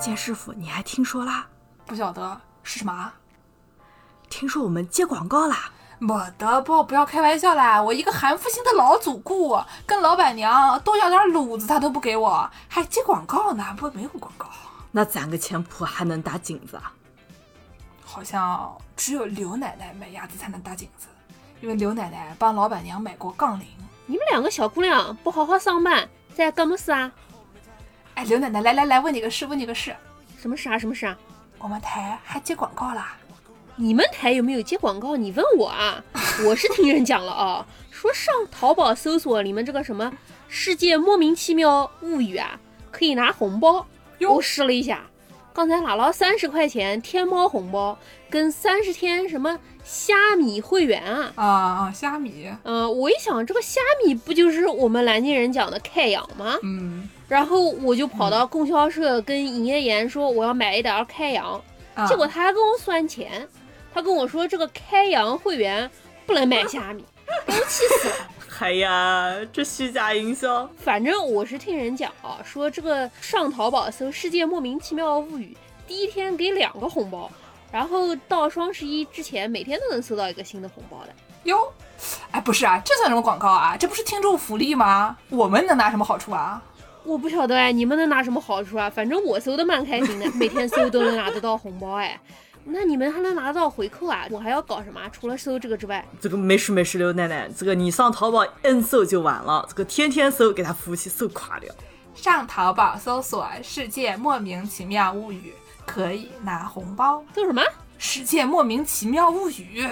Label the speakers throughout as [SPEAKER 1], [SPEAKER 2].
[SPEAKER 1] 剑哎师傅，你还听说啦？
[SPEAKER 2] 不晓得是什么啊。
[SPEAKER 1] 听说我们接广告啦？
[SPEAKER 2] 我的不，不要开玩笑啦！我一个韩复兴的老主顾，跟老板娘多要点卤子他都不给我，还接广告呢？不，没有广告，
[SPEAKER 1] 那攒个钱谱还能打井子啊？
[SPEAKER 2] 好像只有刘奶奶买鸭子才能打井子，因为刘奶奶帮老板娘买过杠铃。
[SPEAKER 3] 你们两个小姑娘不好好上班，在干么事啊？
[SPEAKER 2] 哎，刘奶奶，来来来，问你个事，问你个事，
[SPEAKER 3] 什么事啊？什么事啊？
[SPEAKER 2] 我们台还接广告啦？
[SPEAKER 3] 你们台有没有接广告？你问我啊？我是听人讲了啊，说上淘宝搜索你们这个什么“世界莫名其妙物语”啊，可以拿红包。
[SPEAKER 2] 哟
[SPEAKER 3] 我试了一下，刚才拿了三十块钱天猫红包，跟三十天什么虾米会员啊。
[SPEAKER 2] 啊啊，虾米，
[SPEAKER 3] 呃，我一想，这个虾米不就是我们南京人讲的开阳吗？
[SPEAKER 2] 嗯，
[SPEAKER 3] 然后我就跑到供销社跟营业员说我要买一点开阳，
[SPEAKER 2] 啊
[SPEAKER 3] 结果他还跟我算钱，他跟我说这个开阳会员不能买虾米，给我气死了。
[SPEAKER 1] 哎呀，这虚假营销，
[SPEAKER 3] 反正我是听人讲啊，说这个上淘宝搜“世界莫名其妙物语”，第一天给两个红包，然后到双十一之前每天都能收到一个新的红包的。
[SPEAKER 2] 哟，哎，不是啊，这算什么广告啊？这不是听众福利吗？我们能拿什么好处啊？
[SPEAKER 3] 我不晓得哎，你们能拿什么好处啊？反正我搜的蛮开心的，每天搜都能拿得到红包哎。那你们还能拿到回扣啊？我还要搞什么啊？除了搜这个之外，
[SPEAKER 1] 这个没事没事，刘奶奶，这个你上淘宝摁搜就完了，这个天天搜，给他服务器搜垮掉。
[SPEAKER 2] 上淘宝搜索“世界莫名其妙物语”，可以拿红包。
[SPEAKER 3] 搜什么？
[SPEAKER 2] 世界莫名其妙物语，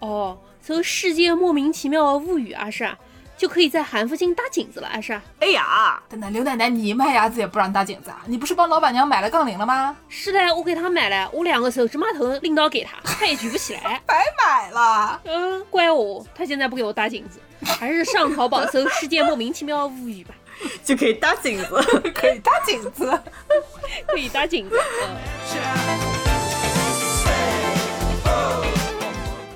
[SPEAKER 3] 哦，搜世界莫名其妙物语啊是啊，就可以在韩复兴搭井子了啊是啊。
[SPEAKER 1] 哎呀，
[SPEAKER 2] 等等，刘奶奶，你卖鸭子也不让搭井子啊？你不是帮老板娘买了杠铃了吗？
[SPEAKER 3] 是的，我给他买了，我两个手指码头拎刀给他，他也举不起来。
[SPEAKER 2] 白买了。
[SPEAKER 3] 嗯，怪我，他现在不给我搭井子，还是上淘宝搜世界莫名其妙物语吧，
[SPEAKER 1] 就可以搭井 子。
[SPEAKER 2] 可以搭井子。
[SPEAKER 3] 可以搭井子。嗯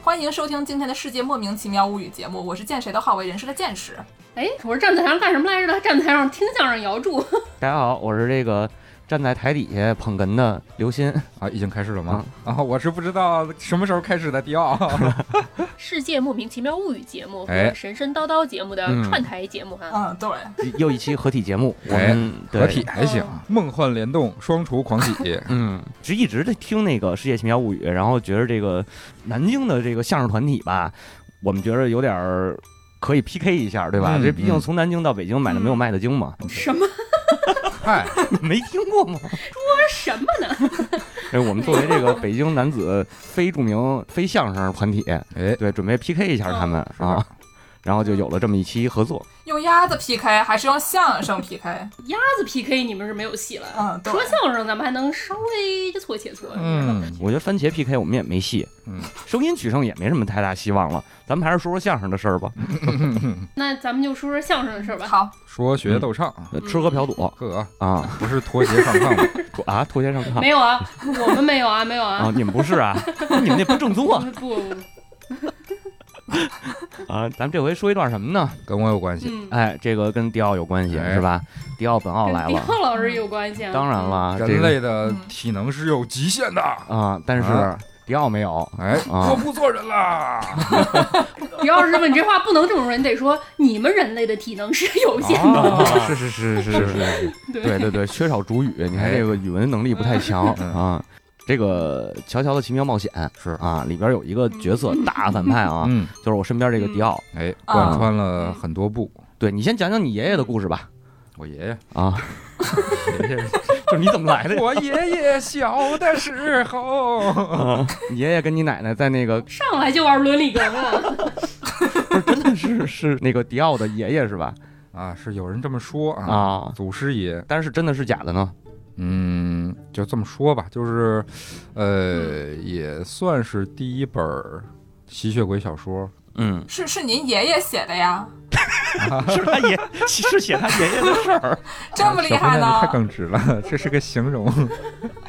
[SPEAKER 2] 欢迎收听今天的《世界莫名其妙物语》节目，我是见谁都好为人师的见识。
[SPEAKER 3] 哎，我是站在台上干什么来着的？站在台上听相声摇 柱。
[SPEAKER 4] 大家好，我是这个站在台底下捧哏的刘鑫。
[SPEAKER 5] 啊，已经开始了吗？啊，我是不知道什么时候开始的迪奥。
[SPEAKER 3] 世界莫名其妙物语节目
[SPEAKER 5] 哎
[SPEAKER 3] 和神神叨叨节目的
[SPEAKER 5] 嗯
[SPEAKER 3] 串台节目哈、
[SPEAKER 2] 嗯，对，
[SPEAKER 4] 又一期合体节 目，我
[SPEAKER 5] 哎
[SPEAKER 4] 们对。
[SPEAKER 5] 合体还行，梦幻联动，双厨狂喜
[SPEAKER 4] 嗯，是一直在听那个《世界奇妙物语》，然后觉得这个南京的这个相声团体吧，我们觉得有点儿可以 PK 一下，对吧？
[SPEAKER 5] 嗯
[SPEAKER 4] 这毕竟从南京到北京买的没有卖的精嘛，
[SPEAKER 3] 什么
[SPEAKER 5] 嗨，
[SPEAKER 4] 没听过吗？
[SPEAKER 3] 什么呢？
[SPEAKER 4] 哎，我们作为这 个北京男子非著名非相声团体，
[SPEAKER 5] 哎，
[SPEAKER 4] 对，准备 PK 一下他们
[SPEAKER 5] 是的
[SPEAKER 4] 啊，然后就有了这么一期合作。
[SPEAKER 2] 用鸭子 PK 还是用相声 PK？
[SPEAKER 3] 鸭子 PK 你们是没有戏了。
[SPEAKER 2] 嗯，对
[SPEAKER 3] 说。相声咱们还能稍微一搓切磋。
[SPEAKER 5] 嗯，
[SPEAKER 4] 我觉得番茄 PK 我们也没戏，
[SPEAKER 5] 嗯，
[SPEAKER 4] 声音取胜也没什么太大希望了。咱们还是说说相声的事儿吧，
[SPEAKER 5] 嗯
[SPEAKER 3] 那咱们就说说相声的事儿吧。
[SPEAKER 2] 好，
[SPEAKER 5] 说学逗唱，
[SPEAKER 4] 呃吃喝嫖赌
[SPEAKER 5] 呵，
[SPEAKER 4] 啊
[SPEAKER 5] 不是拖鞋上炕吗？
[SPEAKER 4] 说啊，拖鞋上炕
[SPEAKER 3] 没有啊，我们没有啊， 没有
[SPEAKER 4] 啊
[SPEAKER 3] 啊。，
[SPEAKER 4] 你们不是 啊，你们那不正宗啊
[SPEAKER 3] 不不，不
[SPEAKER 4] 啊！咱们这回说一段什么呢？
[SPEAKER 5] 跟我有关系。
[SPEAKER 3] 嗯，
[SPEAKER 4] 哎，这个跟迪奥有关系
[SPEAKER 5] 哎
[SPEAKER 4] 是吧？迪奥本奥
[SPEAKER 3] 跟
[SPEAKER 4] 哦来
[SPEAKER 3] 迪
[SPEAKER 4] 了，
[SPEAKER 3] 奥老师有关系啊。
[SPEAKER 4] 当然了，这
[SPEAKER 5] 人
[SPEAKER 4] 个
[SPEAKER 5] 类的体能是有极限的。
[SPEAKER 4] 啊，但是
[SPEAKER 5] 啊
[SPEAKER 4] 迪奥没有，
[SPEAKER 5] 哎，
[SPEAKER 4] 啊
[SPEAKER 5] 我不做人啦！
[SPEAKER 3] 嗯。迪奥师傅，你这话不能这么说，你得说你们人类的体能是有限
[SPEAKER 4] 哦
[SPEAKER 3] 的。
[SPEAKER 5] 啊是是是是是是，
[SPEAKER 3] 对哎
[SPEAKER 4] 对对对，缺少主语，你看
[SPEAKER 5] 哎
[SPEAKER 4] 这个语文能力不太强
[SPEAKER 5] 嗯
[SPEAKER 4] 啊。这个《乔乔的奇妙冒险》
[SPEAKER 5] 是
[SPEAKER 4] 啊，里边有一个 角色大反派啊，
[SPEAKER 5] 嗯，
[SPEAKER 4] 就是我身边这个迪奥。
[SPEAKER 5] 哎，
[SPEAKER 2] 啊
[SPEAKER 5] 贯穿了很多部。
[SPEAKER 4] 对你先讲讲你爷爷的故事吧。
[SPEAKER 5] 我爷爷，
[SPEAKER 4] 啊，
[SPEAKER 5] 爷爷，
[SPEAKER 4] 就是你怎么来的呀？
[SPEAKER 5] 我爷爷小的时 候，
[SPEAKER 4] 啊你爷爷跟你奶奶在那个
[SPEAKER 3] 上来就玩伦理梗啊 了。
[SPEAKER 4] 不是真的是是那个迪奥的爷爷是吧？
[SPEAKER 5] 啊，是有人这么说啊，
[SPEAKER 4] 啊，
[SPEAKER 5] 祖师爷，
[SPEAKER 4] 但是真的是假的呢？
[SPEAKER 5] 嗯，就这么说吧，就是，呃，也算是第一本儿吸血鬼小说。
[SPEAKER 4] 嗯，
[SPEAKER 2] 是是您爷爷写的呀？
[SPEAKER 4] 是他爷，是写他爷爷的事儿。
[SPEAKER 2] 这么厉
[SPEAKER 5] 啊小姑
[SPEAKER 2] 害
[SPEAKER 5] 娘
[SPEAKER 2] 呢
[SPEAKER 5] 你？太耿直了，这是个形容。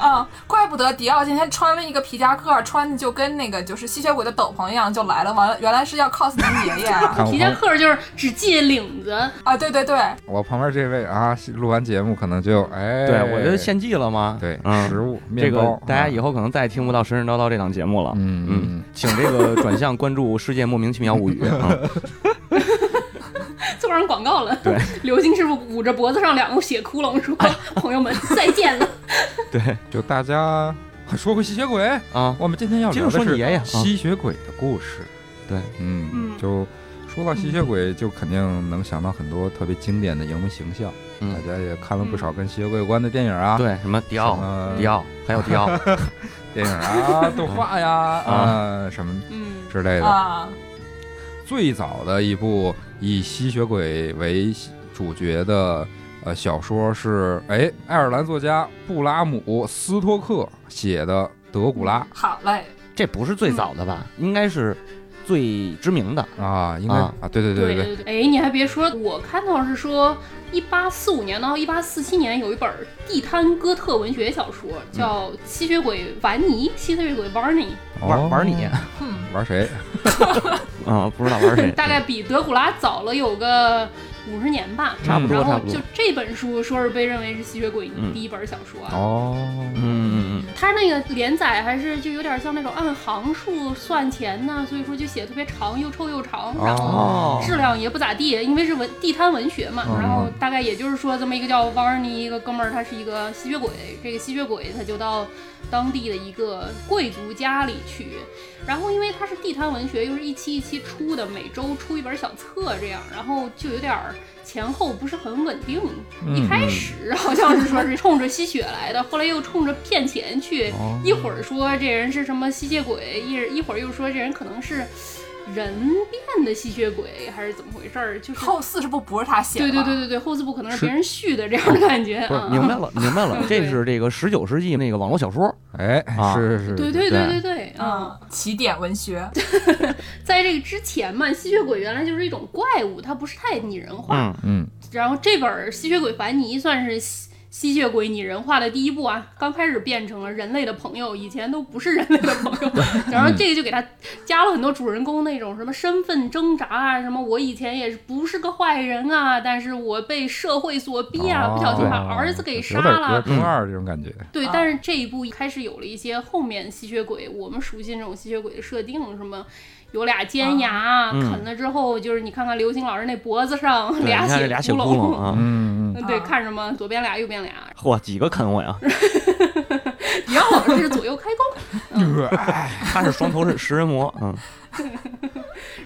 [SPEAKER 2] 嗯，怪不得迪奥今天穿了一个皮夹克，穿的就跟那个就是吸血鬼的斗篷一样就来了。完了，原来是要 cos 你爷爷啊！
[SPEAKER 5] 看我
[SPEAKER 3] 皮夹
[SPEAKER 5] 旁，
[SPEAKER 3] 克儿就是只系领子，
[SPEAKER 2] 啊，对对对，
[SPEAKER 5] 我旁边这位啊，录完节目可能就 哎，
[SPEAKER 4] 对，我就献祭了嘛。
[SPEAKER 5] 对
[SPEAKER 4] 嗯，
[SPEAKER 5] 食物
[SPEAKER 4] 这
[SPEAKER 5] 面
[SPEAKER 4] 个
[SPEAKER 5] 包，
[SPEAKER 4] 大家
[SPEAKER 5] 啊
[SPEAKER 4] 以后可能再也听不到神神叨叨这档节目了。
[SPEAKER 5] 嗯嗯，
[SPEAKER 4] 请这个转向关注《世界莫名其妙物语》啊。
[SPEAKER 3] 做上广告了。
[SPEAKER 4] 对，哎
[SPEAKER 3] 刘星师傅捂着脖子上两个血窟窿说：“ 朋友们，再见 了。
[SPEAKER 4] 对
[SPEAKER 5] 就大家说回吸血鬼，
[SPEAKER 4] 啊，
[SPEAKER 5] 我们今天要
[SPEAKER 4] 接
[SPEAKER 5] 聊
[SPEAKER 4] 着说
[SPEAKER 5] 的是
[SPEAKER 4] 你爷爷啊。
[SPEAKER 5] 吸血鬼的故事。
[SPEAKER 4] 对，
[SPEAKER 5] 嗯
[SPEAKER 3] 嗯，
[SPEAKER 5] 就说到吸血鬼，就肯定能想到很多特别经典的荧幕形象。
[SPEAKER 4] 嗯
[SPEAKER 5] 大家也看了不
[SPEAKER 2] 嗯
[SPEAKER 5] 少跟吸血鬼有关的电影啊，
[SPEAKER 4] 对，哦什么迪
[SPEAKER 5] 什
[SPEAKER 4] 奥、
[SPEAKER 5] 么
[SPEAKER 4] 迪奥，还有迪奥，
[SPEAKER 5] 电影 啊、动画呀啊什么”
[SPEAKER 3] 嗯，
[SPEAKER 5] 之类的。
[SPEAKER 2] 啊，
[SPEAKER 5] 最早的一部以吸血鬼为主角的呃小说是，哎，爱尔兰作家布拉姆斯托克写的《德古拉
[SPEAKER 2] 好嘞，
[SPEAKER 4] 这不是最早的吧？应该是最知名的。》
[SPEAKER 5] 啊，应该
[SPEAKER 4] 啊
[SPEAKER 5] 啊，对对对
[SPEAKER 3] 对
[SPEAKER 5] 对，
[SPEAKER 3] 对哎，你还别说，我看到是说，一八四五年到一八四七年有一本地摊哥特文学小说，
[SPEAKER 4] 嗯
[SPEAKER 3] 叫《吸血鬼玩尼》，吸血鬼 Varney，。
[SPEAKER 4] 玩玩你
[SPEAKER 5] 哦
[SPEAKER 2] 嗯，
[SPEAKER 5] 玩谁？
[SPEAKER 4] 啊，不知道玩 谁
[SPEAKER 3] 大概比德古拉早了有个五十年吧。
[SPEAKER 4] 差不多，
[SPEAKER 3] 然
[SPEAKER 4] 差
[SPEAKER 3] 后
[SPEAKER 4] 不多
[SPEAKER 3] 就。这本书说是被认为是吸血鬼
[SPEAKER 4] 嗯
[SPEAKER 3] 第一本小说啊。
[SPEAKER 5] 哦，
[SPEAKER 4] 嗯嗯
[SPEAKER 3] 它那个连载还是就有点像那种按行数算钱呢，所以说就写得特别长，又臭又长，然
[SPEAKER 4] 嗯。
[SPEAKER 3] 后
[SPEAKER 4] 哦，
[SPEAKER 3] 质量也不咋地，因为是文地摊文学嘛。
[SPEAKER 5] 嗯
[SPEAKER 3] 然后大概也就是说，这么一个叫王尔尼一个哥们儿，他是一个吸血鬼，这个吸血鬼他就到当地的一个贵族家里去，然后因为它是地摊文学，又是一期一期出的，每周出一本小册这样，然后就有点儿前后不是很稳定，一开始好像是说是冲着吸血来的，后来又冲着骗钱去，
[SPEAKER 5] 哦
[SPEAKER 3] 一会儿说这人是什么吸血鬼，一一会儿又说这人可能是人变的吸血鬼，还是怎么回事儿？就是
[SPEAKER 2] 后四十部不是他写的，
[SPEAKER 3] 对对对，对对，后四部可能是
[SPEAKER 5] 是
[SPEAKER 3] 别人续的这样的感觉
[SPEAKER 4] 不是
[SPEAKER 3] 啊，。
[SPEAKER 4] 明白了，明白了，
[SPEAKER 3] 嗯
[SPEAKER 4] 这
[SPEAKER 3] 对
[SPEAKER 4] 是这个十九世纪那个网络小说。
[SPEAKER 5] 哎
[SPEAKER 4] 啊，
[SPEAKER 5] 是是是，
[SPEAKER 3] 对对对对
[SPEAKER 4] 对
[SPEAKER 3] 对，啊，
[SPEAKER 2] 嗯，起点文学，
[SPEAKER 3] 在这个之前嘛，吸血鬼原来就是一种怪物，它不是太拟人化。
[SPEAKER 4] 嗯，
[SPEAKER 5] 嗯，
[SPEAKER 3] 然后这本儿《吸血鬼凡尼》算是吸吸血鬼拟人化的第一部啊，刚开始变成了人类的朋友，以前都不是人类的朋 友。然后这个就给他加了很多主人公那种什么身份挣扎啊，什么我以前也是不是个坏人啊，但是我被社会所逼啊，
[SPEAKER 5] 哦
[SPEAKER 3] 不小心把
[SPEAKER 5] 对
[SPEAKER 3] 儿子给杀
[SPEAKER 5] 有点有点
[SPEAKER 3] 了。
[SPEAKER 5] 中二这种感觉。
[SPEAKER 3] 对
[SPEAKER 2] 啊，
[SPEAKER 3] 但是这一部开始有了一些后面吸血鬼，我们熟悉那种吸血鬼的设定，什么有俩尖牙，啊
[SPEAKER 4] 嗯
[SPEAKER 3] 啃了之后就是你看看刘星老师那脖子上
[SPEAKER 4] 对，
[SPEAKER 3] 俩
[SPEAKER 4] 你看这
[SPEAKER 3] 血
[SPEAKER 4] 俩血窟
[SPEAKER 3] 窟
[SPEAKER 4] 窿 啊，
[SPEAKER 5] 嗯，
[SPEAKER 3] 嗯，对，
[SPEAKER 2] 啊
[SPEAKER 3] 看什么左边俩右边俩，
[SPEAKER 4] 嚯，几个啊 啃我呀！
[SPEAKER 3] 迪奥老师是左右开弓。
[SPEAKER 5] 嗯
[SPEAKER 4] 他是双头是食人魔，嗯，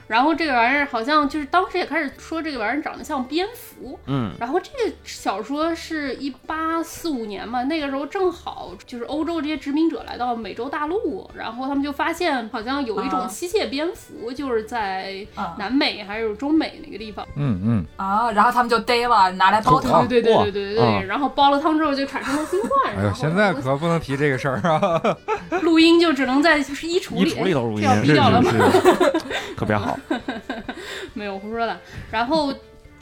[SPEAKER 3] 然后这个玩意儿好像就是当时也开始说这个玩意儿长得像蝙蝠。
[SPEAKER 4] 嗯，
[SPEAKER 3] 然后这个小说是一八四五年嘛，那个时候正好就是欧洲这些殖民者来到美洲大陆，然后他们就发现好像有一种
[SPEAKER 2] 啊
[SPEAKER 3] 吸血蝙蝠，就是在
[SPEAKER 2] 啊
[SPEAKER 3] 南美还有中美那个地方。
[SPEAKER 5] 嗯嗯，
[SPEAKER 2] 啊，然后他们就逮了，拿来煲汤，
[SPEAKER 3] 对对
[SPEAKER 4] 哇
[SPEAKER 3] 对对对对
[SPEAKER 4] 啊
[SPEAKER 3] 对。然后煲了汤之后就产生了新冠。
[SPEAKER 5] 哎
[SPEAKER 3] 然
[SPEAKER 5] 呦，
[SPEAKER 3] 后
[SPEAKER 5] 现在可不能提这个事儿啊，
[SPEAKER 3] 录音就只能在就是衣橱
[SPEAKER 4] 衣
[SPEAKER 3] 里，
[SPEAKER 4] 橱里头录
[SPEAKER 3] 这
[SPEAKER 4] 音
[SPEAKER 3] 要，
[SPEAKER 4] 是
[SPEAKER 3] 毙掉了吗？
[SPEAKER 4] 是是，特 别好。
[SPEAKER 3] 没有胡说的。然后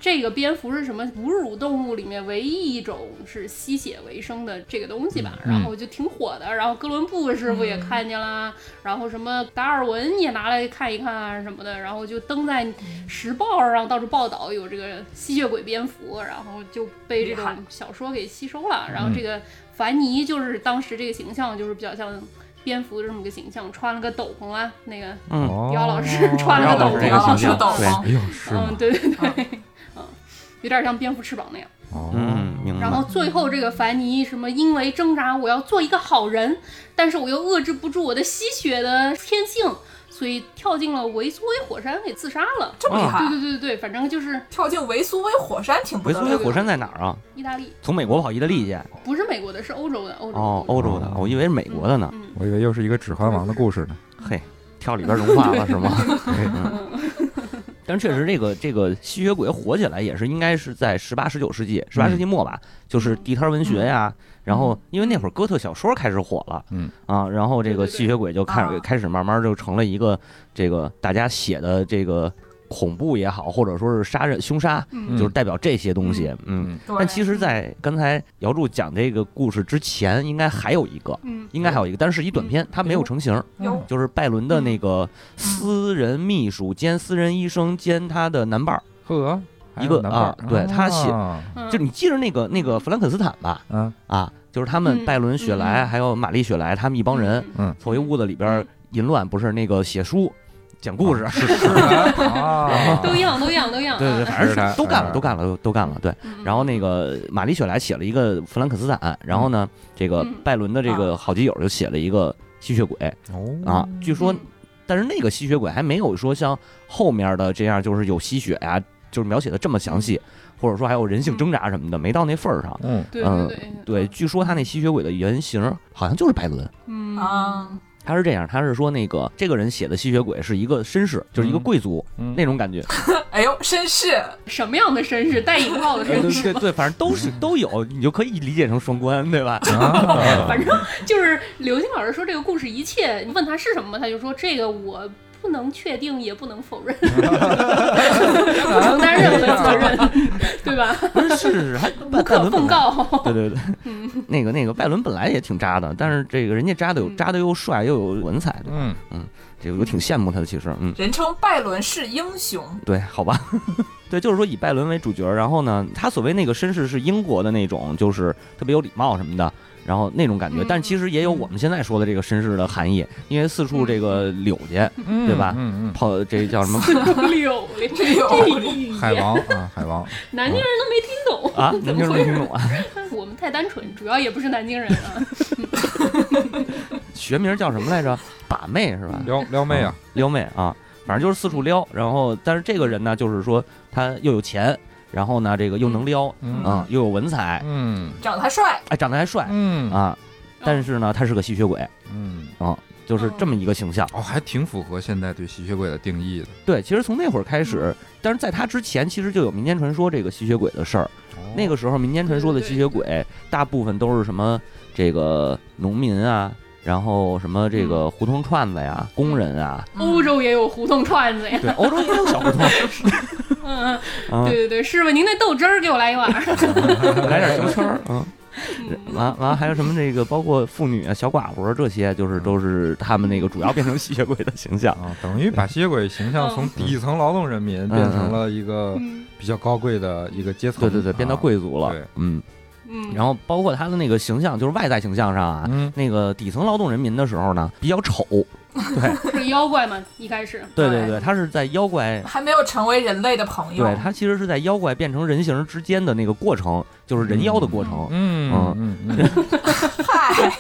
[SPEAKER 3] 这个蝙蝠是什么哺乳动物里面唯一一种是吸血为生的这个东西吧？
[SPEAKER 4] 嗯
[SPEAKER 3] 然后就挺火的。然后哥伦布师
[SPEAKER 2] 嗯
[SPEAKER 3] 傅也看见啦，然后什么达尔文也拿来看一看啊什么的，然后就登在
[SPEAKER 2] 嗯
[SPEAKER 3] 时报上到处报道有这个吸血鬼蝙蝠，然后就被这种
[SPEAKER 2] 厉害
[SPEAKER 3] 小说给吸收了。然后
[SPEAKER 4] 嗯
[SPEAKER 3] 这个凡尼就是当时这个形象就是比较像。蝙蝠的这么个形象，穿了个斗篷啊，那个
[SPEAKER 4] 嗯，
[SPEAKER 5] 哦
[SPEAKER 3] 姚老师穿了
[SPEAKER 4] 个斗篷
[SPEAKER 2] 然后是斗
[SPEAKER 4] 对
[SPEAKER 2] 篷，
[SPEAKER 5] 哎呦，是
[SPEAKER 3] 嗯，
[SPEAKER 5] 吗？
[SPEAKER 3] 对对对， 嗯，有点像蝙蝠翅膀那样。
[SPEAKER 5] 哦，
[SPEAKER 4] 嗯，明白
[SPEAKER 3] 然。后最后这个凡尼什么，因为挣扎我要做一个好人，但是我又遏制不住我的吸血的天性，所以跳进了维苏威火山给自杀了。
[SPEAKER 2] 这么厉害啊
[SPEAKER 3] 对，对对对对，反正就是
[SPEAKER 2] 跳进维苏威火山挺不
[SPEAKER 4] 维
[SPEAKER 2] 得
[SPEAKER 4] 苏
[SPEAKER 2] 了
[SPEAKER 4] 威
[SPEAKER 2] 的，
[SPEAKER 4] 火山在哪儿啊？
[SPEAKER 3] 意大利，
[SPEAKER 4] 从美国跑意大利去？
[SPEAKER 3] 不是美国的，是欧洲的，欧洲的
[SPEAKER 4] 哦，欧洲的，我以为是美国的呢。
[SPEAKER 3] 嗯，
[SPEAKER 5] 我以为又是一个《指环王》的故事呢。
[SPEAKER 4] 嘿，跳里边融化了是吗？嗯。但确实，这个这个吸血鬼火起来也是应该是在十八、十九世纪，十八世纪末吧，就是地摊文学呀。然后，因为那会儿哥特小说开始火了，
[SPEAKER 5] 嗯
[SPEAKER 4] 啊，然后这个
[SPEAKER 3] 对对对
[SPEAKER 4] 吸血鬼就开始
[SPEAKER 2] 啊
[SPEAKER 4] 开始慢慢就成了一个这个大家写的这个恐怖也好，或者说是杀人凶杀，
[SPEAKER 2] 嗯
[SPEAKER 4] 就是代表这些东西。嗯，
[SPEAKER 5] 嗯
[SPEAKER 2] 对
[SPEAKER 4] 但其实，在刚才姚柱讲这个故事之前，应该还有一个，
[SPEAKER 3] 嗯
[SPEAKER 4] 应该还有一个，但是一短片，它没有成型。
[SPEAKER 2] 有
[SPEAKER 4] 就是拜伦的
[SPEAKER 3] 嗯
[SPEAKER 4] 那个私人秘书兼私人医生兼他的男伴儿，
[SPEAKER 5] 呵，还有
[SPEAKER 4] 一个
[SPEAKER 5] 男伴儿
[SPEAKER 4] 啊对他写
[SPEAKER 5] 啊
[SPEAKER 3] 嗯
[SPEAKER 4] 就你记着那个那个弗兰肯斯坦吧？
[SPEAKER 5] 嗯
[SPEAKER 4] 啊，就是他们
[SPEAKER 3] 嗯
[SPEAKER 4] 拜伦、雪莱
[SPEAKER 3] 嗯
[SPEAKER 4] 还有玛丽雪莱他们一帮人，凑一屋子里边
[SPEAKER 3] 嗯
[SPEAKER 4] 淫乱，不是那个写书、讲故事，是
[SPEAKER 5] 是的啊，
[SPEAKER 3] 都一样都一样都一样，
[SPEAKER 4] 对对，
[SPEAKER 3] 啊
[SPEAKER 4] 反正
[SPEAKER 5] 是他
[SPEAKER 4] 是都干了，
[SPEAKER 5] 嗯
[SPEAKER 4] 都干了，都都干了，对。
[SPEAKER 3] 嗯
[SPEAKER 4] 然后那个玛丽雪莱写了一个《弗兰肯斯坦》，然后呢，这个
[SPEAKER 3] 嗯
[SPEAKER 4] 拜伦的这个好基友就写了一个吸血鬼
[SPEAKER 5] 哦
[SPEAKER 4] 啊，据说
[SPEAKER 3] 嗯
[SPEAKER 4] 但是那个吸血鬼还没有说像后面的这样，就是有吸血呀、就是描写的这么详细，或者说还有人性挣扎什么的，没到那份儿上。
[SPEAKER 5] 嗯
[SPEAKER 3] 对
[SPEAKER 4] 嗯
[SPEAKER 3] 对
[SPEAKER 4] 对，据说他那吸血鬼的原型好像就是拜伦，
[SPEAKER 3] 嗯
[SPEAKER 2] 啊，
[SPEAKER 4] 他是这样，他是说那个这个人写的吸血鬼是一个绅士，就是一个
[SPEAKER 5] 嗯
[SPEAKER 4] 贵族、
[SPEAKER 5] 嗯
[SPEAKER 4] 那种感 觉。
[SPEAKER 2] 哎呦，绅士，
[SPEAKER 3] 什么样的绅士？带引号的
[SPEAKER 4] 对
[SPEAKER 3] 绅士，
[SPEAKER 4] 对对，反正都是都有，你就可以理解成双关，对吧？
[SPEAKER 5] 啊
[SPEAKER 3] 反正就是刘星老师说这个故事一切，你问他是什么吗？他就说这个我不能确定，也不能否认，不承担任何责任，对吧？
[SPEAKER 4] 不 是是是，还
[SPEAKER 3] 无
[SPEAKER 4] 拜拜
[SPEAKER 3] 可
[SPEAKER 4] 伦
[SPEAKER 3] 奉
[SPEAKER 4] 本来。
[SPEAKER 3] 告。
[SPEAKER 4] 对对对， 那个那个拜伦本来也挺渣的，但是这个人家渣的有
[SPEAKER 3] 嗯
[SPEAKER 4] 渣的又帅又有文采，
[SPEAKER 5] 嗯，
[SPEAKER 4] 这个我挺羡慕他的，其实，嗯。
[SPEAKER 2] 人称拜伦式英雄，
[SPEAKER 4] 对，好 吧，对，就是说以拜伦为主角，然后呢，他所谓那个绅士是英国的那种，就是特别有礼貌什么的，然后那种感
[SPEAKER 3] 嗯
[SPEAKER 4] 觉，但其实也有我们现在说的这个绅士的含义，因为四处这个柳家
[SPEAKER 5] 嗯
[SPEAKER 4] 对吧
[SPEAKER 5] 嗯
[SPEAKER 4] 泡这叫什么
[SPEAKER 3] 六这
[SPEAKER 2] 六
[SPEAKER 5] 嗯，海王啊，海王，
[SPEAKER 3] 南京人都没听
[SPEAKER 5] 嗯
[SPEAKER 3] 懂
[SPEAKER 4] 啊，
[SPEAKER 3] 怎
[SPEAKER 4] 南
[SPEAKER 3] 么
[SPEAKER 4] 京人
[SPEAKER 3] 回
[SPEAKER 4] 没
[SPEAKER 3] 事
[SPEAKER 4] 听懂啊，
[SPEAKER 3] 我们太单纯，主要也不是南京人啊。
[SPEAKER 4] 学名叫什么来着？把妹是吧？
[SPEAKER 5] 撩撩妹啊，
[SPEAKER 4] 撩妹啊，反正就是四处撩，然后但是这个人呢，就是说他又有钱，然后呢这个又能撩
[SPEAKER 5] 嗯
[SPEAKER 4] 啊、又有文采，
[SPEAKER 5] 嗯
[SPEAKER 2] 长得还帅，
[SPEAKER 4] 哎，长得还帅
[SPEAKER 5] 嗯
[SPEAKER 4] 啊，但是呢他是个吸血鬼，
[SPEAKER 5] 嗯。
[SPEAKER 4] 就是这么一个形象。
[SPEAKER 5] 哦，还挺符合现在对吸血鬼的定义的。
[SPEAKER 4] 对，其实从那会儿开始，但是在他之前，其实就有民间传说这个吸血鬼的事儿。那个时候，民间传说的吸血鬼大部分都是什么这个农民啊，然后什么这个胡同串子呀、工人啊，
[SPEAKER 3] 欧洲也有胡同串子呀，
[SPEAKER 4] 对，欧洲也有小胡同，
[SPEAKER 3] 嗯，
[SPEAKER 4] 啊
[SPEAKER 3] 对，对对，师傅您那豆汁儿给我来一碗儿。
[SPEAKER 4] 来点球圈儿，嗯，
[SPEAKER 3] 嗯
[SPEAKER 4] 完完还有什么这个，包括妇女啊、小寡妇啊这些，就是都是他们那个主要变成吸血鬼的形 象。
[SPEAKER 5] 啊，等于把吸血鬼形象从底层劳动人
[SPEAKER 4] 嗯
[SPEAKER 5] 民变成了一个
[SPEAKER 3] 嗯
[SPEAKER 5] 比较高贵的一个阶层，
[SPEAKER 4] 对对对，
[SPEAKER 5] 啊
[SPEAKER 4] 变到，贵族了
[SPEAKER 5] 对，
[SPEAKER 4] 嗯，
[SPEAKER 3] 嗯，
[SPEAKER 4] 然后包括他的那个形象，就是外在形象上啊，
[SPEAKER 5] 嗯，
[SPEAKER 4] 那个底层劳动人民的时候呢，比较丑，
[SPEAKER 3] 是妖怪嘛，一开始。
[SPEAKER 4] 对对对，他是在妖怪，
[SPEAKER 2] 还没有成为人类的朋友
[SPEAKER 4] 对，他其实是在妖怪变成人形之间的那个过程，就是人妖的过程。啊
[SPEAKER 5] 嗯嗯嗯
[SPEAKER 2] 嗨，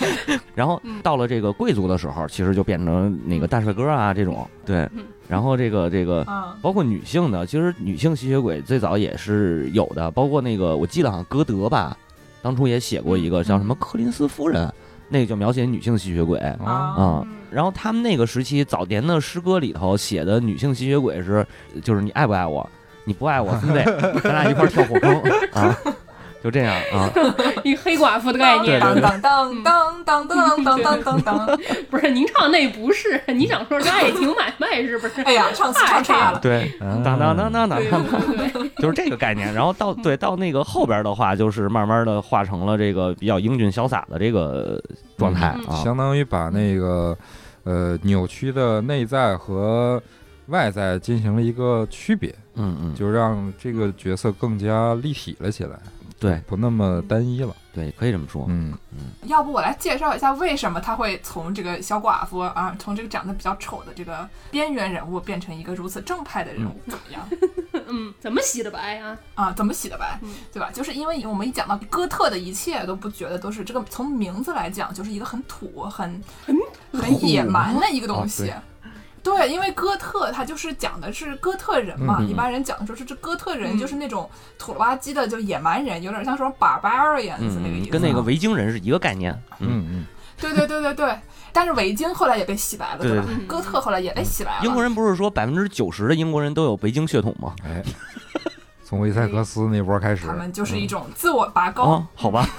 [SPEAKER 4] 然后
[SPEAKER 3] 嗯
[SPEAKER 4] 到了这个贵族的时候，其实就变成那个大帅哥啊这种，对
[SPEAKER 3] 嗯。
[SPEAKER 4] 然后这个这个。
[SPEAKER 2] 嗯，
[SPEAKER 4] 包括女性的，其实女性吸血鬼最早也是有的，包括那个我记得好像歌德吧，当初也写过一个叫什么柯林斯夫人，那个就描写女性吸血鬼啊、
[SPEAKER 5] 嗯，
[SPEAKER 2] 啊
[SPEAKER 4] 然后他们那个时期早年的诗歌里头写的女性吸血鬼是，就是你爱不爱我？你不爱 我，兄弟，咱俩一块儿跳火 坑啊，就这样啊。
[SPEAKER 3] 一黑寡妇的概念。
[SPEAKER 4] 对对
[SPEAKER 2] 当当当当当当当当当当，
[SPEAKER 3] 不是您唱那不是，你想说是爱情买卖是不是？
[SPEAKER 2] 哎呀， 唱唱差了，
[SPEAKER 4] 对，
[SPEAKER 5] 嗯
[SPEAKER 4] 当当当，当
[SPEAKER 3] 对
[SPEAKER 4] 当，
[SPEAKER 3] 对对，
[SPEAKER 4] 就是这个概念。然后到对到那个后边的话，就是慢慢的化成了这个比较英俊潇洒的这个状
[SPEAKER 2] 嗯
[SPEAKER 4] 态啊。
[SPEAKER 5] 相当于把那个呃扭曲的内在和外在进行了一个区别，
[SPEAKER 4] 嗯嗯，
[SPEAKER 5] 就让这个角色更加立体了起来，
[SPEAKER 4] 对
[SPEAKER 5] 不那么单一了。
[SPEAKER 4] 对，可以这么说。
[SPEAKER 5] 嗯，
[SPEAKER 2] 要不我来介绍一下为什么他会从这个小寡妇啊，从这个长得比较丑的这个边缘人物变成一个如此正派的人物，怎么样？
[SPEAKER 3] 嗯，怎么洗的白啊？
[SPEAKER 2] 啊，怎么洗的白
[SPEAKER 3] 嗯，
[SPEAKER 2] 对吧？就是因为我们一讲到哥特的一切，都不觉得都是这个，从名字来讲，就是一个很土、很很野
[SPEAKER 4] 哦
[SPEAKER 2] 蛮的一个东西。对，因为哥特它就是讲的是哥特人嘛，
[SPEAKER 4] 嗯嗯嗯
[SPEAKER 2] 一般人讲的说是这哥特人
[SPEAKER 3] 嗯
[SPEAKER 2] 就是那种土了吧唧的，就野蛮人，有点像说 barbarians 那个意
[SPEAKER 4] 嗯，
[SPEAKER 2] 思，啊
[SPEAKER 4] 跟那个维京人是一个概念。嗯，
[SPEAKER 5] 嗯嗯，
[SPEAKER 2] 对对对对对。但是维京后来也被洗白了，
[SPEAKER 4] 对嗯
[SPEAKER 2] 吧？
[SPEAKER 3] 对对
[SPEAKER 2] 哥特后来也被洗白了。
[SPEAKER 4] 英国人不是说百分之九十的英国人都有维京血统吗？
[SPEAKER 5] 哎，从维塞克斯那波开始
[SPEAKER 2] 他，们
[SPEAKER 4] 嗯
[SPEAKER 2] 就是一种自我拔高，
[SPEAKER 4] 啊，好吧，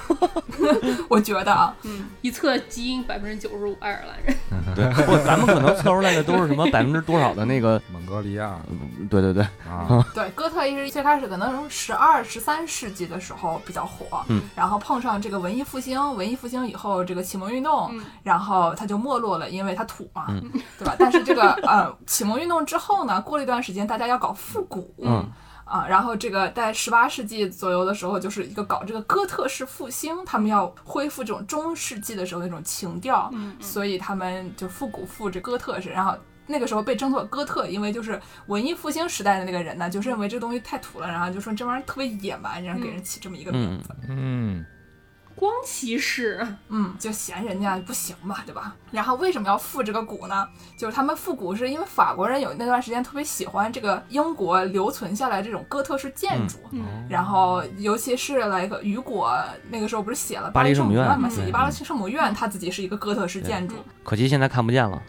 [SPEAKER 2] 我觉得啊，
[SPEAKER 3] 嗯，一测基因百分之九十五爱尔兰人，
[SPEAKER 4] 对，不，咱们可能测出来的都是什么百分之多少的那个
[SPEAKER 5] 蒙坎格利亚
[SPEAKER 4] 嗯对对对，
[SPEAKER 5] 啊，
[SPEAKER 2] 对，哥特也是最开始可能十二、十三世纪的时候比较火，
[SPEAKER 4] 嗯
[SPEAKER 2] 然后碰上这个文艺复兴，文艺复兴以后这个启蒙运动，
[SPEAKER 3] 嗯
[SPEAKER 2] 然后它就没落了，因为它土嘛，
[SPEAKER 4] 嗯
[SPEAKER 2] 对吧？但是这个呃启蒙运动之后呢，过了一段时间，大家要搞复古，
[SPEAKER 4] 嗯
[SPEAKER 2] 啊，然后这个在十八世纪左右的时候，就是一个搞这个哥特式复兴，他们要恢复这种中世纪的时候那种情调，
[SPEAKER 3] 嗯嗯
[SPEAKER 2] 所以他们就复古复这哥特式，然后。那个时候被称作哥特，因为就是文艺复兴时代的那个人呢，就认为这东西太土了，然后就说这玩意儿特别野蛮，然后给人起这么一个名字，
[SPEAKER 5] 嗯，
[SPEAKER 3] 光啊骑士，
[SPEAKER 2] 嗯，就嫌人家不行嘛，对吧？然后为什么要复这个古呢？就是他们复古是因为法国人有那段时间特别喜欢这个英国留存下来这种哥特式建筑，
[SPEAKER 3] 嗯
[SPEAKER 2] 然后尤其是来个雨果那个时候不是写了
[SPEAKER 4] 巴黎
[SPEAKER 2] 圣
[SPEAKER 4] 圣母院嗯
[SPEAKER 2] 嘛，
[SPEAKER 3] 对
[SPEAKER 2] 写巴黎圣母院，它自己是一个哥特式建筑，
[SPEAKER 4] 可惜现在看不见了。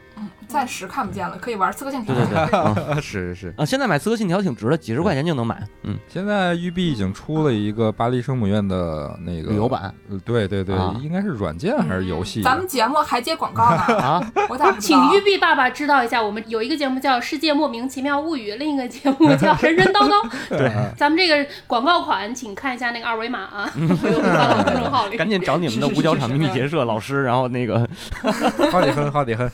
[SPEAKER 2] 暂时看不见了，可以玩刺客信条
[SPEAKER 4] 对。对对， 啊
[SPEAKER 5] 是是是。
[SPEAKER 4] 啊，现在买《刺客信条》挺值的，几十块钱就能买。嗯，
[SPEAKER 5] 现在育碧已经出了一个巴黎圣母院的那个
[SPEAKER 4] 旅游，版
[SPEAKER 5] 呃对对对
[SPEAKER 4] 啊，
[SPEAKER 5] 应该是软件还是游戏？
[SPEAKER 2] 嗯咱们节目还接广告呢，
[SPEAKER 4] 啊，
[SPEAKER 2] 我咋不知
[SPEAKER 3] 请
[SPEAKER 2] 道
[SPEAKER 3] 玉碧爸爸知道一下，我们有一个节目叫《世界莫名其妙物语》，另一个节目叫《神神叨 叨》。
[SPEAKER 4] 对，
[SPEAKER 3] 咱们这个广告款，请看一下那个二维码啊，回头发到公众号里。
[SPEAKER 4] 赶紧找你们的五角场秘密结社老师，然后那个
[SPEAKER 5] 好得很，好 得很。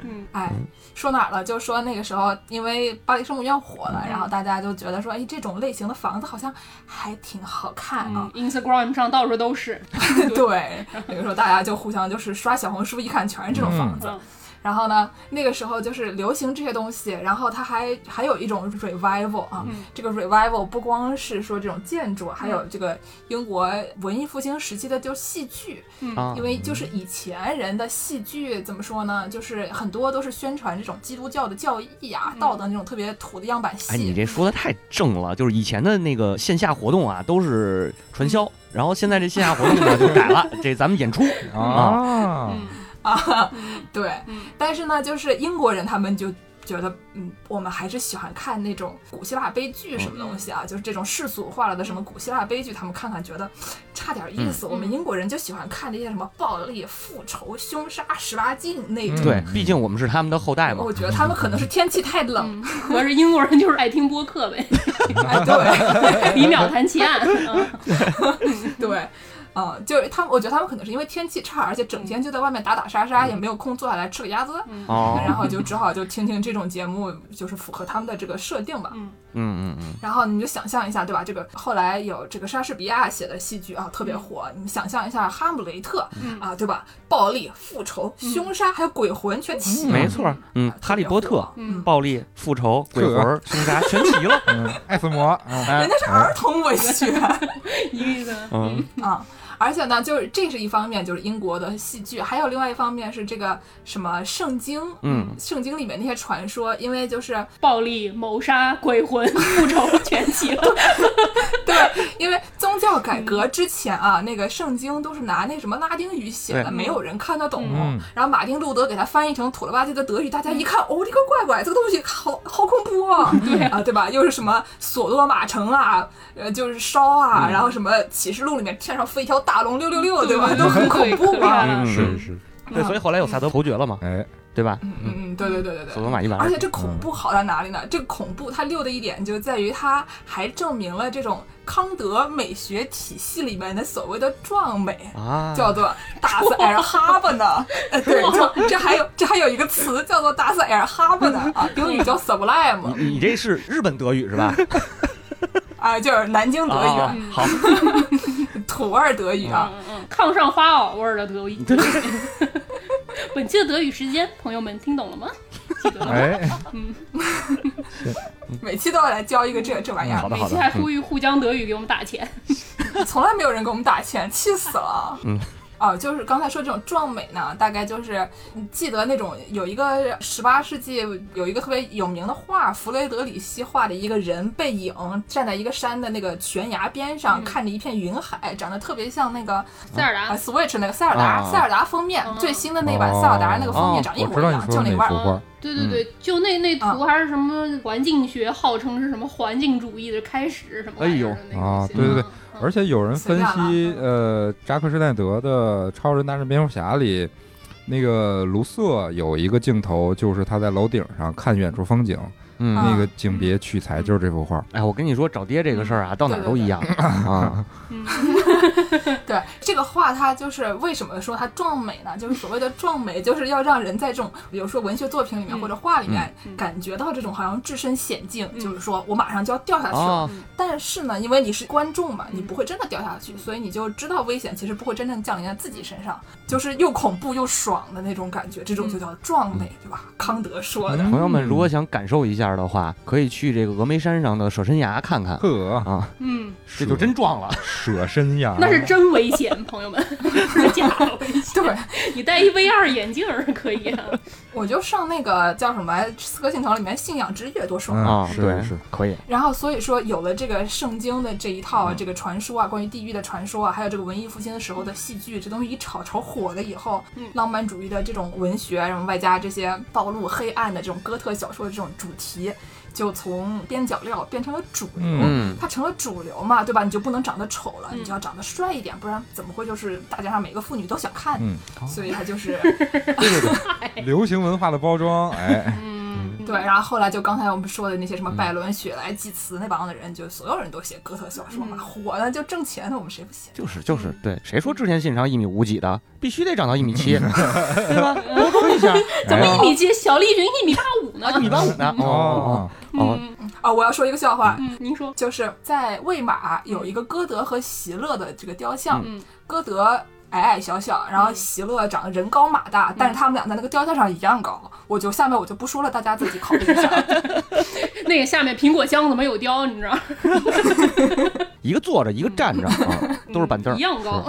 [SPEAKER 3] 嗯
[SPEAKER 2] 哎，说哪儿了？就说那个时候，因为巴黎圣母院火
[SPEAKER 3] 嗯
[SPEAKER 2] 了，然后大家就觉得说，哎，这种类型的房子好像还挺好看啊
[SPEAKER 3] 嗯。，Instagram 上到处都是。
[SPEAKER 2] 对，那个时候大家就互相就是刷小红书，一看全是这种房子。
[SPEAKER 3] 嗯
[SPEAKER 2] 然后呢，那个时候就是流行这些东西，然后它还还有一种 revival 啊，
[SPEAKER 3] 嗯
[SPEAKER 2] 这个 revival 不光是说这种建筑，还有这个英国文艺复兴时期的就是戏剧，
[SPEAKER 4] 啊
[SPEAKER 2] 因，为就是以前人的戏剧怎么说呢，就是很多都是宣传这种基督教的教义啊、
[SPEAKER 3] 嗯
[SPEAKER 2] 道德那种特别土的样板戏。
[SPEAKER 4] 哎，你这说的太正了，就是以前的那个线下活动啊，都是传销，然后现在这线下活动呢就改了，这咱们演出
[SPEAKER 5] 啊，
[SPEAKER 3] 嗯嗯
[SPEAKER 2] 对，
[SPEAKER 3] 嗯
[SPEAKER 2] 但是呢，就是英国人他们就觉得，嗯，我们还是喜欢看那种古希腊悲剧什么东西
[SPEAKER 3] 嗯
[SPEAKER 2] 啊，就是这种世俗化了的什么古希腊悲剧，他们看看觉得差点意
[SPEAKER 4] 嗯
[SPEAKER 2] 思。我们英国人就喜欢看那些什么暴力、复仇、凶杀、十八禁那种。
[SPEAKER 4] 嗯对，毕竟我们是他们的后代嘛
[SPEAKER 2] 我。觉得他们可能是天气太冷，
[SPEAKER 3] 嗯，合着英国人就是爱听播客 呗，嗯
[SPEAKER 2] 哎，对
[SPEAKER 3] 以秒谈奇案。嗯
[SPEAKER 2] 对，嗯，就是他们，我觉得他们可能是因为天气差，而且整天就在外面打打杀杀，也没有空坐下来吃个鸭子，
[SPEAKER 4] 哦，
[SPEAKER 2] 然后就只好就听听这种节目，就是符合他们的这个设定吧。
[SPEAKER 4] 嗯嗯嗯，
[SPEAKER 2] 然后你就想象一下，对吧？这个后来有这个莎士比亚写的戏剧啊，特别火。你们想象一下《哈姆雷特》
[SPEAKER 3] 嗯
[SPEAKER 2] 啊，对吧？暴力、复仇、凶杀，还有鬼魂全齐。
[SPEAKER 4] 没错儿，嗯，《哈利波特》
[SPEAKER 3] 嗯
[SPEAKER 4] 暴力、复仇、鬼魂儿、凶杀全齐了。
[SPEAKER 5] 嗯，爱斯摩，啊
[SPEAKER 2] 人家是
[SPEAKER 4] 哎
[SPEAKER 2] 儿童文学
[SPEAKER 3] 一个意思。
[SPEAKER 4] 嗯，
[SPEAKER 2] 啊。而且呢，就是这是一方面，就是英国的戏剧，还有另外一方面是这个什么圣经，
[SPEAKER 4] 嗯，
[SPEAKER 2] 圣经里面那些传说，因为就是
[SPEAKER 3] 暴力、谋杀、鬼魂、复仇全齐了。
[SPEAKER 2] 因为宗教改革之前啊，那个圣经都是拿那什么拉丁语写的，
[SPEAKER 4] 对
[SPEAKER 2] 没有人看得懂。哦
[SPEAKER 5] 嗯
[SPEAKER 2] 然后马丁路德给它翻译成土了吧唧的德语，大家一看，哦，这个怪怪，这个东西好好恐怖啊，对啊，对吧？又是什么索多玛城啊，呃，就是烧啊，
[SPEAKER 4] 嗯
[SPEAKER 2] 然后什么启示录里面天上飞一条大龙六六六，对吧？都很恐怖啊。
[SPEAKER 4] 嗯
[SPEAKER 5] 是是，
[SPEAKER 4] 对，所以后来有萨德侯爵了嘛，
[SPEAKER 5] 哎，
[SPEAKER 4] 对吧？
[SPEAKER 2] 嗯嗯，对对对对对
[SPEAKER 4] 索。多玛一百二
[SPEAKER 2] 而
[SPEAKER 4] 十
[SPEAKER 2] 且这恐怖好在哪里呢？这个恐怖它溜的一点就在于它还证明了这种康德美学体系里面的所谓的壮美。
[SPEAKER 4] 啊，
[SPEAKER 2] 叫做打死埃尔哈巴 呢？呃对，就这还有这还有一个词叫做打死埃尔哈巴呢啊，英语叫 sublime，
[SPEAKER 4] 你你这是日本德语是吧？
[SPEAKER 2] 啊，就是南京德
[SPEAKER 4] 啊
[SPEAKER 2] 语、
[SPEAKER 4] 啊好，
[SPEAKER 2] 土味德语啊。
[SPEAKER 3] 嗯嗯，炕上花袄味儿的德语。本期的德语时间，朋友们听懂了吗？记得了吗。
[SPEAKER 5] 哎，
[SPEAKER 4] 嗯
[SPEAKER 2] 每期都要来教一个这这玩意
[SPEAKER 4] 哎好
[SPEAKER 2] 儿，
[SPEAKER 4] 的
[SPEAKER 3] 每
[SPEAKER 4] 好
[SPEAKER 3] 期
[SPEAKER 4] 的
[SPEAKER 3] 还呼吁沪江德语给我们打钱。
[SPEAKER 2] 从来没有人给我们打钱，气死了。
[SPEAKER 4] 嗯。
[SPEAKER 2] 啊，就是刚才说这种壮美呢，大概就是你记得那种有一个十八世纪有一个特别有名的画，弗雷德里希画的一个人背影站在一个山的那个悬崖边上，
[SPEAKER 3] 嗯
[SPEAKER 2] 看着一片云海，长得特别像那个
[SPEAKER 3] 塞尔
[SPEAKER 2] 啊
[SPEAKER 3] 达，
[SPEAKER 2] ，Switch 那个塞尔达，
[SPEAKER 4] 啊
[SPEAKER 2] 塞尔达封面
[SPEAKER 3] 嗯
[SPEAKER 2] 最新的 那版塞尔达那个封面
[SPEAKER 4] 哦
[SPEAKER 2] 长得一
[SPEAKER 5] 我
[SPEAKER 2] 模
[SPEAKER 5] 知
[SPEAKER 2] 一
[SPEAKER 5] 道你
[SPEAKER 2] 样，
[SPEAKER 5] 说
[SPEAKER 2] 就
[SPEAKER 5] 的
[SPEAKER 2] 那
[SPEAKER 5] 哪
[SPEAKER 2] 味
[SPEAKER 5] 幅
[SPEAKER 2] 儿。嗯
[SPEAKER 5] 画，
[SPEAKER 3] 对对对，就那那图还是什么环境学，号称是什么环境主义的开始什么玩意儿的那种
[SPEAKER 5] 哎呦
[SPEAKER 3] 东
[SPEAKER 5] 啊
[SPEAKER 3] 西。
[SPEAKER 5] 对对对
[SPEAKER 3] 嗯，
[SPEAKER 5] 而且有人分析
[SPEAKER 2] 随便，了嗯
[SPEAKER 5] 呃，扎克施耐德的《超人大战蝙蝠侠》里，那个卢瑟有一个镜头，就是他在楼顶上看远处风景，
[SPEAKER 4] 嗯
[SPEAKER 2] 啊
[SPEAKER 5] 那个景别取
[SPEAKER 2] 嗯
[SPEAKER 5] 材就是这幅画。
[SPEAKER 4] 哎，我跟你说，找爹这个事儿啊，到哪儿都一样啊。
[SPEAKER 3] 嗯，
[SPEAKER 2] 对这个画，它就是为什么说它壮美呢？就是所谓的壮美，就是要让人在这种，比如说文学作品里面
[SPEAKER 3] 嗯
[SPEAKER 2] 或者画里面
[SPEAKER 3] 嗯，
[SPEAKER 2] 感觉到这种好像置身险境，
[SPEAKER 3] 嗯
[SPEAKER 2] 就是说我马上就要掉下去了。
[SPEAKER 4] 啊，
[SPEAKER 2] 但是呢，因为你是观众嘛，你
[SPEAKER 3] 嗯
[SPEAKER 2] 不会真的掉下去，所以你就知道危险其实不会真正降临在自己身上，就是又恐怖又爽的那种感觉，这
[SPEAKER 3] 嗯
[SPEAKER 2] 种就叫壮美，对吧？康德说
[SPEAKER 5] 嗯
[SPEAKER 2] 的。
[SPEAKER 4] 朋友们如果想感受一下的话，可以去这个峨眉山上的舍身崖看看
[SPEAKER 5] 呵，
[SPEAKER 4] 啊，
[SPEAKER 3] 嗯，
[SPEAKER 4] 这就真撞了。
[SPEAKER 5] 舍身呀，
[SPEAKER 3] 那是真危险，朋友们，不是假的危险。
[SPEAKER 2] 对，
[SPEAKER 3] 你戴一 VR 眼镜儿可以啊。
[SPEAKER 2] 我就上那个叫什么《刺客信条》里面信仰之月多爽啊！
[SPEAKER 4] 啊
[SPEAKER 5] 嗯，是
[SPEAKER 4] 对，
[SPEAKER 5] 是
[SPEAKER 4] 可以。
[SPEAKER 2] 然后所以说有了这个圣经的这一套、
[SPEAKER 5] 嗯
[SPEAKER 2] 这个传说啊，关于地狱的传说啊，还有这个文艺复兴的时候的戏剧，这东西一炒炒火了以后，
[SPEAKER 3] 嗯
[SPEAKER 2] 浪漫主义的这种文学，然后外加这些暴露黑暗的这种哥特小说的这种主题，就从边角料变成了主流。
[SPEAKER 5] 嗯
[SPEAKER 4] 嗯，
[SPEAKER 2] 它成了主流嘛，对吧？你就不能长得丑了，
[SPEAKER 3] 嗯
[SPEAKER 2] 你就要长得帅一点，不然怎么会就是大街上每个妇女都想看？
[SPEAKER 5] 嗯，
[SPEAKER 2] 所以它就是
[SPEAKER 5] 流行文化的包装，哎，
[SPEAKER 3] 嗯，
[SPEAKER 2] 对，然后后来就刚才我们说的那些什么拜伦、雪莱、济慈那帮的人，就所有人都写哥特小说嘛，
[SPEAKER 3] 嗯
[SPEAKER 2] 火了就挣钱的，我们谁不写？
[SPEAKER 4] 就是就是，对，谁说之前信长一米五几的，必须得长到一米 七，对吧？包装一 下，
[SPEAKER 3] 怎么
[SPEAKER 5] 哎
[SPEAKER 3] 一米七？小丽云一米八五呢？
[SPEAKER 4] 啊，一米八五呢？哦
[SPEAKER 5] 哦，
[SPEAKER 4] 哦哦，
[SPEAKER 3] 嗯
[SPEAKER 2] 啊、我要说一个笑话，
[SPEAKER 3] 嗯，您说，
[SPEAKER 2] 就是在魏玛有一个歌德和席勒的这个雕像，
[SPEAKER 3] 嗯
[SPEAKER 2] 歌德矮矮小小，然后
[SPEAKER 3] 嗯
[SPEAKER 2] 席勒长得人高马大，但是他们俩在那个雕像上一样高。我就下面我就不说了，大家自己考虑一下。
[SPEAKER 3] 那个下面苹果箱子没有雕，你知道，
[SPEAKER 4] 一个坐着，一个站着啊，都是板凳
[SPEAKER 3] 一。样高。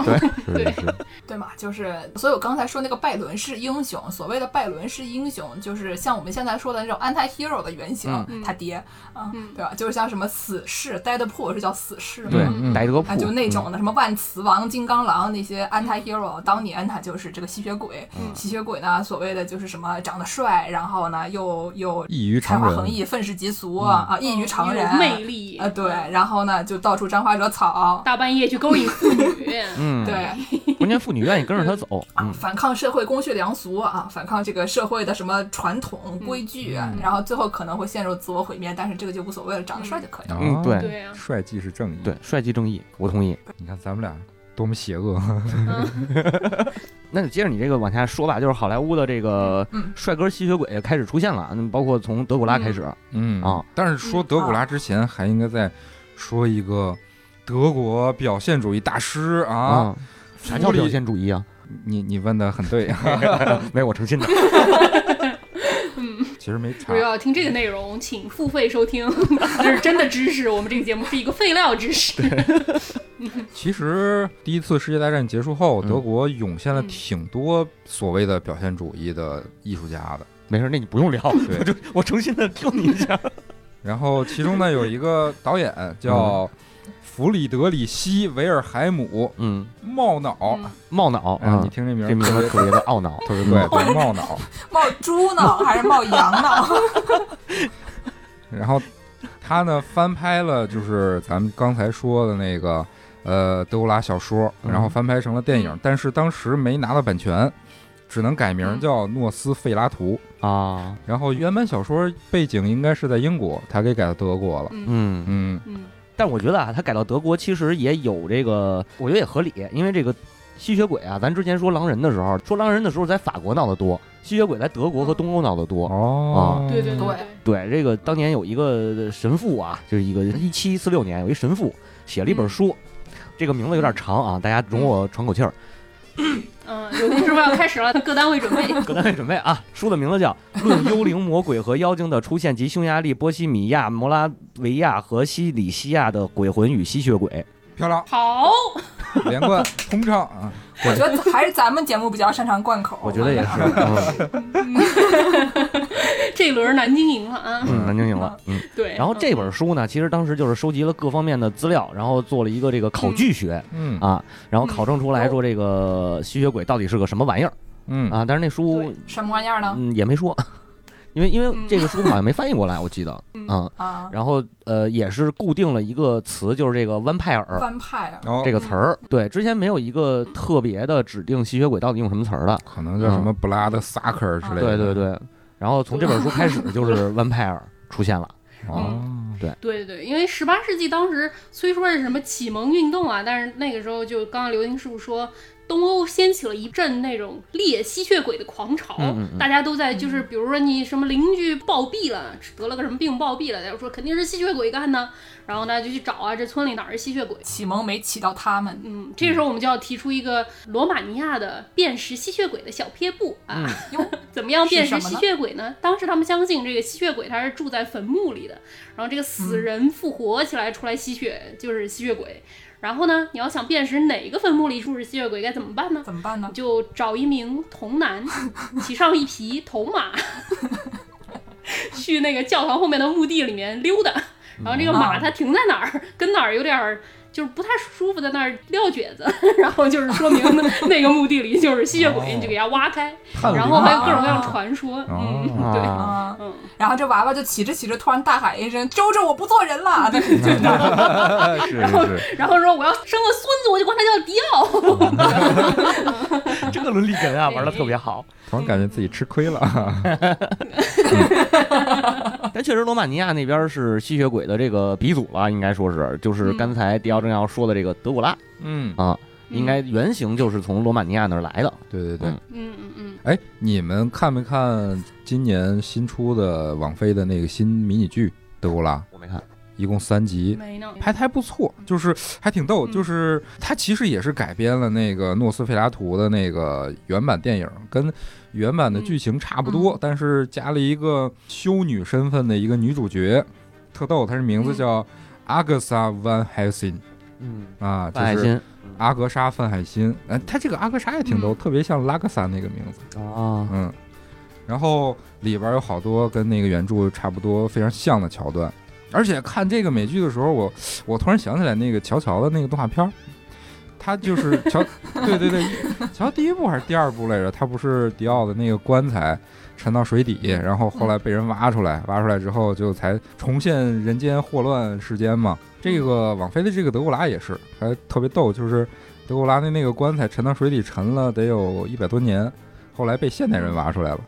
[SPEAKER 4] 对，
[SPEAKER 5] 是是，
[SPEAKER 2] 对嘛，就是，所以我刚才说那个拜伦式英雄，所谓的拜伦式英雄，就是像我们现在说的那种 anti hero 的原型，
[SPEAKER 4] 嗯
[SPEAKER 3] 嗯
[SPEAKER 2] 他爹啊，
[SPEAKER 3] 嗯
[SPEAKER 2] 对吧？就是像什么死士、呆的破是叫死士吗？
[SPEAKER 4] 对，
[SPEAKER 5] 嗯
[SPEAKER 4] 白德
[SPEAKER 2] 啊，
[SPEAKER 4] 普
[SPEAKER 2] 就那种的，什么万磁王、金刚狼那些 anti hero，当年他就是这个吸血鬼。
[SPEAKER 3] 嗯
[SPEAKER 2] 吸血鬼呢，所谓的就是什么长得帅，然后呢又又
[SPEAKER 5] 异于
[SPEAKER 2] 才
[SPEAKER 5] 常
[SPEAKER 2] 华横
[SPEAKER 5] 人，
[SPEAKER 2] 溢、愤世嫉俗、啊，异于常人，
[SPEAKER 3] 有魅力
[SPEAKER 2] 啊，对，然后呢就到处沾花惹草，
[SPEAKER 3] 大半夜去勾引妇女，
[SPEAKER 4] 嗯，
[SPEAKER 2] 对，，
[SPEAKER 4] 关键妇女愿意跟 着他走，
[SPEAKER 2] 啊，
[SPEAKER 4] 嗯，
[SPEAKER 2] 反抗社会公序良俗啊，反抗这个社会的什么传
[SPEAKER 3] 嗯
[SPEAKER 2] 统规
[SPEAKER 4] 嗯
[SPEAKER 2] 矩，啊然后最后可能会陷入自我毁灭，但是这个就无所谓了，长得帅就可以了。
[SPEAKER 4] 嗯
[SPEAKER 5] 啊
[SPEAKER 4] 对
[SPEAKER 3] 对啊，
[SPEAKER 5] 帅即是正义，
[SPEAKER 4] 对，，帅气正义，我同意。
[SPEAKER 5] 你看咱们俩多么邪恶，
[SPEAKER 4] 那就接着你这个往下说吧，就是好莱坞的这个
[SPEAKER 2] 嗯
[SPEAKER 4] 帅哥吸血鬼开始出现了，那包括从德古拉开始，
[SPEAKER 5] 嗯
[SPEAKER 4] 啊，
[SPEAKER 5] 但是说德古拉之前，还应该再说一个德国表现主义大师
[SPEAKER 2] 嗯
[SPEAKER 5] 啊，
[SPEAKER 4] 啊，啥叫表现主义啊？
[SPEAKER 5] 你你问的很对，啊
[SPEAKER 4] 没有，我澄清的。
[SPEAKER 5] 其实没查
[SPEAKER 3] 如果，要听这个内容，请付费收听，这是真的知识。我们这个节目是一个废料知识。
[SPEAKER 5] 其实第一次世界大战结束后，
[SPEAKER 4] 嗯
[SPEAKER 5] 德国涌现了
[SPEAKER 3] 嗯
[SPEAKER 5] 挺多所谓的表现主义的艺术家的，
[SPEAKER 4] 没事，那你不用聊，
[SPEAKER 5] 对
[SPEAKER 4] 我就我诚心的 Q 你一下。
[SPEAKER 5] 然后其中呢有一个导演叫弗里德里希·维尔海姆
[SPEAKER 4] 嗯，
[SPEAKER 5] ·茂瑙，
[SPEAKER 3] 嗯
[SPEAKER 4] 冒脑
[SPEAKER 5] 哎呀
[SPEAKER 4] 啊，
[SPEAKER 5] 你听这名
[SPEAKER 4] 这名字
[SPEAKER 5] 儿特别
[SPEAKER 4] 特别的懊恼，
[SPEAKER 5] 特别怪，对茂瑙。
[SPEAKER 2] 冒猪呢，还是冒羊呢？
[SPEAKER 5] 然后他呢翻拍了，就是咱们刚才说的那个呃德古拉小说，
[SPEAKER 4] 嗯
[SPEAKER 5] 然后翻拍成了电影
[SPEAKER 3] 嗯，
[SPEAKER 5] 但是当时没拿到版权，只能改名
[SPEAKER 3] 嗯
[SPEAKER 5] 叫诺斯费拉图。
[SPEAKER 4] 啊，
[SPEAKER 5] 然后原本小说背景应该是在英国，他给改到德国了。
[SPEAKER 3] 嗯
[SPEAKER 4] 嗯。
[SPEAKER 5] 嗯，
[SPEAKER 3] 嗯
[SPEAKER 4] 但我觉得啊，他改到德国其实也有这个，我觉得也合理，因为这个吸血鬼啊，咱之前说狼人的时候，说狼人的时候在法国闹得多，吸血鬼在德国和东欧闹得多。
[SPEAKER 5] 哦，
[SPEAKER 3] 对对
[SPEAKER 2] 对
[SPEAKER 3] 对，
[SPEAKER 4] 对，这个当年有一个神父啊，就是一个一七四六年有一神父写了一本书，这个名字有点长啊，大家容我喘口气儿，
[SPEAKER 3] 嗯，有的时候要开始了，各单位准备。
[SPEAKER 4] 各单位准备啊。书的名字叫《论幽灵、魔鬼和妖精的出现及匈牙利、波西米亚、摩拉维亚和西里西亚的鬼魂与吸血鬼》。
[SPEAKER 5] 漂亮，
[SPEAKER 3] 好，
[SPEAKER 5] 连贯通畅啊！
[SPEAKER 2] 我觉得还是咱们节目比较擅长贯口。
[SPEAKER 4] 我觉得也是，嗯
[SPEAKER 3] 这轮南京赢了啊！
[SPEAKER 4] 嗯，南京赢了，嗯。
[SPEAKER 3] 对，
[SPEAKER 4] 然后这本书呢，其实当时就是收集了各方面的资料，然后做了一个这个考据学
[SPEAKER 5] 嗯
[SPEAKER 4] 啊，然后考证出来说这个吸血鬼到底是个什么玩意儿
[SPEAKER 5] 嗯
[SPEAKER 4] 啊。但是那书
[SPEAKER 3] 对
[SPEAKER 2] 什么玩意儿呢？
[SPEAKER 4] 嗯也没说，因为因为
[SPEAKER 3] 嗯
[SPEAKER 4] 这个书好像没翻译过来，我记得啊。
[SPEAKER 2] 啊，
[SPEAKER 4] 然后呃也是固定了一个词，就是这个弯派尔。
[SPEAKER 2] 翻派啊，
[SPEAKER 5] 然后
[SPEAKER 4] 这个词儿，对，之前没有一个特别的指定吸血鬼到底用什么词儿的，
[SPEAKER 5] 可能叫什么布拉德萨克之
[SPEAKER 4] 嗯
[SPEAKER 5] 类
[SPEAKER 4] 对嗯
[SPEAKER 5] 的。
[SPEAKER 4] 对对。然后从这本书开始就是 vampire，出现了。嗯
[SPEAKER 5] 哦，
[SPEAKER 3] 对对对，因为十八世纪当时虽说是什么启蒙运动啊，但是那个时候就刚刚刘英师傅说，东欧掀起了一阵那种猎吸血鬼的狂潮，
[SPEAKER 4] 嗯嗯嗯
[SPEAKER 3] 大家都在就是比如说你什么邻居暴毙了，得了个什么病暴毙了，大家说肯定是吸血鬼干的，然后大家就去找啊，这村里哪儿是吸血鬼？
[SPEAKER 2] 启蒙没起到他们，
[SPEAKER 3] 嗯，这个时候我们就要提出一个罗马尼亚的辨识吸血鬼的小撇步啊。
[SPEAKER 4] 嗯
[SPEAKER 2] 哟，
[SPEAKER 3] 怎么样辨
[SPEAKER 2] 是什
[SPEAKER 3] 识
[SPEAKER 2] 么
[SPEAKER 3] 吸
[SPEAKER 2] 呢
[SPEAKER 3] 血鬼呢？当时他们相信这个吸血鬼他是住在坟墓里的，然后这个死人复活起来出来吸血就是吸血鬼。然后呢，你要想辨识哪个坟墓里住着吸血鬼该怎么办呢？
[SPEAKER 2] 怎么办呢？
[SPEAKER 3] 就找一名童男， 骑上一匹铜马，去那个教堂后面的墓地里面溜达。然后这个马
[SPEAKER 2] 嗯
[SPEAKER 3] 它停在哪儿，跟哪儿有点儿就是不太舒服，在那儿撂蹶子， 然后就是说 明那个墓地里就是吸血
[SPEAKER 4] 哦
[SPEAKER 3] 鬼，你就给它挖开。
[SPEAKER 5] 探
[SPEAKER 3] 然
[SPEAKER 5] 灵
[SPEAKER 3] 后还有
[SPEAKER 2] 啊
[SPEAKER 3] 各种各样的传说，嗯，
[SPEAKER 5] 哦
[SPEAKER 3] 对，
[SPEAKER 4] 啊
[SPEAKER 2] 啊，
[SPEAKER 3] 嗯，
[SPEAKER 2] 然后这娃娃就骑着骑着，突然大喊一声：“周周，我不做人了！” 对对对，
[SPEAKER 5] 是是是，
[SPEAKER 3] 然后说我要生个孙子，我就管他叫迪奥。
[SPEAKER 4] 哦
[SPEAKER 3] 嗯
[SPEAKER 4] 这个伦理梗啊，玩的特别好。
[SPEAKER 5] 突然感觉自己吃亏了。
[SPEAKER 4] 但确实，罗马尼亚那边是吸血鬼的这个鼻祖了，应该说是，就是
[SPEAKER 3] 嗯
[SPEAKER 4] 刚才迪奥正要说的这个德古拉
[SPEAKER 5] 嗯，
[SPEAKER 4] 啊，
[SPEAKER 3] 嗯
[SPEAKER 4] 应该原型就是从罗马尼亚那儿来的。
[SPEAKER 5] 对对对
[SPEAKER 4] 嗯。
[SPEAKER 3] 嗯嗯嗯，
[SPEAKER 5] 哎，你们看没看今年新出的网飞的那个新迷你剧《德古拉》，
[SPEAKER 4] 我没看，
[SPEAKER 5] 一共三集，
[SPEAKER 3] 没呢，
[SPEAKER 5] 还还不错，就是还挺逗，
[SPEAKER 3] 嗯
[SPEAKER 5] 就是它其实也是改编了那个诺斯费拉图的那个原版电影，跟原版的
[SPEAKER 3] 嗯
[SPEAKER 5] 剧情差不多，但是加了一个修女身份的一个女主角，特逗，她的名字
[SPEAKER 3] 嗯
[SPEAKER 5] 叫阿格萨·万海辛
[SPEAKER 4] 嗯，
[SPEAKER 5] 啊，
[SPEAKER 4] 范海
[SPEAKER 5] 就是
[SPEAKER 4] 辛
[SPEAKER 5] 阿格莎·范海辛，呃，她这个阿格莎也挺逗，
[SPEAKER 3] 嗯
[SPEAKER 5] 特别像拉格萨那个名字，
[SPEAKER 4] 啊，
[SPEAKER 5] 嗯。然后里边有好多跟那个原著差不多非常像的桥段，而且看这个美剧的时候，我我突然想起来那个乔乔的那个动画片儿，他就是乔， 对对对，乔第一部还是第二部来着？他不是迪奥的那个棺材沉到水底，然后后来被人挖出来，挖出来之后就才重现人间霍乱世间嘛。这个网飞的这个德古拉也是，还特别逗，就是德古拉的那个棺材沉到水底沉了得有一百多年，后来被现代人挖出来了。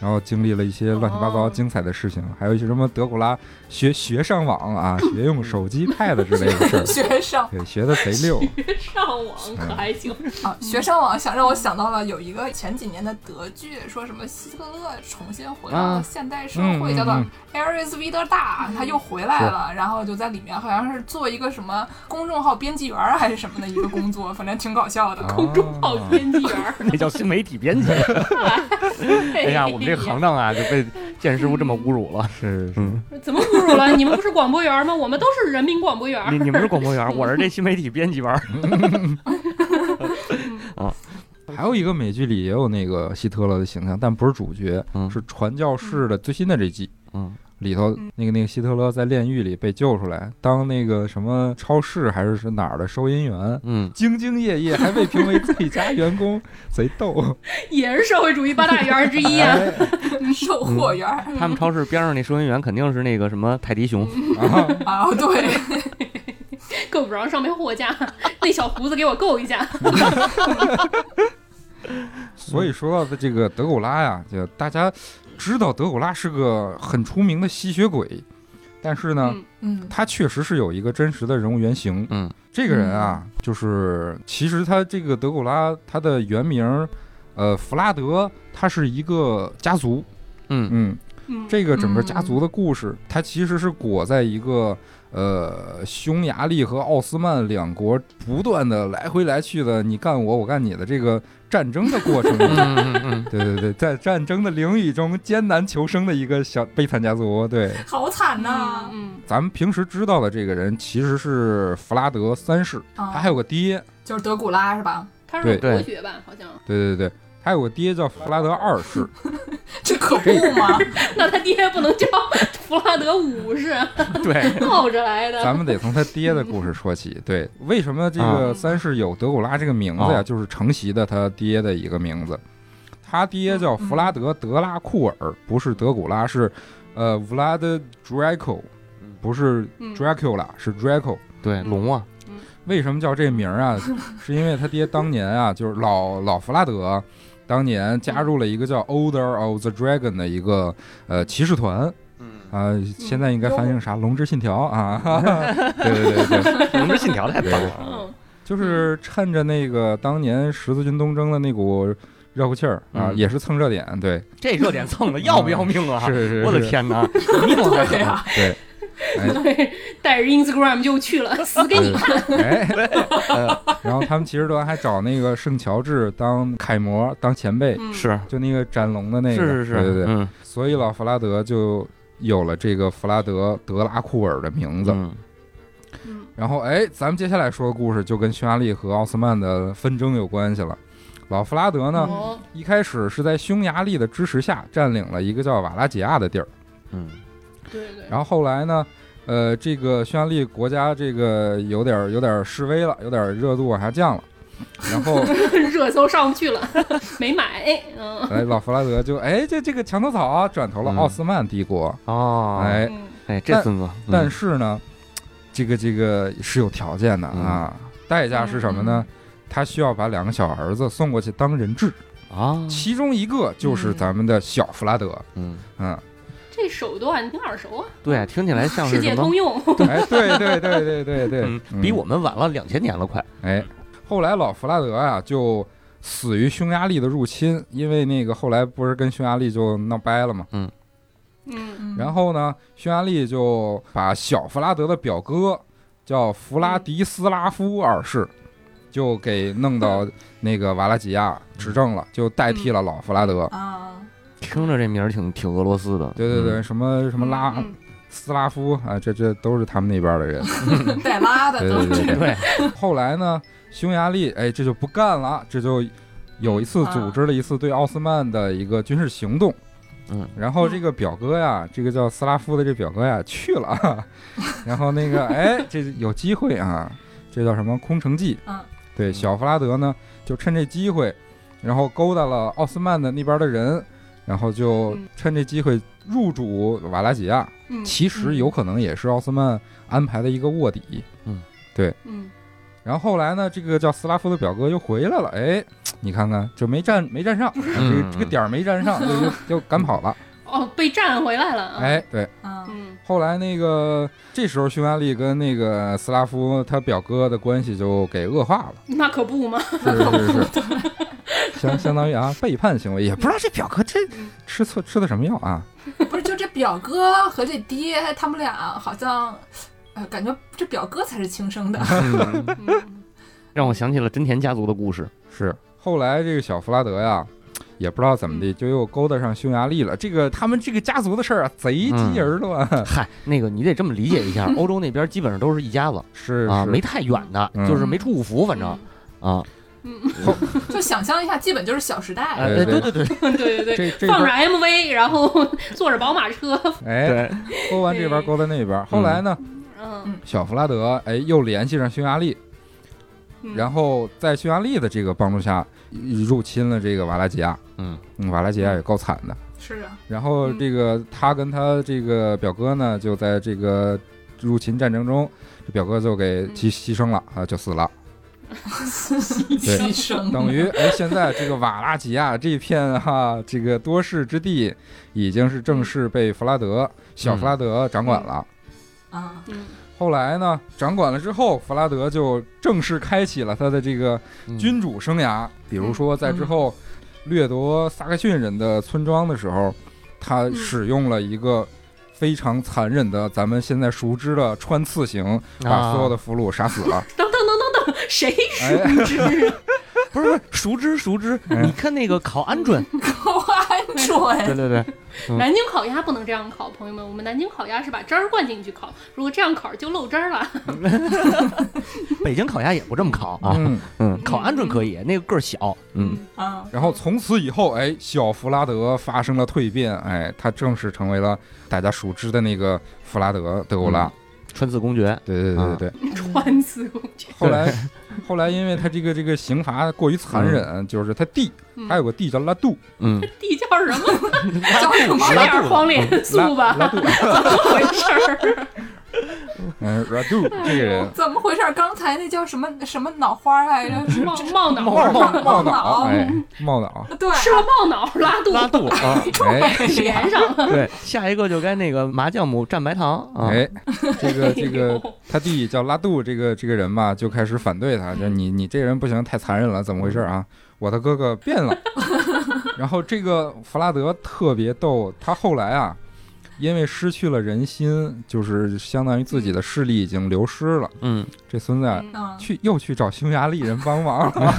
[SPEAKER 5] 然后经历了一些乱七八糟
[SPEAKER 3] 哦
[SPEAKER 5] 精彩的事情，还有一些什么德古拉学学上网啊，学用手机、pad 之类 的事儿，
[SPEAKER 2] 学上
[SPEAKER 5] 对，学的贼溜。
[SPEAKER 3] 上网可还行，
[SPEAKER 2] 啊，学上网想让我想到了有一个前几年的德剧，说什么希特勒重新回到
[SPEAKER 4] 啊
[SPEAKER 2] 了现代社会，
[SPEAKER 5] 嗯
[SPEAKER 2] 叫做
[SPEAKER 5] 嗯
[SPEAKER 2] Aries Wieder 大，他又回来了，然后就在里面好像是做一个什么公众号编辑员儿还是什么的一个工作，反正挺搞笑
[SPEAKER 5] 啊
[SPEAKER 2] 的。
[SPEAKER 4] 哦
[SPEAKER 3] 空中炮编辑员儿。
[SPEAKER 4] 那叫新媒体 编辑。 哎呀，我们 这个行当啊就被剑师傅这么侮辱 了。
[SPEAKER 5] 是，是
[SPEAKER 4] 嗯，
[SPEAKER 3] 怎么侮辱了？你 们不是广播员吗？我们都是人民广播员。
[SPEAKER 4] 你你们是广播员，我是这新媒体编辑员。
[SPEAKER 5] 还有一个美剧里也有那个希特勒的形象，但不是主角，
[SPEAKER 4] 嗯
[SPEAKER 5] 是传教士的最新的这季
[SPEAKER 4] 嗯，
[SPEAKER 5] 里头
[SPEAKER 2] 嗯，
[SPEAKER 5] 那个那个希特勒在炼狱里被救出来，当那个什么超市还是是哪儿的收银员，
[SPEAKER 4] 嗯，
[SPEAKER 5] 兢兢业业，还被评为最佳员工，贼 逗。
[SPEAKER 3] 也是社会主义八大员儿之一啊。
[SPEAKER 2] 售
[SPEAKER 5] 嗯
[SPEAKER 2] 货员儿
[SPEAKER 4] 他们超市边上那收银员肯定是那个什么泰迪熊。
[SPEAKER 5] 啊，
[SPEAKER 2] 啊， 对，
[SPEAKER 3] 够不着上面货架， 那小胡子给我够一下。
[SPEAKER 5] 所以说到的这个德古拉呀，就大家知道德古拉是个很出名的吸血鬼，但是呢，
[SPEAKER 3] 嗯
[SPEAKER 2] 嗯，
[SPEAKER 5] 他确实是有一个真实的人物原型。
[SPEAKER 4] 嗯，
[SPEAKER 5] 这个人啊，就是其实他这个德古拉，他的原名，呃，弗拉德，他是一个家族。
[SPEAKER 4] 嗯
[SPEAKER 5] 嗯，
[SPEAKER 3] 嗯，
[SPEAKER 5] 这个整个家族的故事，它其实是裹在一个呃匈牙利和奥斯曼两国不断的来回来去的你干我我干你的这个战争的过程中。
[SPEAKER 4] 嗯嗯嗯，
[SPEAKER 5] 对对对，在战争的领域中艰难求生的一个小悲惨家族，对。
[SPEAKER 2] 好惨呐、
[SPEAKER 3] 嗯，
[SPEAKER 5] 咱们平时知道的这个人其实是弗拉德三世，
[SPEAKER 2] 啊
[SPEAKER 5] 他还有个爹，
[SPEAKER 2] 就是德古拉是吧？
[SPEAKER 3] 他是
[SPEAKER 4] 对
[SPEAKER 3] 国学吧？好像。
[SPEAKER 5] 对对对，他有个爹叫弗拉德二世，
[SPEAKER 2] 这可不嘛，
[SPEAKER 3] 那他爹不能叫弗拉德五世，
[SPEAKER 4] 对，
[SPEAKER 3] 倒着来的。
[SPEAKER 5] 咱们得从他爹的故事说起。对，为什么这个
[SPEAKER 3] 啊
[SPEAKER 5] 三世有德古拉这个名字呀？
[SPEAKER 4] 哦
[SPEAKER 5] 就是承袭的他爹的一个名字，他爹叫弗拉德·德拉库尔，不是德古拉，是呃 Vlad Draco，
[SPEAKER 4] 嗯
[SPEAKER 5] 不是
[SPEAKER 3] 嗯
[SPEAKER 5] Dracula，是 Draco。
[SPEAKER 4] 对龙啊，
[SPEAKER 5] 为什么叫这名 儿啊？是因为他爹当年啊，就是老老弗拉德啊，
[SPEAKER 4] 嗯
[SPEAKER 5] 当年加入了一个叫 Order of the Dragon 的一个呃骑士团，
[SPEAKER 4] 嗯
[SPEAKER 5] 啊，现在应该翻译成啥？《龙之信条》啊， 对对对对，
[SPEAKER 4] 《龙之信条》太棒了，
[SPEAKER 3] 嗯，
[SPEAKER 5] 就是趁着那个当年十字军东征的那股热乎气儿啊，
[SPEAKER 4] 嗯
[SPEAKER 5] 也是蹭热点，对，
[SPEAKER 4] 这热点蹭的要不要命啊？
[SPEAKER 5] 是是，
[SPEAKER 4] 我的
[SPEAKER 5] 是，
[SPEAKER 4] 天 哪，你我太狠
[SPEAKER 2] 对
[SPEAKER 4] 了！
[SPEAKER 2] 呀，
[SPEAKER 5] 对，
[SPEAKER 3] 对，带着 Instagram 就去了，死 给你看。
[SPEAKER 5] 哎，然后他们骑士团还找那个圣乔治当楷模当前辈，
[SPEAKER 3] 嗯，
[SPEAKER 4] 是
[SPEAKER 5] 就那个斩龙的那个，
[SPEAKER 4] 是是是，
[SPEAKER 5] 对对对，
[SPEAKER 4] 嗯
[SPEAKER 5] 所以老弗拉德就有了这个弗拉德德拉库尔的名字。
[SPEAKER 4] 嗯
[SPEAKER 3] 嗯
[SPEAKER 5] 然后，哎，咱们接下来说的故事就跟匈牙利和奥斯曼的纷争有关系了。老弗拉德呢，
[SPEAKER 3] 哦，
[SPEAKER 5] 一开始是在匈牙利的支持下占领了一个叫瓦拉吉亚的地儿，
[SPEAKER 4] 嗯，
[SPEAKER 3] 对对，
[SPEAKER 5] 然后后来呢，呃，这个匈牙利国家这个有点有点示威了，有点热度往下降了。然后，
[SPEAKER 3] 热搜上不去了， 没买，嗯
[SPEAKER 5] 哎，老弗拉德就哎，这这个墙头草啊、转投了
[SPEAKER 4] 嗯
[SPEAKER 5] 奥斯曼帝国。
[SPEAKER 4] 哦，
[SPEAKER 5] 哎，
[SPEAKER 3] 嗯，
[SPEAKER 4] 哎，这孙子，
[SPEAKER 5] 但
[SPEAKER 4] 是
[SPEAKER 5] 是呢，这个这个是有条件的啊，代价是什么呢？他需要把两个小儿子送过去当人质，
[SPEAKER 4] 啊，
[SPEAKER 5] 其中一个就是咱们的小弗拉德。
[SPEAKER 4] 嗯，
[SPEAKER 5] 嗯，
[SPEAKER 3] 这手段挺耳熟啊，
[SPEAKER 4] 对，听起来像
[SPEAKER 3] 世
[SPEAKER 4] 是
[SPEAKER 3] 界
[SPEAKER 4] 什
[SPEAKER 3] 通
[SPEAKER 4] 么？
[SPEAKER 3] 用。
[SPEAKER 5] 哎，对对对对对对，
[SPEAKER 4] 嗯，
[SPEAKER 5] 嗯
[SPEAKER 4] 比我们晚了两千年了，快。
[SPEAKER 5] 哎，后来老弗拉德啊就死于匈牙利的入侵，因为那个后来不是跟匈牙利就闹掰了嘛。
[SPEAKER 3] 嗯，
[SPEAKER 2] 嗯
[SPEAKER 5] 然后呢，匈牙利就把小弗拉德的表哥叫弗拉迪斯拉夫二世，就给弄到那个瓦拉吉亚执政了，就代替了老弗拉德。
[SPEAKER 2] 啊，
[SPEAKER 4] 听着这名儿挺挺俄罗斯的，
[SPEAKER 5] 对对对，
[SPEAKER 4] 嗯，
[SPEAKER 5] 什么什么拉、
[SPEAKER 3] 嗯
[SPEAKER 5] 斯拉夫啊，这这都是他们那边的人。
[SPEAKER 2] 带拉的
[SPEAKER 5] 对
[SPEAKER 2] 都
[SPEAKER 5] 对对对。
[SPEAKER 4] 嗯对，
[SPEAKER 5] 后来呢，匈牙利哎这就不干了，这就有一次组织了一次对奥斯曼的一个军事行动。
[SPEAKER 4] 嗯，
[SPEAKER 5] 然后这个表哥呀，这个叫斯拉夫的这表哥呀去了，啊然后那个哎，这有机会啊，这叫什么空城计？
[SPEAKER 2] 嗯，
[SPEAKER 5] 对，小弗拉德呢就趁这机会，然后勾搭了奥斯曼的那边的人，然后就
[SPEAKER 3] 嗯
[SPEAKER 5] 趁这机会入主瓦拉吉亚。
[SPEAKER 3] 嗯
[SPEAKER 5] 其实有可能也是奥斯曼安排的一个卧底。
[SPEAKER 3] 嗯
[SPEAKER 5] 然后后来呢，这个叫斯拉夫的表哥又回来了，哎，你看看这没站没站上，啊这
[SPEAKER 4] 嗯
[SPEAKER 5] 个这个点儿没站上，就就就赶跑了。
[SPEAKER 3] 哦，被站回来了啊，
[SPEAKER 5] 哎，对，
[SPEAKER 2] 嗯
[SPEAKER 3] 嗯，
[SPEAKER 5] 后来那个这时候匈牙利跟那个斯拉夫他表哥的关系就给恶化 了，
[SPEAKER 3] 那可不 嘛，
[SPEAKER 5] 是是是是，相相当于啊背叛行为，也不知道这表哥这吃错吃的什么药啊？
[SPEAKER 2] 不是就这表哥和这爹，他们俩好像，呃，感觉这表哥才是亲生的。
[SPEAKER 4] 嗯
[SPEAKER 3] 嗯
[SPEAKER 4] 让我想起了真田家族的故事。
[SPEAKER 5] 是，后来这个小弗拉德呀。也不知道怎么的，就又勾搭上匈牙利了。这个他们这个家族的事儿啊，贼
[SPEAKER 4] 嗯
[SPEAKER 5] 鸡人乱。
[SPEAKER 4] 嗨，那个你得这么理解一下，欧洲那边基本上都是一家子
[SPEAKER 5] 是
[SPEAKER 4] 啊，
[SPEAKER 5] 是
[SPEAKER 4] 没太远的，
[SPEAKER 5] 嗯
[SPEAKER 4] 就是没出五福，反正
[SPEAKER 3] 嗯
[SPEAKER 4] 啊，
[SPEAKER 2] 就想象一下，基本就是《小时代
[SPEAKER 4] 哎，
[SPEAKER 5] 对
[SPEAKER 4] 对
[SPEAKER 5] 对
[SPEAKER 4] 对对
[SPEAKER 3] 嗯 对对对，
[SPEAKER 5] 这这边
[SPEAKER 3] 放着 MV，然后 坐着宝马车，
[SPEAKER 5] 哎，
[SPEAKER 4] 对，
[SPEAKER 5] 勾完这边勾到那边。后来呢，
[SPEAKER 3] 嗯，
[SPEAKER 5] 小弗拉德哎又联系上匈牙利，
[SPEAKER 3] 嗯
[SPEAKER 5] 然后在匈牙利的这个帮助下，入侵了这个瓦拉吉亚。
[SPEAKER 4] 嗯
[SPEAKER 5] 嗯，瓦拉吉亚也够惨的。
[SPEAKER 2] 是 啊，
[SPEAKER 5] 然后
[SPEAKER 3] 嗯
[SPEAKER 5] 这个他跟他这个表哥呢，就在这个入侵战争中，这表哥就
[SPEAKER 3] 嗯
[SPEAKER 5] 给牺牺牲了啊，就 死了。
[SPEAKER 2] 牺牲
[SPEAKER 5] 等于哎，现在这个瓦拉吉亚这片哈、这个多事之地，已经是
[SPEAKER 3] 嗯
[SPEAKER 5] 正式被弗拉德小弗拉德掌管了。
[SPEAKER 2] 啊，
[SPEAKER 3] 嗯
[SPEAKER 5] 后来呢，掌管了之后，弗拉德就正式开启了他的这个
[SPEAKER 4] 嗯
[SPEAKER 5] 君主生涯。比如说，在之后掠夺萨克逊人的村庄的时候，他使用了一个非常残忍的咱们现在熟知的穿刺刑，
[SPEAKER 4] 啊
[SPEAKER 5] 把所有的俘虏杀死 了。
[SPEAKER 3] 等等等等等，谁熟
[SPEAKER 5] 哎
[SPEAKER 3] 知 啊？
[SPEAKER 4] 不是不是熟知熟知，
[SPEAKER 5] 嗯
[SPEAKER 4] 你看那个烤鹌鹑，
[SPEAKER 2] 高安
[SPEAKER 4] 对
[SPEAKER 2] 准，
[SPEAKER 4] 对 对，
[SPEAKER 3] 南京烤鸭不能这样烤，朋友们，我们南京烤鸭是把汁儿灌进去烤，如果这样烤就漏汁儿了。
[SPEAKER 4] 北京烤鸭也不这么烤啊，
[SPEAKER 5] 嗯，
[SPEAKER 4] 嗯，烤鹌鹑可以，那个个儿小，嗯，
[SPEAKER 2] 啊，
[SPEAKER 5] 然后从此以后，哎，小弗拉德发生了蜕变，哎，他正式成为了大家熟知的那个弗拉德德古拉。
[SPEAKER 4] 嗯穿刺公爵，
[SPEAKER 5] 对对对对对。
[SPEAKER 3] 穿刺工具，
[SPEAKER 5] 后来， 后来因为他这个这个刑罚过于残忍，就是他弟
[SPEAKER 3] 嗯
[SPEAKER 5] 还有个弟叫拉杜，
[SPEAKER 4] 嗯，
[SPEAKER 3] 地叫什 么？
[SPEAKER 2] 叫什么
[SPEAKER 3] 吃
[SPEAKER 4] 拉
[SPEAKER 3] 点
[SPEAKER 4] 肚
[SPEAKER 3] 黄连素
[SPEAKER 5] 拉
[SPEAKER 3] 吧
[SPEAKER 5] 拉，杜，
[SPEAKER 3] 怎么回事儿？
[SPEAKER 5] 嗯，Radu 这个人
[SPEAKER 2] 怎么回事？刚才那叫什么什么脑花来着？是
[SPEAKER 3] 冒冒脑
[SPEAKER 5] 冒
[SPEAKER 3] 儿，
[SPEAKER 5] 冒冒脑，
[SPEAKER 2] 脑
[SPEAKER 5] 哎， 冒脑，
[SPEAKER 2] 对，
[SPEAKER 3] 吃了冒脑儿拉肚
[SPEAKER 4] 拉
[SPEAKER 3] 子，
[SPEAKER 4] 肚 啊，
[SPEAKER 5] 哎
[SPEAKER 3] 连上了。
[SPEAKER 4] 对，下一个就该那个麻酱母蘸白糖啊，
[SPEAKER 5] 哎，这 个这
[SPEAKER 3] 哎
[SPEAKER 5] 个
[SPEAKER 3] 呦
[SPEAKER 5] 他弟叫拉杜，这个这个人吧，就开始反对他，就是你你这人不行，太残忍了，怎么回事啊？我的哥哥变 了。然后这个弗拉德特别逗，他后来啊，因为失去了人心，就是相当于自己的势力已经流失了，
[SPEAKER 4] 嗯，
[SPEAKER 5] 这孙子 啊
[SPEAKER 2] 嗯，
[SPEAKER 5] 去又去找匈牙利人帮忙 了。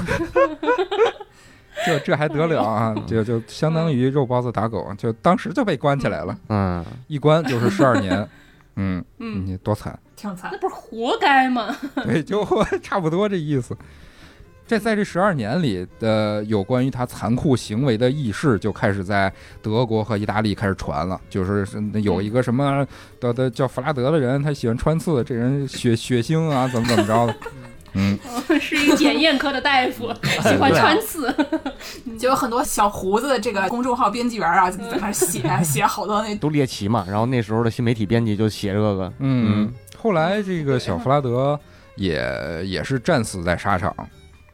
[SPEAKER 5] 这这还得了啊！就就相当于肉包子打狗，就当时就被关起来了，
[SPEAKER 4] 嗯，
[SPEAKER 5] 一关就是十二年。嗯，
[SPEAKER 3] 嗯，
[SPEAKER 5] 你多惨！
[SPEAKER 2] 挺惨
[SPEAKER 3] 那。不是活该吗？
[SPEAKER 5] 对，就 差不多这意思。这在这十二年里的有关于他残酷行为的轶事，就开始在德国和意大利开始传了。就是是那有一个什么的的叫弗拉德的人，他喜欢穿刺，这人血血腥啊，怎么怎么着的。嗯，
[SPEAKER 3] 是一检验科的大 夫，
[SPEAKER 4] 哎
[SPEAKER 3] 喜
[SPEAKER 4] 啊
[SPEAKER 3] 欢穿刺。
[SPEAKER 2] 就有很多小胡子的这个公众号编辑员啊，就在那儿写写好多那
[SPEAKER 4] 都猎奇嘛。然后那时候的新媒体编辑就写这 个，
[SPEAKER 5] 嗯
[SPEAKER 4] 嗯，
[SPEAKER 5] 后来这个小弗拉德也也是战死在沙场，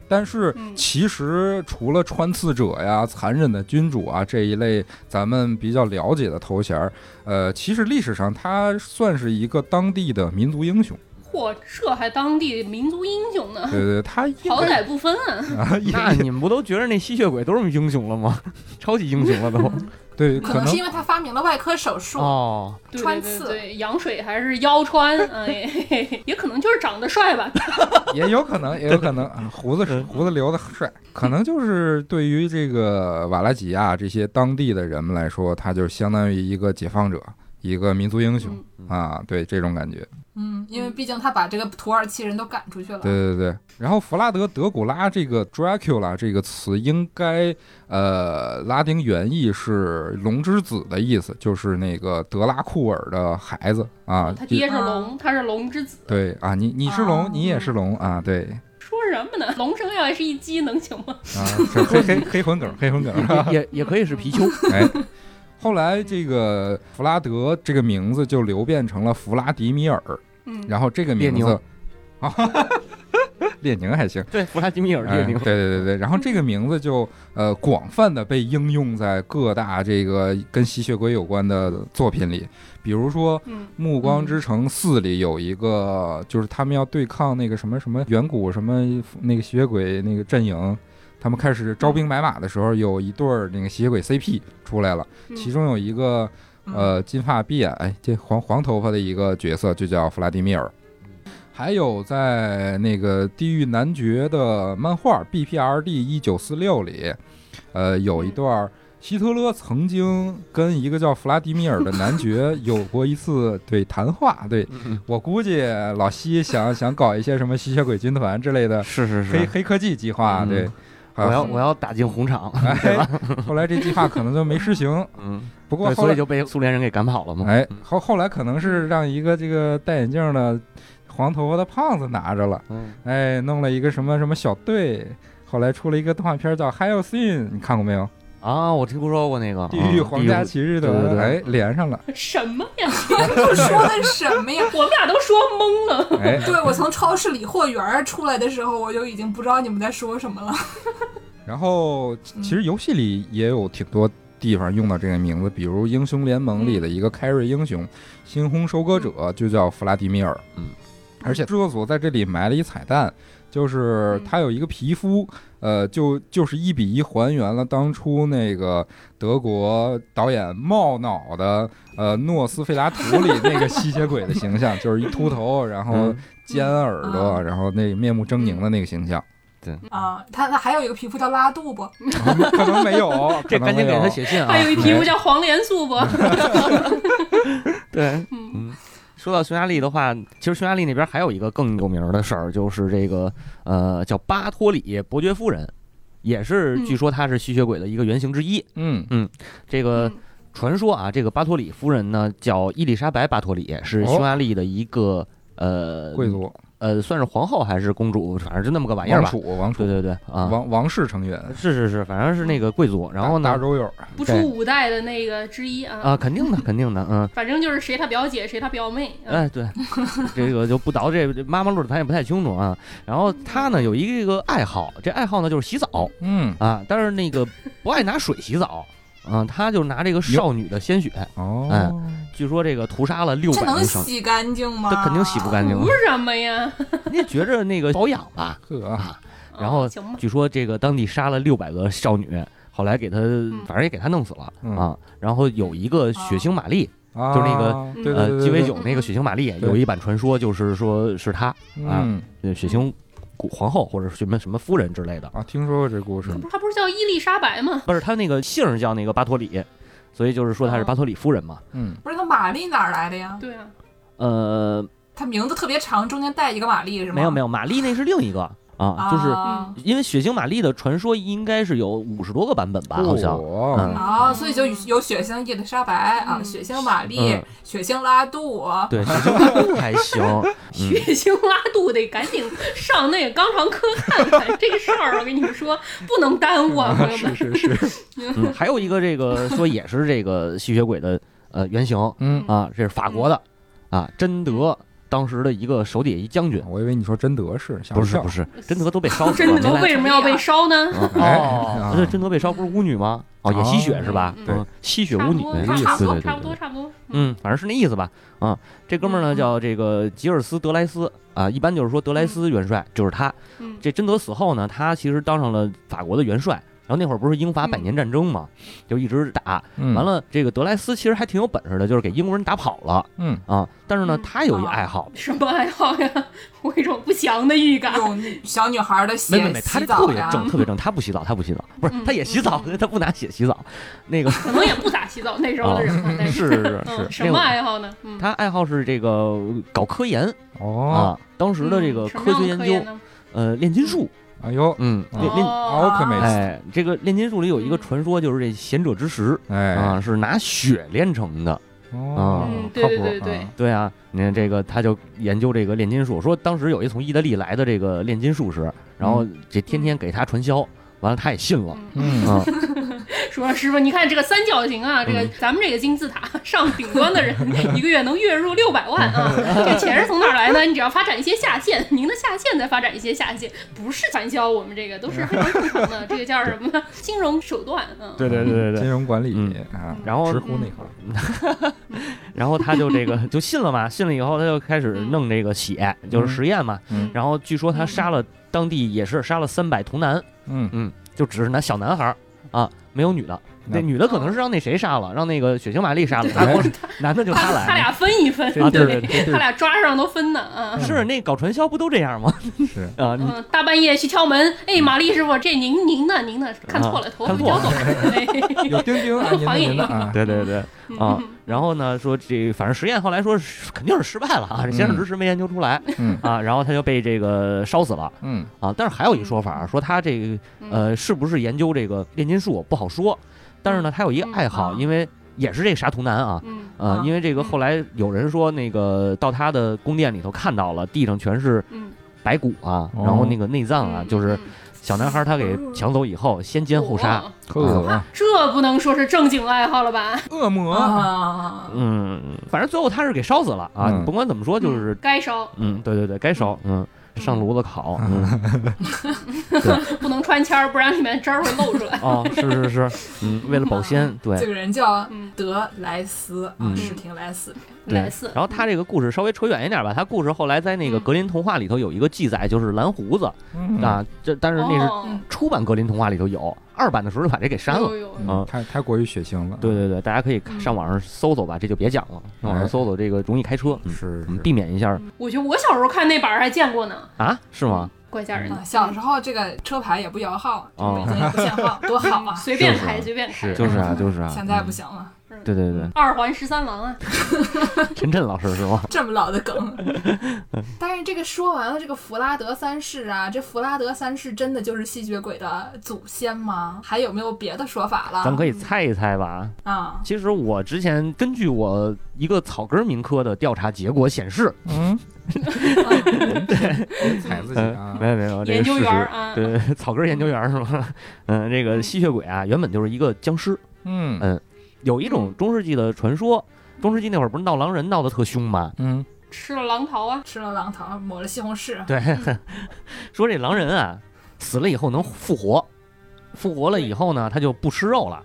[SPEAKER 5] 但是
[SPEAKER 3] 嗯
[SPEAKER 5] 其实除了穿刺者呀、残忍的君主啊这一类咱们比较了解的头衔儿，呃，其实历史上他算是一个当地的民族 英雄。
[SPEAKER 3] 嚯，这还当地民族英雄呢，
[SPEAKER 5] 对对，他应
[SPEAKER 3] 好
[SPEAKER 5] 该
[SPEAKER 3] 歹不分啊。
[SPEAKER 5] 啊，也
[SPEAKER 4] 那你们不都觉得那吸血鬼都是英雄了吗？ 超级英雄了 都。
[SPEAKER 5] 对，
[SPEAKER 2] 可
[SPEAKER 5] 可
[SPEAKER 2] 能
[SPEAKER 5] 能
[SPEAKER 2] 是因为他发明了外科手术，
[SPEAKER 4] 哦，
[SPEAKER 3] 对
[SPEAKER 2] 穿
[SPEAKER 3] 对
[SPEAKER 2] 刺
[SPEAKER 3] 对对，羊水还是腰穿，哎， 嘿嘿嘿也可能就是长得帅吧。
[SPEAKER 5] 也有可能，也有可能，啊胡子
[SPEAKER 4] 嗯
[SPEAKER 5] 胡子留的帅，可能就是对于这个瓦拉吉亚这些当地的人们来说，他就相当于一个解放者，一个民族英雄
[SPEAKER 3] 嗯
[SPEAKER 5] 啊，对这种感觉，
[SPEAKER 2] 嗯，因为毕竟他把这个土耳其人都赶出去了，
[SPEAKER 5] 对对对。然后弗拉德·德古拉这个 Dracula 这个词，应该呃拉丁原意是龙之子的意思，就是那个德拉库尔的孩子啊，
[SPEAKER 3] 哦他
[SPEAKER 5] 也
[SPEAKER 3] 爹是哦龙，他是龙之子，
[SPEAKER 5] 对啊，你你是龙，你也是龙啊，对
[SPEAKER 3] 说什么呢？龙生要是一鸡能行吗？
[SPEAKER 5] 啊，这黑黑黑魂梗，黑魂梗。
[SPEAKER 4] 也也也可以是貔 貅。
[SPEAKER 5] 哎，后来这个弗拉德这个名字就流变成了弗拉迪米尔，
[SPEAKER 3] 嗯，
[SPEAKER 5] 然后这个名
[SPEAKER 4] 列
[SPEAKER 5] 字
[SPEAKER 4] 宁，
[SPEAKER 5] 啊， 列宁还行。
[SPEAKER 4] 对，弗拉基米尔 列
[SPEAKER 5] 哎
[SPEAKER 4] 宁
[SPEAKER 5] 对。对对对，然后这个名字就呃广泛的被应用在各大这个跟吸血鬼有关的作品里，比如说《
[SPEAKER 3] 嗯
[SPEAKER 5] 暮光之城四》里有一个，就是他们要对抗那个什么什么远古什么那个吸血鬼那个阵营，他们开始招兵买马的时候，有一对儿那个吸血鬼 CP 出来了，
[SPEAKER 3] 嗯
[SPEAKER 5] 其中有一个
[SPEAKER 2] 嗯
[SPEAKER 5] 呃金发碧眼哎这黄黄头发的一个角色就叫弗拉迪米尔。还有在那个《地狱男爵》的漫画《BPRD 一九四六》里，呃，有
[SPEAKER 3] 嗯
[SPEAKER 5] 一段儿希特勒曾经跟一个叫弗拉迪米尔的 男爵有过一次对谈话。对
[SPEAKER 4] 嗯
[SPEAKER 5] 我估计老希想想搞一些什么吸血鬼军团之类的
[SPEAKER 4] 是是
[SPEAKER 5] 黑
[SPEAKER 4] 是，
[SPEAKER 5] 黑科技计划。
[SPEAKER 4] 嗯
[SPEAKER 5] 对，
[SPEAKER 4] 我要我要打进红场，
[SPEAKER 5] 哎，后来这计划可能就没实行。
[SPEAKER 4] 嗯，
[SPEAKER 5] 不过
[SPEAKER 4] 对，
[SPEAKER 5] 后
[SPEAKER 4] 所
[SPEAKER 5] 来
[SPEAKER 4] 以嗯就被苏联人给赶跑了嘛。
[SPEAKER 5] 哎，后后来可能是让一个这个戴眼镜的黄头发的胖子拿着了，
[SPEAKER 4] 嗯，
[SPEAKER 5] 哎，弄了一个什么什么小队。后来出了一个动画片叫《h y l Sin》，你看过没有？
[SPEAKER 4] 啊，我听说过那个啊
[SPEAKER 5] 地狱皇家骑士
[SPEAKER 4] 对对
[SPEAKER 5] 团，
[SPEAKER 4] 对
[SPEAKER 5] 哎，连上了，
[SPEAKER 3] 什么呀？
[SPEAKER 2] 这 说的什么呀？
[SPEAKER 3] 我们俩都说懵了。
[SPEAKER 5] 哎，
[SPEAKER 2] 对我从超市理货员儿出来的时候，我就已经不知道你们在说什么 了。
[SPEAKER 5] 然后其其实游戏里也有挺多地方用到这个名字，比如《英雄联盟》里的一个凯瑞英雄，猩红收割者就叫弗拉迪米尔。
[SPEAKER 4] 嗯，
[SPEAKER 5] 而且制作组在这里埋了一彩蛋，就是
[SPEAKER 3] 嗯
[SPEAKER 5] 他有一个皮肤，呃，就就是一比一还原了当初那个德国导演冒脑的呃诺斯费拉图里那个吸血鬼的形象，就是一秃头，然后
[SPEAKER 4] 嗯
[SPEAKER 5] 尖耳朵，
[SPEAKER 2] 嗯
[SPEAKER 5] 然后那面目狰狞的那个形象。
[SPEAKER 2] 啊，他他还有一个皮肤叫拉杜不？
[SPEAKER 5] 可能没有，
[SPEAKER 4] 这
[SPEAKER 5] 可
[SPEAKER 4] 赶
[SPEAKER 5] 能
[SPEAKER 4] 紧
[SPEAKER 5] 没
[SPEAKER 4] 给
[SPEAKER 5] 有
[SPEAKER 4] 他写信啊！
[SPEAKER 3] 还有一哎题目叫黄连素不？
[SPEAKER 4] 对，
[SPEAKER 3] 嗯
[SPEAKER 4] 嗯，说到匈牙利的话，其实匈牙利那边还有一个更有名的事儿，就是这个呃叫巴托里伯爵夫人，也是
[SPEAKER 3] 嗯
[SPEAKER 4] 据说她是吸血鬼的一个原型之一。
[SPEAKER 5] 嗯
[SPEAKER 4] 这个
[SPEAKER 3] 嗯
[SPEAKER 4] 传说啊，这个巴托里夫人呢叫伊丽莎白·巴托里，是匈牙利的一个、呃
[SPEAKER 5] 哦贵族，
[SPEAKER 4] 呃，算是皇后还是公主，反正就那么个玩意儿
[SPEAKER 5] 王
[SPEAKER 4] 吧。
[SPEAKER 5] 储，王
[SPEAKER 4] 对
[SPEAKER 5] 储，
[SPEAKER 4] 对对啊，
[SPEAKER 5] 王王室成员，
[SPEAKER 4] 是是是，反正是那个贵族。然后
[SPEAKER 5] 大
[SPEAKER 4] 呢，
[SPEAKER 5] 周友，
[SPEAKER 3] 不
[SPEAKER 4] 对
[SPEAKER 3] 出五代的那个之一啊。
[SPEAKER 4] 啊，肯定的，肯定的，嗯。
[SPEAKER 3] 反正就是谁他表姐，谁他表妹。嗯
[SPEAKER 4] 哎， 对，这个就不倒这这妈妈路，咱也不太清楚啊。然后她
[SPEAKER 2] 嗯
[SPEAKER 4] 呢有一个爱好，这爱好呢就是洗澡
[SPEAKER 5] 嗯，
[SPEAKER 4] 啊，但是那个不爱拿水洗澡啊，她就拿这个少女的鲜血，
[SPEAKER 5] 哦
[SPEAKER 4] 哎，据说这个屠杀了六
[SPEAKER 2] 这
[SPEAKER 4] 百
[SPEAKER 2] 能
[SPEAKER 4] 名少女，
[SPEAKER 2] 洗干净吗？
[SPEAKER 4] 她肯定洗不干净
[SPEAKER 3] 图
[SPEAKER 4] 了。
[SPEAKER 3] 什么呀？
[SPEAKER 4] 你觉着那个保养吧？
[SPEAKER 5] 呵，
[SPEAKER 4] 然后
[SPEAKER 3] 啊行吧，
[SPEAKER 4] 据说这个当地杀了六百个少女，后来给她反正也给她弄死了
[SPEAKER 5] 嗯
[SPEAKER 4] 啊。然后有一个血腥玛丽，
[SPEAKER 5] 啊
[SPEAKER 4] 就是那个
[SPEAKER 5] 对
[SPEAKER 3] 嗯
[SPEAKER 5] 对
[SPEAKER 4] 呃，
[SPEAKER 5] 对
[SPEAKER 4] 鸡尾
[SPEAKER 5] 对
[SPEAKER 4] 酒那个血腥玛丽，
[SPEAKER 5] 对
[SPEAKER 4] 有一版传说就是说是她。啊
[SPEAKER 5] 嗯
[SPEAKER 4] 呃血腥古皇后或者什么什么夫人之类的，
[SPEAKER 5] 啊，听说过这故事，
[SPEAKER 3] 她不是叫伊丽莎白吗？
[SPEAKER 4] 不是她那个姓儿叫那个巴托里，所以就是说她是巴托里夫人嘛。
[SPEAKER 5] 嗯，
[SPEAKER 2] 不是他玛丽哪儿来的呀？
[SPEAKER 3] 对 啊，
[SPEAKER 4] 呃，
[SPEAKER 2] 他名字特别长，中间带一个玛丽是吗？
[SPEAKER 4] 没有没
[SPEAKER 2] 有，
[SPEAKER 4] 有，玛丽那是另一个啊，就是
[SPEAKER 2] 啊
[SPEAKER 4] 因为血腥玛丽的传说应该是有五十多个版本吧，好像。
[SPEAKER 5] 哦
[SPEAKER 4] 嗯
[SPEAKER 2] 啊，所以就有血腥伊丽莎白啊，
[SPEAKER 3] 嗯
[SPEAKER 2] 血腥玛丽
[SPEAKER 4] 嗯，
[SPEAKER 2] 血腥拉杜，
[SPEAKER 4] 对，血腥玛丽还行，嗯
[SPEAKER 3] 血腥拉肚得赶紧上那个肛肠科看 看这个事儿。我跟你们说，不能耽误啊，朋友们。
[SPEAKER 5] 是是是，
[SPEAKER 4] 嗯，还有一个这个说也是这个吸血鬼的呃原型
[SPEAKER 5] 嗯，
[SPEAKER 4] 啊，这是法国的啊，贞德当时的一个手底下一将军，
[SPEAKER 5] 我以为你说真德是，吓 我
[SPEAKER 4] 不
[SPEAKER 5] 一
[SPEAKER 4] 是
[SPEAKER 5] 跳
[SPEAKER 4] 不是，贞德都被烧死了，
[SPEAKER 3] 真
[SPEAKER 4] 没
[SPEAKER 3] 的
[SPEAKER 4] 来
[SPEAKER 3] 为什么要被烧呢？
[SPEAKER 5] 哎
[SPEAKER 4] 哦
[SPEAKER 5] 啊，
[SPEAKER 4] 这贞德被烧不是巫女吗？哦，也吸血是吧？
[SPEAKER 3] 嗯
[SPEAKER 5] 嗯
[SPEAKER 4] 嗯，吸血
[SPEAKER 3] 差
[SPEAKER 4] 巫
[SPEAKER 3] 不
[SPEAKER 4] 女
[SPEAKER 3] 多，
[SPEAKER 5] 没
[SPEAKER 3] 差
[SPEAKER 5] 意
[SPEAKER 3] 不
[SPEAKER 5] 思
[SPEAKER 3] 多，
[SPEAKER 5] 对对
[SPEAKER 3] 差不
[SPEAKER 5] 对
[SPEAKER 3] 多，差不多。嗯，
[SPEAKER 4] 嗯，反正是那意思吧。啊，这哥们儿呢
[SPEAKER 3] 嗯
[SPEAKER 4] 叫这个吉尔斯·德莱斯啊，一般就是说德莱斯元帅就是他。
[SPEAKER 3] 嗯
[SPEAKER 4] 这贞德死后呢，他其实当上了法国的元帅。然后那会儿不是英法百
[SPEAKER 3] 嗯
[SPEAKER 4] 年战争嘛，就一直打。
[SPEAKER 5] 嗯
[SPEAKER 4] 完，了，这个德莱斯其实还挺有本事的，就是给英国人打跑了
[SPEAKER 5] 嗯，
[SPEAKER 4] 啊。但是呢，
[SPEAKER 3] 嗯
[SPEAKER 4] 他有一
[SPEAKER 2] 哦
[SPEAKER 4] 爱好，
[SPEAKER 3] 什么爱好呀？我有一种不祥的预感。
[SPEAKER 2] 用小女孩的
[SPEAKER 4] 没没
[SPEAKER 2] 血
[SPEAKER 4] 没，他
[SPEAKER 2] 洗
[SPEAKER 4] 这特
[SPEAKER 2] 澡
[SPEAKER 4] 别
[SPEAKER 2] 呀。
[SPEAKER 4] 正，特别正。他不洗澡，他不洗澡，不是
[SPEAKER 3] 嗯
[SPEAKER 4] 他也洗澡，他不拿血洗澡。那个
[SPEAKER 3] 可能也不咋洗澡那时候的人吧，但
[SPEAKER 4] 啊 是是是
[SPEAKER 3] 嗯，什
[SPEAKER 4] 那
[SPEAKER 3] 么
[SPEAKER 4] 会儿
[SPEAKER 3] 爱好呢？嗯
[SPEAKER 4] 他爱好是这个搞科研
[SPEAKER 5] 哦，
[SPEAKER 4] 啊，当时的这个
[SPEAKER 3] 嗯
[SPEAKER 4] 科学
[SPEAKER 3] 什
[SPEAKER 4] 研
[SPEAKER 3] 么样的科研
[SPEAKER 4] 究，
[SPEAKER 3] 呢
[SPEAKER 4] 呃，炼金术，
[SPEAKER 5] 哎呦
[SPEAKER 4] 嗯，
[SPEAKER 5] 啊
[SPEAKER 4] 炼炼，
[SPEAKER 3] 哦，嗯
[SPEAKER 5] ，alchemist，
[SPEAKER 4] 哎，这个炼金术里有一个传说，就是这贤者之石
[SPEAKER 5] 哎，
[SPEAKER 4] 啊，是拿血炼成的。
[SPEAKER 5] 哦
[SPEAKER 4] 嗯，
[SPEAKER 3] 对对
[SPEAKER 4] 靠谱
[SPEAKER 3] 对对
[SPEAKER 5] 啊，
[SPEAKER 4] 对啊，你看这个，他就研究这个炼金术，说当时有一从意大利来的这个炼金术士，然后这天天给他传销，完了他也信了。
[SPEAKER 3] 嗯
[SPEAKER 5] 嗯，
[SPEAKER 4] 啊，
[SPEAKER 3] 说师傅，你看这个三角形啊，这
[SPEAKER 4] 嗯
[SPEAKER 3] 个咱们这个金字塔上顶端的人，一个月能月入六百万 啊，这钱是从哪儿来呢？你只要发展一些下线，您的下线再发展一些下线，不是传销，我们这个都是非常正常的，这个叫什么呢金融手段啊。
[SPEAKER 4] 对对对对
[SPEAKER 5] 金
[SPEAKER 4] 对。
[SPEAKER 5] 融管理
[SPEAKER 4] 嗯
[SPEAKER 5] 啊，
[SPEAKER 4] 然后
[SPEAKER 5] 直呼那行，
[SPEAKER 4] 然后他就这个就信了嘛，信了以后他就开始弄这个血，就是实验嘛。
[SPEAKER 5] 嗯
[SPEAKER 4] 然后据说他杀了当地也是杀了三百童男，
[SPEAKER 5] 嗯，
[SPEAKER 4] 嗯，就只是那小男孩儿啊，没有女的。那
[SPEAKER 5] 嗯
[SPEAKER 4] 女的可能是让那谁杀了，让那个血腥玛丽杀了，
[SPEAKER 5] 对
[SPEAKER 4] 他光是男的就他
[SPEAKER 3] 他
[SPEAKER 4] 来
[SPEAKER 3] 俩分一分，
[SPEAKER 5] 这地
[SPEAKER 4] 对
[SPEAKER 5] 儿
[SPEAKER 4] 啊对
[SPEAKER 5] 这地
[SPEAKER 3] 他
[SPEAKER 5] 儿
[SPEAKER 3] 俩抓上都分呢啊。
[SPEAKER 5] 俩
[SPEAKER 4] 是那搞传销不都这样吗？
[SPEAKER 5] 是
[SPEAKER 4] 啊，你
[SPEAKER 3] 嗯，大半夜去敲门，哎，玛丽师傅，这您您呢？您呢？看错了，哎头
[SPEAKER 4] 啊
[SPEAKER 3] 发
[SPEAKER 4] 看错
[SPEAKER 3] 交
[SPEAKER 4] 了
[SPEAKER 3] 走 了。
[SPEAKER 5] 有钉钉啊，您的
[SPEAKER 3] 防疫
[SPEAKER 5] 您的啊，
[SPEAKER 4] 对对对
[SPEAKER 3] 嗯
[SPEAKER 4] 啊，然后呢说这反正实验后来说是肯定是失败了啊，这先生之石没研究出来
[SPEAKER 5] 嗯
[SPEAKER 4] 啊，然后他就被这个烧死了
[SPEAKER 5] 嗯
[SPEAKER 4] 啊。但是还有一说法说他这个呃是不是研究这个炼金术不好说，但是呢他有一个爱好，
[SPEAKER 2] 嗯啊
[SPEAKER 4] 因为也是这个杀童男啊，
[SPEAKER 3] 嗯
[SPEAKER 4] 呃
[SPEAKER 2] 啊，
[SPEAKER 4] 因为这个
[SPEAKER 3] 嗯
[SPEAKER 4] 后来有人说，那个到他的宫殿里头看到了，地上全是
[SPEAKER 3] 嗯，
[SPEAKER 4] 白骨啊，
[SPEAKER 5] 哦
[SPEAKER 4] 然后那个内脏啊，
[SPEAKER 3] 嗯
[SPEAKER 4] 就是小男孩他给抢走以后，先奸后杀。，
[SPEAKER 3] 嗯
[SPEAKER 4] 啊
[SPEAKER 5] 呵，
[SPEAKER 3] 这不能说是正经爱好了吧？
[SPEAKER 5] 恶魔，
[SPEAKER 2] 啊，
[SPEAKER 4] 嗯，反正最后他是给烧死了啊，
[SPEAKER 5] 嗯
[SPEAKER 4] 你甭管怎么说，就是
[SPEAKER 3] 该烧，
[SPEAKER 4] 嗯，对对对，该烧，嗯，上炉子烤，嗯，
[SPEAKER 3] 不能穿签儿，不然里面汁儿会漏出来。
[SPEAKER 4] 哦，是是是，嗯，为了保鲜，
[SPEAKER 2] 这
[SPEAKER 4] 对
[SPEAKER 2] 个人叫
[SPEAKER 3] 嗯
[SPEAKER 2] 德莱斯啊，
[SPEAKER 4] 嗯
[SPEAKER 2] 史廷莱斯。
[SPEAKER 4] 对
[SPEAKER 3] 来四。
[SPEAKER 4] 然后他这个故事稍微扯远一点吧，他故事后来在那个
[SPEAKER 3] 嗯
[SPEAKER 4] 格林童话里头有一个记载，就是蓝胡子
[SPEAKER 5] 嗯，
[SPEAKER 4] 啊，这但是那是
[SPEAKER 3] 哦
[SPEAKER 4] 初版格林童话里头有，二版的时候就把这给删了。
[SPEAKER 3] 有有有
[SPEAKER 4] 啊
[SPEAKER 5] 嗯太太过于血腥了，
[SPEAKER 4] 对对对，大家可以看
[SPEAKER 3] 嗯
[SPEAKER 4] 上网上搜搜吧，这就别讲了。上网上搜搜这个容易开车，嗯，
[SPEAKER 5] 是，
[SPEAKER 4] 我们
[SPEAKER 5] 是
[SPEAKER 4] 避免一下
[SPEAKER 3] 我觉得我小时候看那版儿还见过呢，
[SPEAKER 4] 啊？是吗？
[SPEAKER 3] 怪吓人的
[SPEAKER 2] 啊，。小时候这个车牌也不摇号，
[SPEAKER 4] 嗯哦
[SPEAKER 2] 北京也不限号，多好啊！
[SPEAKER 3] 嗯随便
[SPEAKER 4] 就是啊
[SPEAKER 3] 开，随便开。
[SPEAKER 5] 是
[SPEAKER 4] 就是啊，就是啊。
[SPEAKER 2] 现在不行了，
[SPEAKER 4] 对对对，
[SPEAKER 3] 二环十三郎啊，
[SPEAKER 4] 陈震老师是吗？
[SPEAKER 2] 这么老的梗。 但是这个说完了，这个弗拉德三世啊，这弗拉德三世真的就是吸血鬼的祖先吗？还有没有别的说法
[SPEAKER 3] 啊
[SPEAKER 2] 了？
[SPEAKER 4] 咱可以猜一猜吧。
[SPEAKER 2] 啊、
[SPEAKER 4] 其实我之前根据我一个草根民科的调查结果显示，
[SPEAKER 5] 嗯，踩自己
[SPEAKER 4] 嗯
[SPEAKER 5] 啊，，
[SPEAKER 4] 没有没有，这
[SPEAKER 3] 研
[SPEAKER 4] 个
[SPEAKER 3] 究
[SPEAKER 4] 事
[SPEAKER 3] 员儿
[SPEAKER 4] 实，
[SPEAKER 3] 啊，
[SPEAKER 4] 对， 草根研究员是吗？ 嗯，这个吸血鬼啊，原本就是一个僵尸，
[SPEAKER 5] 嗯
[SPEAKER 4] 有一种中世纪的传说，中世纪那会儿不是闹狼人闹得特凶吗？
[SPEAKER 5] 嗯
[SPEAKER 3] 吃了狼桃啊，
[SPEAKER 2] 吃了狼桃，抹了西红柿，
[SPEAKER 4] 对， 说这狼人啊，死了以后能复活，复活了以后呢，他就不吃肉了，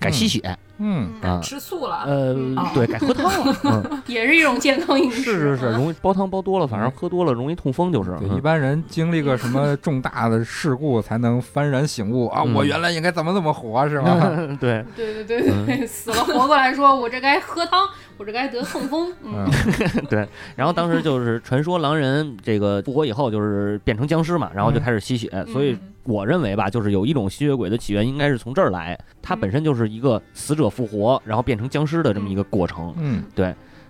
[SPEAKER 4] 改吸血，
[SPEAKER 5] 嗯，
[SPEAKER 3] 嗯
[SPEAKER 4] 啊
[SPEAKER 2] 吃素了。
[SPEAKER 4] 呃
[SPEAKER 3] 嗯，
[SPEAKER 4] 对，改喝汤了。嗯，
[SPEAKER 3] 也是一种健康饮
[SPEAKER 4] 是
[SPEAKER 3] 食。
[SPEAKER 4] 是是，
[SPEAKER 3] 啊
[SPEAKER 4] 容易煲汤煲多了，反正喝多了容易痛风，就是。
[SPEAKER 5] 对，一
[SPEAKER 4] 嗯
[SPEAKER 5] 般人经历个什么重大的事故才能幡然醒悟啊，
[SPEAKER 4] 嗯
[SPEAKER 5] 我原来应该怎么怎么活 是吧？
[SPEAKER 4] 对，
[SPEAKER 3] 对对对
[SPEAKER 4] 嗯
[SPEAKER 3] 对，死了活过来说，我这该喝汤，我这该得痛风。嗯
[SPEAKER 5] 嗯，
[SPEAKER 4] 然后当时就是传说狼人这个复活以后就是变成僵尸嘛，然
[SPEAKER 5] 嗯
[SPEAKER 4] 后就开始吸血，所以
[SPEAKER 2] 嗯
[SPEAKER 4] 我认为吧，就是有一种吸血鬼的起源应该是从这儿来，它
[SPEAKER 5] 嗯
[SPEAKER 4] 本身就是一个死者复活，然后变成僵尸的这么一个过程。
[SPEAKER 5] 嗯，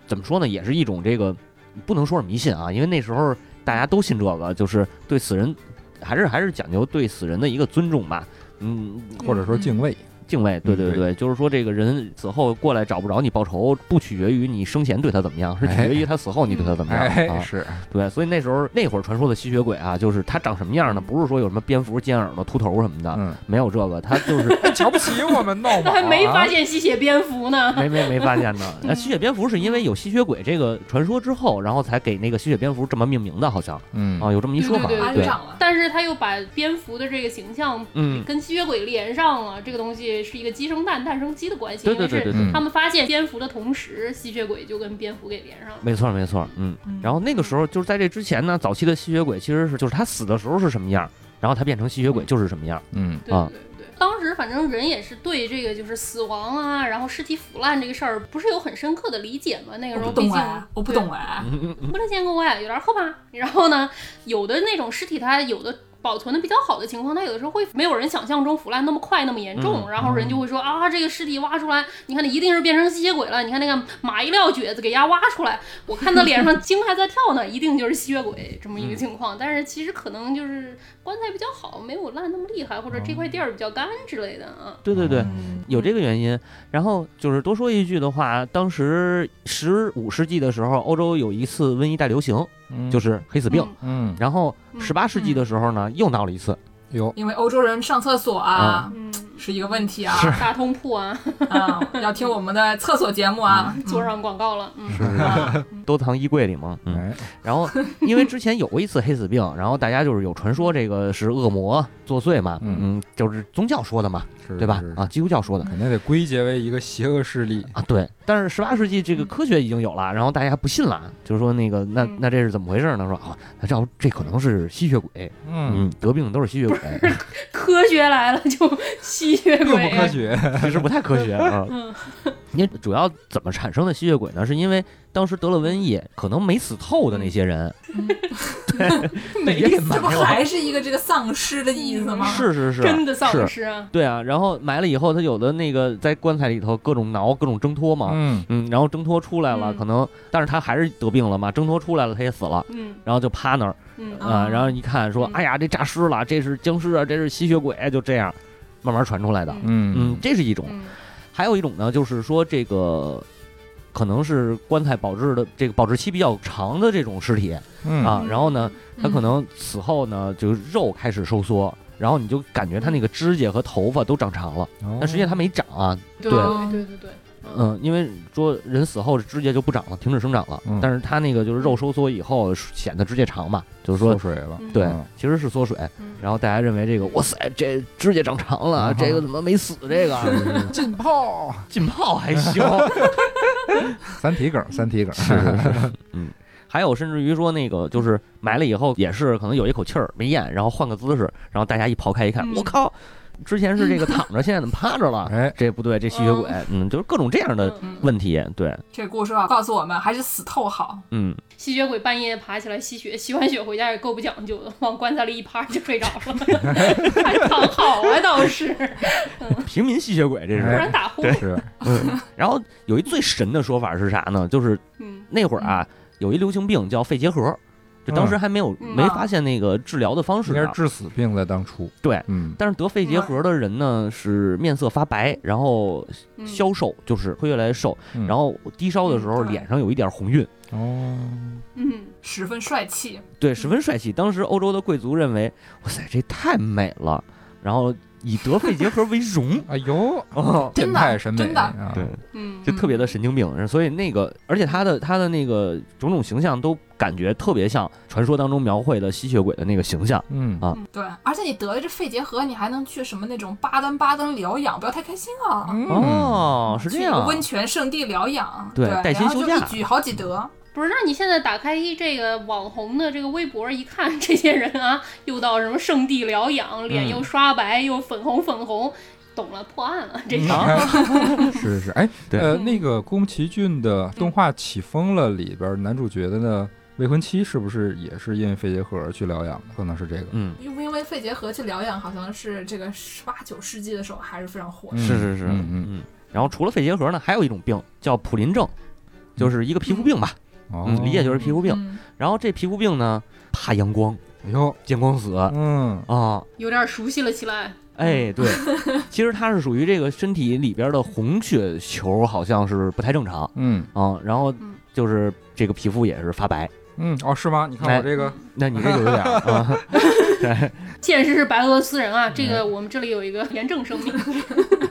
[SPEAKER 4] 怎么说呢，也是一种这个不能说是迷信啊，因为那时候大家都信这个，就是对死人还是还是讲究对死人的一个尊重吧。嗯，
[SPEAKER 5] 或者说敬畏，
[SPEAKER 4] 敬畏，对
[SPEAKER 5] 嗯
[SPEAKER 4] 对
[SPEAKER 5] 对
[SPEAKER 4] 对，就是说这个人死后过来找不着你报仇，不取决于你生前对他怎么样，是取决于他死后你对他怎么样、
[SPEAKER 5] 哎，
[SPEAKER 4] 啊。
[SPEAKER 5] 是，
[SPEAKER 4] 对，所以那时候那会儿传说的吸血鬼啊，就是他长什么样呢？不是说有什么蝙蝠、尖耳朵、秃头什么的，
[SPEAKER 5] 嗯，
[SPEAKER 4] 没有这个，他就是
[SPEAKER 5] 哎瞧不起我们闹啊
[SPEAKER 3] 那
[SPEAKER 5] 吗？
[SPEAKER 3] 还 没
[SPEAKER 4] 啊
[SPEAKER 3] 发现吸血蝙蝠呢。
[SPEAKER 4] 没没没发现呢。
[SPEAKER 3] 嗯
[SPEAKER 4] 那吸血蝙蝠是因为有吸血鬼这个传说之后，然后才给那个吸血蝙蝠这么命名的，好像
[SPEAKER 5] 嗯
[SPEAKER 4] 啊，有这么一说法。
[SPEAKER 3] 对
[SPEAKER 2] 安上了，
[SPEAKER 3] 但是他又把蝙蝠的这个形象
[SPEAKER 4] 嗯，
[SPEAKER 3] 跟吸血鬼连上了，这个东西是一个鸡生蛋，蛋生鸡的关系。
[SPEAKER 4] 对对对
[SPEAKER 3] 因为
[SPEAKER 4] 对对，
[SPEAKER 5] 嗯
[SPEAKER 3] 是他们发现蝙蝠的同时，吸血鬼就跟蝙蝠给连上了。
[SPEAKER 4] 没错没错，嗯。
[SPEAKER 2] 嗯
[SPEAKER 4] 然后那个时候就是在这之前呢，早期的吸血鬼其实是就是他死的时候是什么样，然后他变成吸血鬼就是什么 样。
[SPEAKER 5] 嗯
[SPEAKER 3] 对
[SPEAKER 4] 啊
[SPEAKER 3] 对对，当时反正人也是对这个就是死亡啊，然后尸体腐烂这个事儿，不是有很深刻的理解吗？那个
[SPEAKER 2] 我
[SPEAKER 3] 时
[SPEAKER 2] 不
[SPEAKER 3] 候毕
[SPEAKER 2] 懂
[SPEAKER 3] 竟
[SPEAKER 2] 哎，我不
[SPEAKER 3] 对
[SPEAKER 2] 懂哎，
[SPEAKER 3] 不能见过我呀，有点后怕。然后呢，有的那种尸体，它有的保存的比较好的情况，它有的时候会没有人想象中腐烂那么快、那么严重。
[SPEAKER 4] 嗯
[SPEAKER 3] 然后人就会说啊，这个尸体挖出来，你看它一定是变成吸血鬼了。你看那个马一料撅子给丫挖出来，我看他脸 上精还在跳呢，一定就是吸血鬼这么
[SPEAKER 4] 嗯
[SPEAKER 3] 一个情况。但是其实可能就是棺材比较好，没有烂那么厉害，或者这块
[SPEAKER 4] 哦
[SPEAKER 3] 地儿比较干之类的啊。
[SPEAKER 4] 对对对，
[SPEAKER 2] 嗯
[SPEAKER 4] 有这个原因。然后就是多说一句的话，当时十五世纪的时候，欧洲有一次瘟疫大流行，
[SPEAKER 5] 嗯，，
[SPEAKER 4] 就是是黑死病。
[SPEAKER 3] 嗯
[SPEAKER 5] 嗯，
[SPEAKER 4] 然后十八世纪的时候呢，又闹了一次。
[SPEAKER 5] 有，
[SPEAKER 2] 因为欧洲人上厕所啊。
[SPEAKER 3] 嗯，
[SPEAKER 2] 是一个问题啊，
[SPEAKER 3] 大通铺啊，
[SPEAKER 2] 嗯，要听我们的厕所节目啊，
[SPEAKER 4] 嗯
[SPEAKER 3] 做上广告了，嗯，
[SPEAKER 2] 啊
[SPEAKER 4] 都藏衣柜里嘛。嗯，
[SPEAKER 5] 哎，
[SPEAKER 4] 然后因为之前有过一次黑死病，然后大家就是有传说这个是恶魔作祟嘛，
[SPEAKER 5] 嗯
[SPEAKER 4] 嗯，就是宗教说的嘛，
[SPEAKER 5] 是
[SPEAKER 4] 对吧
[SPEAKER 5] 是？嗯
[SPEAKER 4] 啊，基督教说的。
[SPEAKER 5] 肯定得归结为一个邪恶势力，
[SPEAKER 4] 啊，对，但是十八世纪这个科学已经有了，然后大家不信了，就是说那个那
[SPEAKER 3] 嗯
[SPEAKER 4] 那这是怎么回事呢？说啊，那这这可能是吸血鬼，
[SPEAKER 5] 嗯，
[SPEAKER 4] 嗯，得病的都是吸 血鬼，
[SPEAKER 3] 科学来了就吸血
[SPEAKER 5] 并
[SPEAKER 3] 鬼
[SPEAKER 5] 不科学，
[SPEAKER 4] 其实不太科学啊。
[SPEAKER 3] 嗯
[SPEAKER 4] 因为主要怎么产生的吸血鬼呢？是因为当时得了瘟疫，可能没死透的那些人，
[SPEAKER 3] 嗯
[SPEAKER 4] 对， 也给埋
[SPEAKER 2] 这不
[SPEAKER 4] 了，
[SPEAKER 2] 还是一个这个丧尸的意思吗？
[SPEAKER 4] 是是是，
[SPEAKER 3] 真的丧
[SPEAKER 4] 是，
[SPEAKER 3] 尸啊！
[SPEAKER 4] 对啊。然后埋了以后，他有的那个在棺材里头各种挠，各种挣脱嘛。
[SPEAKER 5] 嗯，
[SPEAKER 4] 嗯，然后挣脱出来了，
[SPEAKER 3] 嗯
[SPEAKER 4] 可能，但是他还是得病了嘛，挣脱出来了，他也死了，
[SPEAKER 3] 嗯
[SPEAKER 4] 然后就趴那儿，
[SPEAKER 3] 嗯
[SPEAKER 4] 啊、
[SPEAKER 2] 哦
[SPEAKER 4] 然后一看说，
[SPEAKER 3] 嗯
[SPEAKER 4] 哎呀，这诈尸了，这是僵尸啊，这是吸血鬼，就这样慢慢传出来的。
[SPEAKER 5] 嗯
[SPEAKER 4] 嗯，，这是一种，
[SPEAKER 3] 嗯
[SPEAKER 4] 还有一种呢，就是说这个可能是棺材保质的这个保质期比较长的这种尸体
[SPEAKER 5] 嗯
[SPEAKER 4] 啊，然后呢，它可
[SPEAKER 2] 嗯
[SPEAKER 4] 能死后呢，就是肉开始收缩。然后你就感觉它那个指甲和头发都长长了，
[SPEAKER 5] 哦
[SPEAKER 4] 但实际上它没长啊，
[SPEAKER 3] 对
[SPEAKER 2] 对
[SPEAKER 3] 对对对，
[SPEAKER 4] 嗯，因为说人死后指甲就不长了，停止生长了
[SPEAKER 5] 嗯，
[SPEAKER 4] 但是它那个就是肉收缩以后显得指甲长嘛，就是说
[SPEAKER 5] 缩水 了，
[SPEAKER 3] 嗯
[SPEAKER 4] 对
[SPEAKER 5] 嗯，
[SPEAKER 4] 其实是缩水。
[SPEAKER 3] 嗯
[SPEAKER 4] 然后大家认为这个，哇塞，这指甲长长了，这个怎么没死？这个
[SPEAKER 5] 嗯 浸泡，
[SPEAKER 4] 浸泡还 行。
[SPEAKER 5] 三体梗，三体梗，
[SPEAKER 4] 还有甚至于说那个就是埋了以后也是可能有一口气儿没咽，然后换个姿势，然后大家一刨开一看，
[SPEAKER 3] 嗯
[SPEAKER 4] 我靠，之前是这个躺着，现在怎么趴着了？
[SPEAKER 5] 哎
[SPEAKER 4] 这不对，这吸血鬼，嗯，就是各种这样的
[SPEAKER 3] 哦嗯
[SPEAKER 4] 问题，对，
[SPEAKER 2] 这故事啊，告诉我们还是死透好。
[SPEAKER 4] 嗯，
[SPEAKER 3] 吸血鬼半夜爬起来吸血， 吸完血回家也够不讲究的，往棺材里一趴就睡着了， 还躺好啊倒是，
[SPEAKER 4] 平民吸血鬼这
[SPEAKER 3] 不
[SPEAKER 4] 是。
[SPEAKER 3] 然打呼。
[SPEAKER 5] 是
[SPEAKER 4] 然后有一最神的说法是啥呢？就是
[SPEAKER 3] 嗯
[SPEAKER 4] 那会儿啊，有一流行病叫肺结核，就当时还没有
[SPEAKER 3] 嗯
[SPEAKER 4] 没发现那个治疗的方式
[SPEAKER 5] 应该
[SPEAKER 4] 呢
[SPEAKER 5] 是。致死病在当初。
[SPEAKER 4] 对，
[SPEAKER 5] 嗯，
[SPEAKER 4] 但是得肺结核的人呢，是面色发白，然后
[SPEAKER 3] 嗯，
[SPEAKER 4] 消瘦，就是会越来越瘦，
[SPEAKER 5] 嗯
[SPEAKER 4] 然后低烧的时候
[SPEAKER 2] 嗯对
[SPEAKER 4] 脸上有一点红晕，
[SPEAKER 5] 哦，
[SPEAKER 3] 嗯，
[SPEAKER 2] 十分帅气，
[SPEAKER 4] 对，十分帅气。当时欧洲的贵族认为，哇塞，这太美了，然后以得肺结核为荣
[SPEAKER 5] 哎呦，
[SPEAKER 4] 哦，
[SPEAKER 2] 真
[SPEAKER 5] 变
[SPEAKER 2] 的
[SPEAKER 5] 态审美
[SPEAKER 2] 真的
[SPEAKER 5] 啊！
[SPEAKER 4] 对，
[SPEAKER 3] 嗯，
[SPEAKER 4] 就特别的神经病。所以那个，而且他的他的那个种种形象都感觉特别像传说当中描绘的吸血鬼的那个形象。
[SPEAKER 5] 嗯
[SPEAKER 4] 啊
[SPEAKER 2] 对，而且你得了这肺结核，你还能去什么那种巴登巴登疗养，不要太开心啊。
[SPEAKER 4] 哦，是
[SPEAKER 2] 去
[SPEAKER 4] 这
[SPEAKER 2] 一个
[SPEAKER 4] 样。
[SPEAKER 2] 嗯温泉圣地疗养，
[SPEAKER 4] 对
[SPEAKER 2] 对，
[SPEAKER 4] 带薪
[SPEAKER 2] 然后
[SPEAKER 4] 休
[SPEAKER 2] 就
[SPEAKER 4] 假
[SPEAKER 2] 一举好几得，
[SPEAKER 3] 不是，那你现在打开这个网红的这个微博，一看这些人啊， 又到什么圣地疗养，脸
[SPEAKER 5] 嗯
[SPEAKER 3] 又刷白、又粉红粉红，懂了，破案了，这是、
[SPEAKER 5] 嗯啊， 是是，哎，
[SPEAKER 4] 对
[SPEAKER 5] 呃，那个宫崎骏的动画《起风了》里边男主角的呢未婚妻是不是也是因为肺结核去疗养的？可能是这个。
[SPEAKER 4] 嗯，
[SPEAKER 2] 因为因为肺结核去疗养，好像是这个十八九世纪的时候还是非常火的。
[SPEAKER 5] 嗯
[SPEAKER 4] 是是是，
[SPEAKER 5] 嗯嗯
[SPEAKER 4] 嗯。然后除了肺结核呢，还有一种病叫普林症，就是一个皮肤病吧，
[SPEAKER 5] 哦，
[SPEAKER 4] 嗯，理解就是皮肤病。
[SPEAKER 2] 嗯，
[SPEAKER 4] 然后这皮肤病呢，怕阳光，
[SPEAKER 5] 哎呦，
[SPEAKER 4] 见光死啊、
[SPEAKER 5] 嗯，
[SPEAKER 3] 有点熟悉了起来。
[SPEAKER 4] 哎，对，其实它是属于这个身体里边的红血球好像是不太正常
[SPEAKER 5] 嗯
[SPEAKER 4] 啊，然后
[SPEAKER 3] 嗯
[SPEAKER 4] 就是这个皮肤也是发白，
[SPEAKER 5] 嗯，哦，是吗？你看
[SPEAKER 4] 哎
[SPEAKER 5] 我这个，
[SPEAKER 4] 那你这就有点儿啊，对，
[SPEAKER 3] 现实是白俄罗斯人啊，这个我们这里有一个严正声明。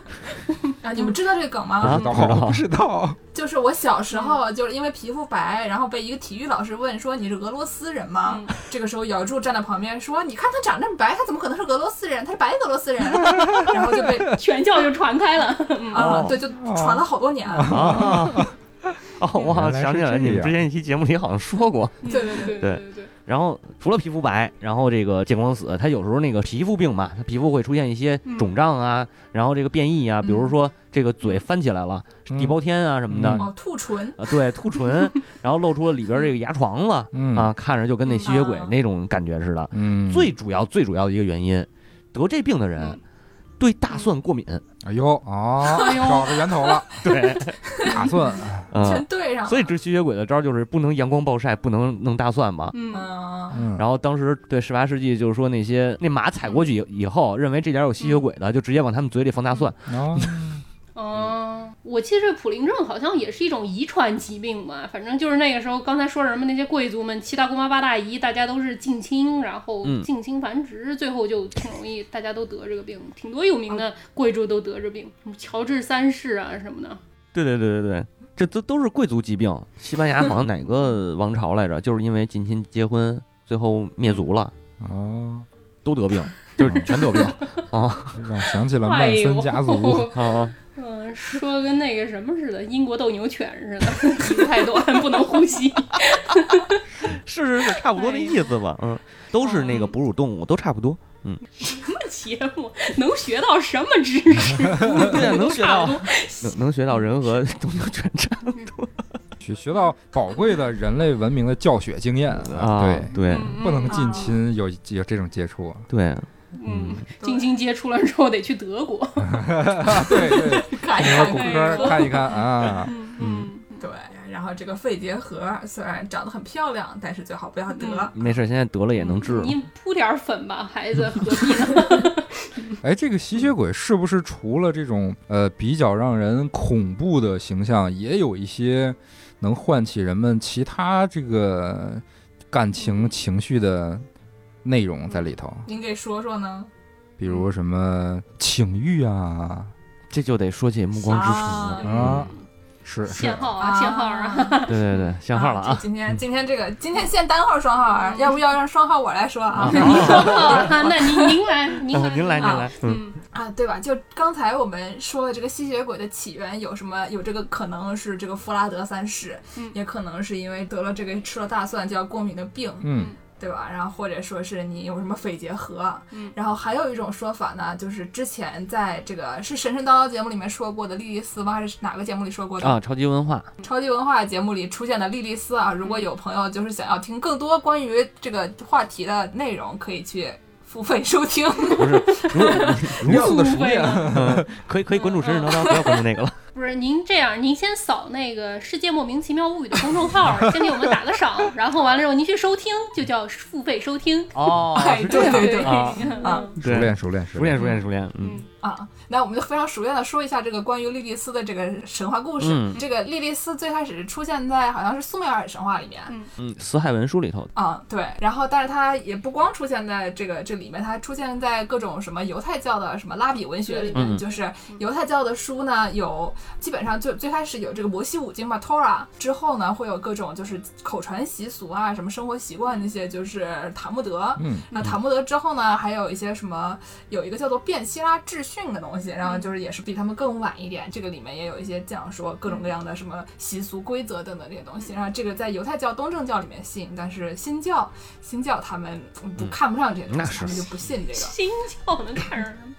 [SPEAKER 2] 啊，你们知道这个梗吗？
[SPEAKER 4] 啊
[SPEAKER 5] 不知道，不知道，
[SPEAKER 2] 就是我小
[SPEAKER 3] 嗯
[SPEAKER 2] 时候就是因为皮肤白，然后被一个体育老师问说你是俄罗斯人吗？
[SPEAKER 3] 嗯
[SPEAKER 2] 这个时候姚柱站在旁边说，你看他长这么白，他怎么可能是俄罗斯人？他是白俄罗斯人。啊 然后就被
[SPEAKER 3] 全教就传开了。
[SPEAKER 2] 啊、
[SPEAKER 4] 哦
[SPEAKER 2] 对，就传了好多年。
[SPEAKER 4] 啊， 哦，我好
[SPEAKER 5] 原来
[SPEAKER 4] 像
[SPEAKER 5] 是
[SPEAKER 4] 想起来了，
[SPEAKER 5] 这
[SPEAKER 4] 你们
[SPEAKER 5] 样
[SPEAKER 4] 之前一期节目里好像说过，
[SPEAKER 3] 嗯
[SPEAKER 2] 对对
[SPEAKER 3] 对
[SPEAKER 4] 对
[SPEAKER 3] 对对，
[SPEAKER 4] 然后除了皮肤白，然后这个见光死，它有时候那个皮肤病嘛，它皮肤会出现一些肿胀啊，然后这个变异啊，比如说这个嘴翻起来了，
[SPEAKER 5] 嗯
[SPEAKER 4] 地包天啊什么的，
[SPEAKER 5] 嗯
[SPEAKER 2] 哦，兔唇，
[SPEAKER 4] 啊，对，凸唇，然后露出了里边这个牙床子、
[SPEAKER 5] 嗯
[SPEAKER 4] 啊，看着就跟那吸血鬼
[SPEAKER 2] 嗯
[SPEAKER 4] 那种感觉似的。
[SPEAKER 5] 嗯，
[SPEAKER 4] 最主要、最主要的一个原因，得这病的人、
[SPEAKER 3] 嗯
[SPEAKER 4] 对大蒜 过敏。
[SPEAKER 5] 哎呦啊，
[SPEAKER 3] 哎呦
[SPEAKER 5] 找着源头了，
[SPEAKER 4] 对，
[SPEAKER 5] 打蒜，
[SPEAKER 2] 全
[SPEAKER 4] 嗯，
[SPEAKER 2] 对上了。
[SPEAKER 4] 所以治吸血鬼的招儿就是不能阳光暴晒，不能弄大蒜嘛。
[SPEAKER 3] 嗯，
[SPEAKER 2] 嗯，
[SPEAKER 5] 嗯，
[SPEAKER 4] 然后当时对十八世纪就是说那些那马踩过去以以后，认为这点儿有吸血鬼的，就直接往他们嘴里放大蒜。
[SPEAKER 5] 哦，
[SPEAKER 3] 哦，我记得普林症好像也是一种遗传疾病吧，反正就是那个时候，刚才说什么那些贵族们七大姑妈八大姨，大家都是近亲，然后
[SPEAKER 4] 嗯
[SPEAKER 3] 近亲繁殖，最后就挺容易大家都得这个病，挺多有名的贵族都得这病，什么乔治三世啊什么的。
[SPEAKER 4] 对对对对对，这都都是贵族疾病。西班牙好像哪个王朝来着，就是因为近亲结婚，最后灭族了。
[SPEAKER 5] 哦，
[SPEAKER 4] 都得病，就是全得病啊
[SPEAKER 5] 让我想起了
[SPEAKER 3] 哎
[SPEAKER 5] 曼
[SPEAKER 3] 呦
[SPEAKER 5] 森家族，
[SPEAKER 4] 啊！
[SPEAKER 3] 嗯，说跟那个什么似的，英国斗牛犬似的， 鼻子太短不能呼吸。
[SPEAKER 4] 是是是，差不多那意思吧，嗯，都是那个哺乳动物，都差不多。
[SPEAKER 3] 什么 节目能学到什么知识？
[SPEAKER 4] 对啊， 能学
[SPEAKER 3] 差
[SPEAKER 4] 到
[SPEAKER 3] 不多。
[SPEAKER 4] 能能学到人和动物全差
[SPEAKER 5] 学学到宝贵的人类文明的教学经验
[SPEAKER 4] 啊，
[SPEAKER 5] 对。
[SPEAKER 4] 对
[SPEAKER 3] 嗯
[SPEAKER 5] 不能
[SPEAKER 3] 嗯
[SPEAKER 5] 近亲有有这种接触，啊
[SPEAKER 4] 对，
[SPEAKER 3] 嗯，
[SPEAKER 2] 对
[SPEAKER 3] 近亲接触了之后得去德国。
[SPEAKER 4] 啊
[SPEAKER 5] 对 啊对，
[SPEAKER 2] 看一
[SPEAKER 5] 你要
[SPEAKER 2] 看
[SPEAKER 5] 骨
[SPEAKER 3] 哎
[SPEAKER 5] 科
[SPEAKER 3] 呦
[SPEAKER 5] 儿看一看啊，
[SPEAKER 3] 嗯，
[SPEAKER 2] 对，然后这个肺结核虽然长得很漂亮，但是最好不要得。
[SPEAKER 3] 嗯
[SPEAKER 4] 没事，现在得了也能治。
[SPEAKER 3] 你铺点粉吧，孩子，何必呢？
[SPEAKER 5] 哎，这个吸血鬼是不是除了这种呃比较让人恐怖的形象，也有一些能唤起人们其他这个感情情绪的内容在里头？
[SPEAKER 2] 您给说说呢？
[SPEAKER 5] 比如什么情欲啊，
[SPEAKER 4] 这就得说起《暮光之城》了。
[SPEAKER 5] 啊啊
[SPEAKER 3] 嗯
[SPEAKER 5] 是是
[SPEAKER 3] 限，号啊，限号啊！，
[SPEAKER 4] 对对对，限号了
[SPEAKER 2] 这
[SPEAKER 4] 啊！
[SPEAKER 2] 今天今天这个今天限单号双号啊，
[SPEAKER 3] 嗯
[SPEAKER 2] 要不要让双号我来说 啊？
[SPEAKER 4] 啊
[SPEAKER 3] 你说号啊， 那您您来，您来，
[SPEAKER 4] 哦您来您
[SPEAKER 3] 啊
[SPEAKER 4] 来，嗯
[SPEAKER 3] 嗯
[SPEAKER 2] 啊，对吧？就刚才我们说的这个吸血鬼的起源有什么？有这个可能是这个弗拉德三世，
[SPEAKER 3] 嗯
[SPEAKER 2] 也可能是因为得了这个吃了大蒜就要过敏的病。
[SPEAKER 5] 嗯
[SPEAKER 2] 对吧？然后或者说是你有什么肺结核，
[SPEAKER 3] 嗯
[SPEAKER 2] 然后还有一种说法呢，就是之前在这个是神神叨叨节目里面说过的莉莉丝吗？还是哪个节目里说过的？
[SPEAKER 4] 啊，超级文化，
[SPEAKER 2] 超级文化节目里出现的莉莉丝啊，
[SPEAKER 3] 嗯
[SPEAKER 2] 如果有朋友就是想要听更多关于这个话题的内容，可以去付费收听。
[SPEAKER 4] 不是，如果
[SPEAKER 5] 如此的熟练， 啊
[SPEAKER 4] 可以可以关注神神叨叨，不要关注那个了。
[SPEAKER 3] 不是您这样，您先扫那个“世界莫名其妙物语”的公众号，先给我们打个赏，然后完了之后您去收听，就叫付费收听。
[SPEAKER 4] 哦
[SPEAKER 2] 哎
[SPEAKER 4] 是 这
[SPEAKER 2] 对
[SPEAKER 4] 样
[SPEAKER 2] 对对
[SPEAKER 4] 啊
[SPEAKER 2] 啊
[SPEAKER 5] 熟练熟练熟
[SPEAKER 4] 熟练熟练熟练，嗯
[SPEAKER 3] 嗯，
[SPEAKER 2] 啊，那我们就非常熟练的说一下这个关于莉莉丝的这个神话故事。
[SPEAKER 4] 嗯
[SPEAKER 2] 这个莉莉丝最开始出现在好像是苏美尔神话里面，
[SPEAKER 4] 嗯，死海文书里头的，
[SPEAKER 2] 啊、对，然后但是它也不光出现在这个这里面，它还出现在各种什么犹太教的什么拉比文学里面，
[SPEAKER 4] 嗯
[SPEAKER 2] 就是犹太教的书呢，有基本上就最开始有这个摩西五经嘛，Torah，之后呢会有各种就是口传习俗啊，什么生活习惯那些，就是塔木德。
[SPEAKER 5] 嗯，
[SPEAKER 2] 那塔木德之后呢，还有一些什么，有一个叫做变希拉秩训的东西，然后就是也是比他们更晚一点，这个里面也有一些讲说各种各样的什么习俗规则等等这些东西，然后这个在犹太教、东正教里面信，但是新教新教他们不
[SPEAKER 4] 嗯
[SPEAKER 2] 看不上这些东
[SPEAKER 4] 那
[SPEAKER 2] 西，
[SPEAKER 4] 是
[SPEAKER 2] 他们就不信这个。
[SPEAKER 3] 新教能看上什么？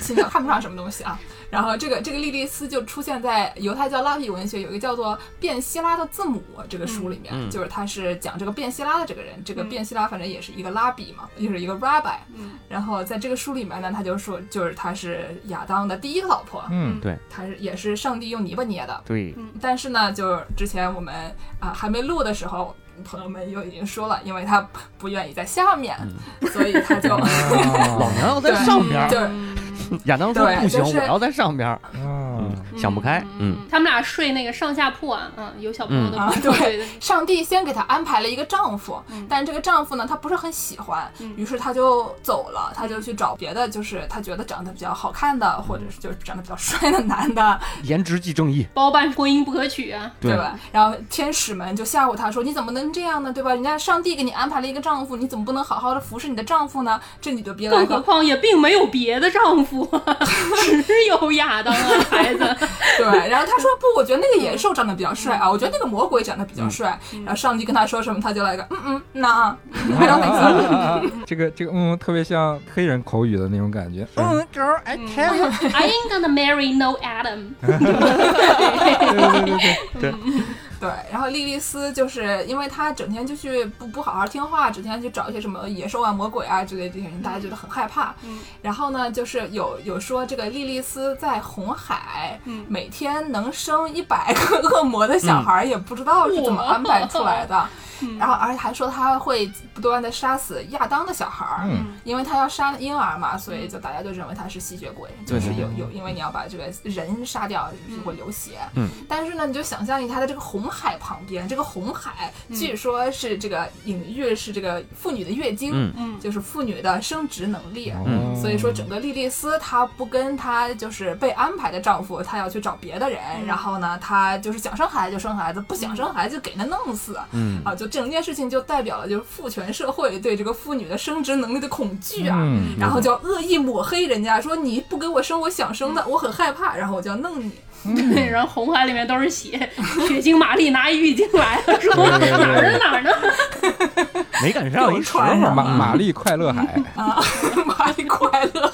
[SPEAKER 2] 新教看不上什么东西啊。 然后这个这个莉莉丝就出现在犹太教拉比文学有一个叫做《变希拉的字母》这个书里面，
[SPEAKER 4] 嗯嗯
[SPEAKER 2] 就是他是讲这个变希拉的这个人，这个
[SPEAKER 3] 嗯
[SPEAKER 2] 变希拉反正也是一个拉比嘛，就是一个 rabbi。
[SPEAKER 3] 嗯
[SPEAKER 2] 然后在这个书里面呢，他就说就是他是亚当的第一个老婆，
[SPEAKER 5] 嗯
[SPEAKER 2] 他是也是上帝用泥巴捏的。
[SPEAKER 4] 对，
[SPEAKER 3] 嗯
[SPEAKER 2] 但是呢，就是之前我们啊、还没录的时候，朋友们又已经说了，因为他不不愿意在下面，所以他就
[SPEAKER 4] 老
[SPEAKER 5] 啊
[SPEAKER 4] 娘要在上边儿，
[SPEAKER 2] 对
[SPEAKER 3] 嗯
[SPEAKER 4] 亚当说
[SPEAKER 2] 对
[SPEAKER 4] 不行，
[SPEAKER 2] 就是
[SPEAKER 4] 我要在上边儿，
[SPEAKER 5] 啊，
[SPEAKER 4] 嗯，想不开，嗯，，
[SPEAKER 3] 他们俩睡那个上下铺啊，嗯，有小朋友的
[SPEAKER 2] 嗯啊
[SPEAKER 3] 对
[SPEAKER 2] 对
[SPEAKER 3] 对，
[SPEAKER 2] 上帝先给她安排了一个丈夫，
[SPEAKER 3] 嗯
[SPEAKER 2] 但这个丈夫呢，她不是很喜欢，
[SPEAKER 3] 嗯
[SPEAKER 2] 于是她就走了，她就去找别的，就是她觉得长得比较好看的，或者
[SPEAKER 3] 嗯
[SPEAKER 2] 是就是长得比较帅的男的，
[SPEAKER 4] 颜值即正义，
[SPEAKER 3] 包办婚姻不可取啊，
[SPEAKER 2] 对吧？然后天使们就吓唬她说：“你怎么能这样呢？对吧？人家上帝给你安排了一个丈夫，你怎么不能好好的服侍你的丈夫呢？”这你就别来
[SPEAKER 3] 更何
[SPEAKER 2] 个，
[SPEAKER 3] 况也并没有别的丈夫啊， 只有亚当啊，孩子。
[SPEAKER 2] 对。然后她说：“不，我觉得那个
[SPEAKER 3] 嗯
[SPEAKER 2] 野兽长得比较帅啊，我觉得那个魔鬼长得比较帅。然后上帝跟她说什么，她就来个嗯嗯那，然后每次
[SPEAKER 5] 这个这个嗯，特别像黑人口语的那种感觉。嗯，girl, I tell you，
[SPEAKER 3] I ain't gonna marry no Adam。
[SPEAKER 5] 对对对 对，
[SPEAKER 2] 对，然后莉莉丝就是因为她整天就去不不好好听话，整天去找一些什么野兽啊、魔鬼啊之类的这些人，大家觉得很害怕。
[SPEAKER 3] 嗯
[SPEAKER 2] 然后呢，就是有有说这个莉莉丝在红海，
[SPEAKER 3] 嗯
[SPEAKER 2] 每天能生一百个恶魔的小
[SPEAKER 4] 嗯
[SPEAKER 2] 孩，也不知道是怎么安排出来的。
[SPEAKER 3] 嗯
[SPEAKER 2] 然后而且还说她会不断的杀死亚当的小孩儿。
[SPEAKER 5] 嗯
[SPEAKER 2] 因为她要杀婴儿嘛，所以就大家就认为她是吸血鬼，就
[SPEAKER 4] 对
[SPEAKER 2] 是
[SPEAKER 4] 对
[SPEAKER 2] 有有，因为你要把这个人杀掉就会流血。
[SPEAKER 4] 嗯，
[SPEAKER 2] 但是呢，你就想象一下，在这个红海旁边，这个红海据说是这个隐喻是这个妇女的月经，
[SPEAKER 4] 嗯
[SPEAKER 3] 嗯
[SPEAKER 2] 就是妇女的生殖能力。啊
[SPEAKER 5] 哦
[SPEAKER 2] 所以说，整个莉莉丝她不跟她就是被安排的丈夫，她要去找别的人。
[SPEAKER 3] 嗯
[SPEAKER 2] 然后呢，她就是想生孩子就生孩子，不想生孩子就给人家弄死。
[SPEAKER 4] 嗯，
[SPEAKER 2] 啊，就整件事情就代表了就是父权社会对这个妇女的生殖能力的恐惧啊。
[SPEAKER 5] 嗯
[SPEAKER 2] 然后就要恶意抹黑人家，说你不给我生我想生的，我很害怕，然后我就要弄你。
[SPEAKER 3] 对，然后红海里面都是血，血腥玛丽拿一浴巾来了，说
[SPEAKER 5] 对对对
[SPEAKER 3] 哪儿呢哪儿呢？
[SPEAKER 4] 没赶上
[SPEAKER 2] 给
[SPEAKER 4] 一
[SPEAKER 2] 我
[SPEAKER 4] 时候
[SPEAKER 2] 传上
[SPEAKER 5] 马
[SPEAKER 4] 嘛，
[SPEAKER 5] 玛丽快乐海，
[SPEAKER 2] 玛丽快乐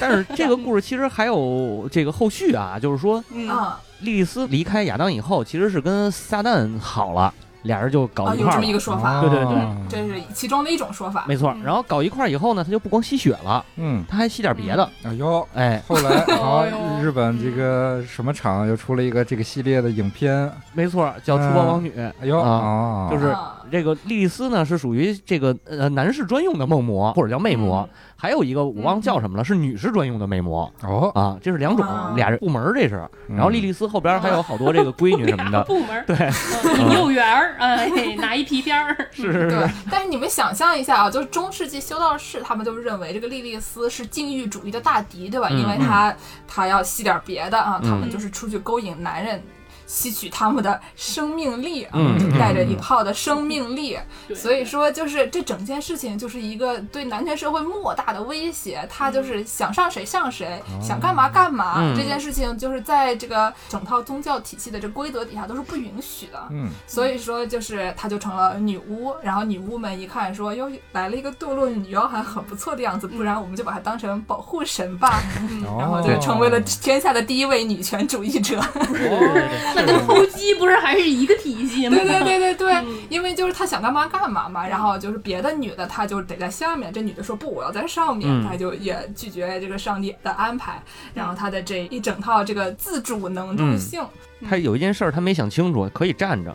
[SPEAKER 4] 但是这个故事其实还有这个后续啊，就是说
[SPEAKER 3] 嗯，
[SPEAKER 2] 啊
[SPEAKER 4] 莉莉丝离开亚当以后，其实是跟撒旦好了，俩人就搞
[SPEAKER 2] 啊，
[SPEAKER 4] 一
[SPEAKER 2] 有
[SPEAKER 4] 块
[SPEAKER 2] 这
[SPEAKER 4] 儿
[SPEAKER 2] 么一
[SPEAKER 4] 了，
[SPEAKER 2] 个嗯说法，
[SPEAKER 4] 对对对
[SPEAKER 5] 啊
[SPEAKER 2] 这是其中的一种说法。
[SPEAKER 4] 没错。然后搞一块儿以后呢，他就不光吸血了，
[SPEAKER 5] 嗯，
[SPEAKER 4] 他还吸点别的，
[SPEAKER 5] 哎呦，
[SPEAKER 2] 嗯
[SPEAKER 4] 哎，
[SPEAKER 5] 后 来好
[SPEAKER 3] 哎呦
[SPEAKER 5] 像日本这个什么厂又出了一个这个系列的影片，
[SPEAKER 4] 没错，叫《粗暴王女》。
[SPEAKER 5] 哎呦
[SPEAKER 4] 啊
[SPEAKER 5] 啊，
[SPEAKER 4] 就是
[SPEAKER 2] 啊
[SPEAKER 4] 这个莉莉丝呢，是属于这个呃男士专用的魅
[SPEAKER 2] 嗯
[SPEAKER 4] 魔，或者叫魅魔，还有一个我忘了叫什么了，是女士专用的魅魔
[SPEAKER 5] 哦，
[SPEAKER 4] 啊，这是两
[SPEAKER 2] 啊
[SPEAKER 4] 种俩人部门儿这是。
[SPEAKER 5] 嗯
[SPEAKER 4] 然后莉莉丝后边还有好多这个闺女什么
[SPEAKER 3] 俩
[SPEAKER 4] 的，
[SPEAKER 3] 部门儿，
[SPEAKER 4] 对，
[SPEAKER 3] 嗯幼园儿，哎，拿一皮鞭儿，
[SPEAKER 4] 是是
[SPEAKER 2] 对
[SPEAKER 4] 是，，
[SPEAKER 2] 但是你们想象一下啊，就是中世纪修道士，他们就认为这个莉莉丝是禁欲主义的大敌，对吧？
[SPEAKER 4] 嗯
[SPEAKER 2] 因为她她要吸点别的啊，
[SPEAKER 4] 嗯
[SPEAKER 2] 他们就是出去勾引男人。吸取他们的生命力啊，
[SPEAKER 4] 嗯嗯
[SPEAKER 2] 带着引号的生命力。
[SPEAKER 3] 对
[SPEAKER 2] 所以说，就是这整件事情就是一个对男权社会莫大的威胁。他
[SPEAKER 3] 嗯
[SPEAKER 2] 就是想上谁上谁，
[SPEAKER 3] 哦
[SPEAKER 2] 想干嘛干嘛。
[SPEAKER 4] 嗯
[SPEAKER 2] 这件事情就是在这个整套宗教体系的这规则底下都是不允许的。
[SPEAKER 5] 嗯，
[SPEAKER 2] 所以说，就是她就成了女巫，然后女巫们一看说，哟，来了一个堕落女妖，还很不错的样子，不
[SPEAKER 3] 嗯
[SPEAKER 2] 然我们就把她当成保护神吧，嗯
[SPEAKER 5] 哦
[SPEAKER 3] 哦
[SPEAKER 2] 然后就成为了天下的第一位女权主义者。
[SPEAKER 4] 嗯
[SPEAKER 3] 那跟偷鸡不是还是一个体系吗？
[SPEAKER 2] 对对对对对
[SPEAKER 3] 嗯，
[SPEAKER 2] 因为就是她想干嘛干嘛嘛，然后就是别的女的她就得在下面，这女的说不，我要在上面
[SPEAKER 4] 嗯，
[SPEAKER 2] 她就也拒绝这个上帝的安排，
[SPEAKER 3] 嗯
[SPEAKER 2] 然后她的这一整套这个自主能动性，
[SPEAKER 3] 嗯
[SPEAKER 4] 他有一件事儿他没想清楚，可以站着。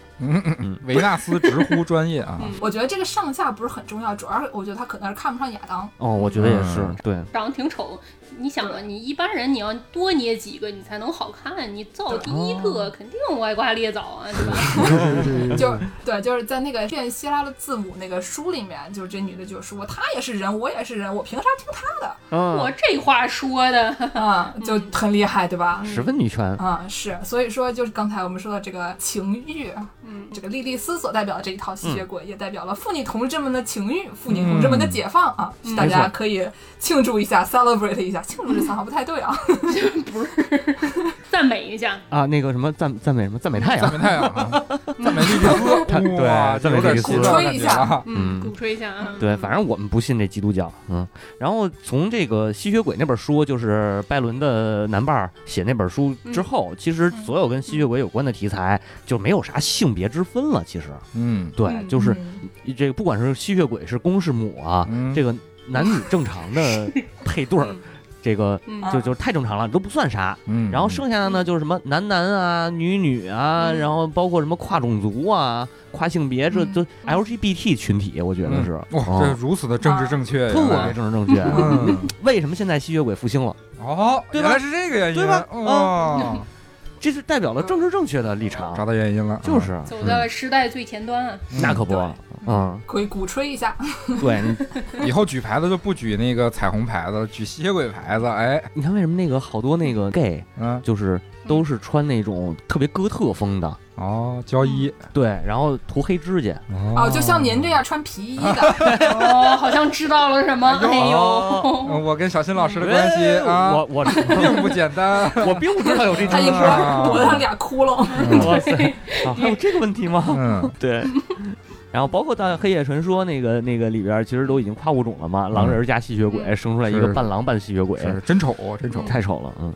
[SPEAKER 5] 维纳斯直呼专业啊，
[SPEAKER 3] 嗯
[SPEAKER 2] 我觉得这个上下不是很重要，主要是我觉得她可能是看不上亚当。
[SPEAKER 4] 哦，我觉得也是
[SPEAKER 5] 嗯，
[SPEAKER 4] 对，
[SPEAKER 3] 长得挺丑，你想啊，你一般人你要多捏几个，你才能好看。你造第一个，
[SPEAKER 4] 哦
[SPEAKER 3] 肯定歪瓜裂枣啊，对吧？ 嗯
[SPEAKER 2] 就是对，就是在那个《变希拉的字母》那个书里面，就是这女的就说，她也是人，我也是人，我凭啥听
[SPEAKER 4] 嗯，
[SPEAKER 3] 我这话说的，
[SPEAKER 2] 她？啊，
[SPEAKER 3] 嗯
[SPEAKER 2] 就很厉害，对吧？
[SPEAKER 4] 十分女权，
[SPEAKER 2] 啊、是，所以说就是刚才我们说的这个情欲，
[SPEAKER 3] 嗯，
[SPEAKER 2] 这个莉莉丝所代表的这一套
[SPEAKER 4] 嗯
[SPEAKER 2] 吸血鬼，也代表了妇女同志们的情欲、妇女同志们的解放啊，
[SPEAKER 3] 嗯
[SPEAKER 2] 大
[SPEAKER 4] 没
[SPEAKER 2] 家
[SPEAKER 4] 错
[SPEAKER 2] 可以庆祝一下，celebrate 一下，庆祝这词好像不太对啊，
[SPEAKER 3] 不是嗯 赞美一下，
[SPEAKER 4] 啊，那个什么赞赞美什么赞美太
[SPEAKER 5] 赞
[SPEAKER 4] 阳，
[SPEAKER 5] 美太阳 啊，赞美莉莉丝，
[SPEAKER 4] 他对
[SPEAKER 5] 哇
[SPEAKER 4] 赞美
[SPEAKER 5] 有点
[SPEAKER 4] 莉莉丝
[SPEAKER 5] 抽象感觉啊，
[SPEAKER 3] 嗯，
[SPEAKER 4] 嗯
[SPEAKER 3] 鼓吹一下啊。
[SPEAKER 4] 对，反正我们不信这基督教，嗯。然后从这个吸血鬼那本书，就是拜伦的男伴儿写那本书之后，其实所有跟吸血鬼有关的题材就没有啥性别之分了。其实，
[SPEAKER 5] 嗯，
[SPEAKER 4] 对，
[SPEAKER 3] 嗯
[SPEAKER 4] 就是
[SPEAKER 2] 嗯
[SPEAKER 4] 这个不管是吸血鬼是公是母啊，
[SPEAKER 5] 嗯
[SPEAKER 4] 这个男女正常的配对儿
[SPEAKER 3] 嗯，
[SPEAKER 4] 这个
[SPEAKER 3] 嗯
[SPEAKER 4] 就就太正常了，都不算啥。
[SPEAKER 5] 嗯，
[SPEAKER 4] 然后剩下的呢，就是什么男男啊、女女啊，
[SPEAKER 3] 嗯
[SPEAKER 4] 然后包括什么跨种族啊、跨性别，这
[SPEAKER 2] 嗯
[SPEAKER 4] 都 LGBT 群体，我觉得是
[SPEAKER 5] 嗯哇，
[SPEAKER 4] 哦啊
[SPEAKER 5] 这如此的政治正确呀，
[SPEAKER 4] 特别政治正确。
[SPEAKER 5] 嗯，
[SPEAKER 4] 为什么现在吸血鬼复兴了？
[SPEAKER 5] 哦，
[SPEAKER 4] 对
[SPEAKER 5] 原
[SPEAKER 4] 吧
[SPEAKER 5] 来是这个原因，
[SPEAKER 4] 对吧嗯
[SPEAKER 5] 哦，
[SPEAKER 4] 这是代表了政治正确的立
[SPEAKER 5] 嗯找
[SPEAKER 4] 场，
[SPEAKER 5] 到原因了，
[SPEAKER 4] 就是
[SPEAKER 3] 走在了时代最前端啊，
[SPEAKER 5] 嗯
[SPEAKER 4] 那可不，嗯，
[SPEAKER 2] 可以鼓吹一下，
[SPEAKER 4] 对，你
[SPEAKER 5] 以后举牌子就不举那个彩虹牌子了，举吸血鬼牌子，哎，
[SPEAKER 4] 你看为什么那个好多那个 gay
[SPEAKER 5] 嗯，
[SPEAKER 4] 就是都是穿那种特别哥特风的，
[SPEAKER 5] 哦，交一，
[SPEAKER 4] 对，然后涂黑指甲，
[SPEAKER 2] 哦，就像您这样穿皮衣的，
[SPEAKER 3] 哦，好像知道了什么，
[SPEAKER 5] 哎呦
[SPEAKER 3] 哎
[SPEAKER 5] 呃，
[SPEAKER 4] 哦
[SPEAKER 3] 呦，
[SPEAKER 5] 我跟小新老师的关系
[SPEAKER 4] 哎
[SPEAKER 5] 啊
[SPEAKER 4] 我， 我
[SPEAKER 5] 并不简 单，
[SPEAKER 4] 我并不知道有这
[SPEAKER 2] 他一
[SPEAKER 4] 题
[SPEAKER 2] 会
[SPEAKER 4] 目，
[SPEAKER 2] 儿 躲上俩窟窿。
[SPEAKER 4] 哇塞，啊还有这个问题吗？
[SPEAKER 5] 嗯，
[SPEAKER 4] 对。然后包括到《黑夜传说》那个那个里边，其实都已经跨物种了嘛，狼人加吸血鬼，
[SPEAKER 3] 嗯
[SPEAKER 4] 生出来一
[SPEAKER 5] 是
[SPEAKER 4] 个
[SPEAKER 5] 是
[SPEAKER 4] 半狼半吸血鬼，
[SPEAKER 5] 是真丑，真丑，
[SPEAKER 4] 太丑了，嗯。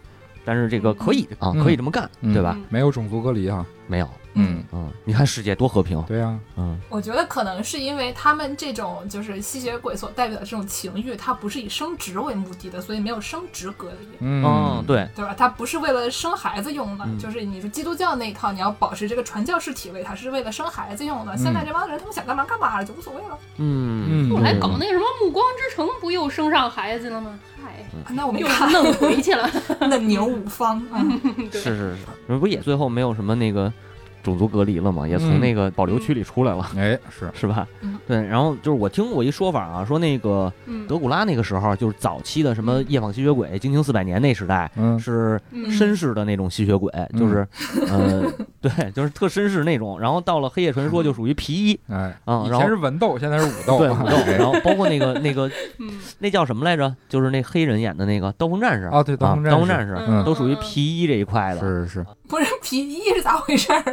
[SPEAKER 4] 但是这个可以啊，
[SPEAKER 5] 嗯
[SPEAKER 4] 可以这么干，
[SPEAKER 5] 嗯
[SPEAKER 4] 对吧？
[SPEAKER 5] 没有种族隔离啊，
[SPEAKER 4] 没有，
[SPEAKER 5] 嗯，
[SPEAKER 4] 嗯，你看世界多和平，
[SPEAKER 5] 对呀，
[SPEAKER 4] 嗯，
[SPEAKER 2] 我觉得可能是因为他们这种就是吸血鬼所代表的这种情欲，它不是以生殖为目的的，所以没有生殖隔离，
[SPEAKER 5] 嗯
[SPEAKER 4] 哦，，对，
[SPEAKER 2] 对吧？它不是为了生孩子用的，
[SPEAKER 4] 嗯
[SPEAKER 2] 就是你说基督教那一套，你要保持这个传教士体位，它是为了生孩子用的。现在这帮人他们想干嘛干嘛了，就无所谓了。
[SPEAKER 4] 嗯
[SPEAKER 5] 嗯，
[SPEAKER 3] 后来哎搞那个什么《暮光之城》，不又生上孩子了吗？嗨，
[SPEAKER 2] 啊那我们
[SPEAKER 3] 又
[SPEAKER 2] 又看
[SPEAKER 3] 弄回去了。
[SPEAKER 2] 嫩牛五方 啊，
[SPEAKER 4] 是
[SPEAKER 3] 对
[SPEAKER 4] 是是，不也最后没有什么那个种族隔离了吗？也从
[SPEAKER 5] 嗯
[SPEAKER 4] 那个保留区里出来了，
[SPEAKER 5] 哎，是，
[SPEAKER 4] 是吧
[SPEAKER 2] 嗯？
[SPEAKER 4] 对，然后就是我听过一说法啊，说那个
[SPEAKER 3] 嗯
[SPEAKER 4] 德古拉那个时候就是早期的什么夜访吸血鬼、惊情四百年那时代，
[SPEAKER 5] 嗯，
[SPEAKER 4] 是
[SPEAKER 3] 嗯
[SPEAKER 4] 绅士的那种吸血鬼，就是， 呃，对，就是特绅士那种。然后到了黑夜传说就属于皮衣，
[SPEAKER 5] 哎，
[SPEAKER 4] 啊
[SPEAKER 5] 以
[SPEAKER 4] 然
[SPEAKER 5] 前
[SPEAKER 4] 后
[SPEAKER 5] 是文斗，现在是武斗，
[SPEAKER 4] 对，武斗。
[SPEAKER 5] 哎
[SPEAKER 4] 然后包括那个那个
[SPEAKER 3] 嗯
[SPEAKER 4] 那叫什么来着？就是那黑人演的那个刀锋战士
[SPEAKER 5] 啊对刀锋战士
[SPEAKER 4] 刀锋战士
[SPEAKER 5] 嗯
[SPEAKER 4] 都属于，皮衣这一块的。
[SPEAKER 5] 是是，
[SPEAKER 2] 不是皮衣是咋回事儿？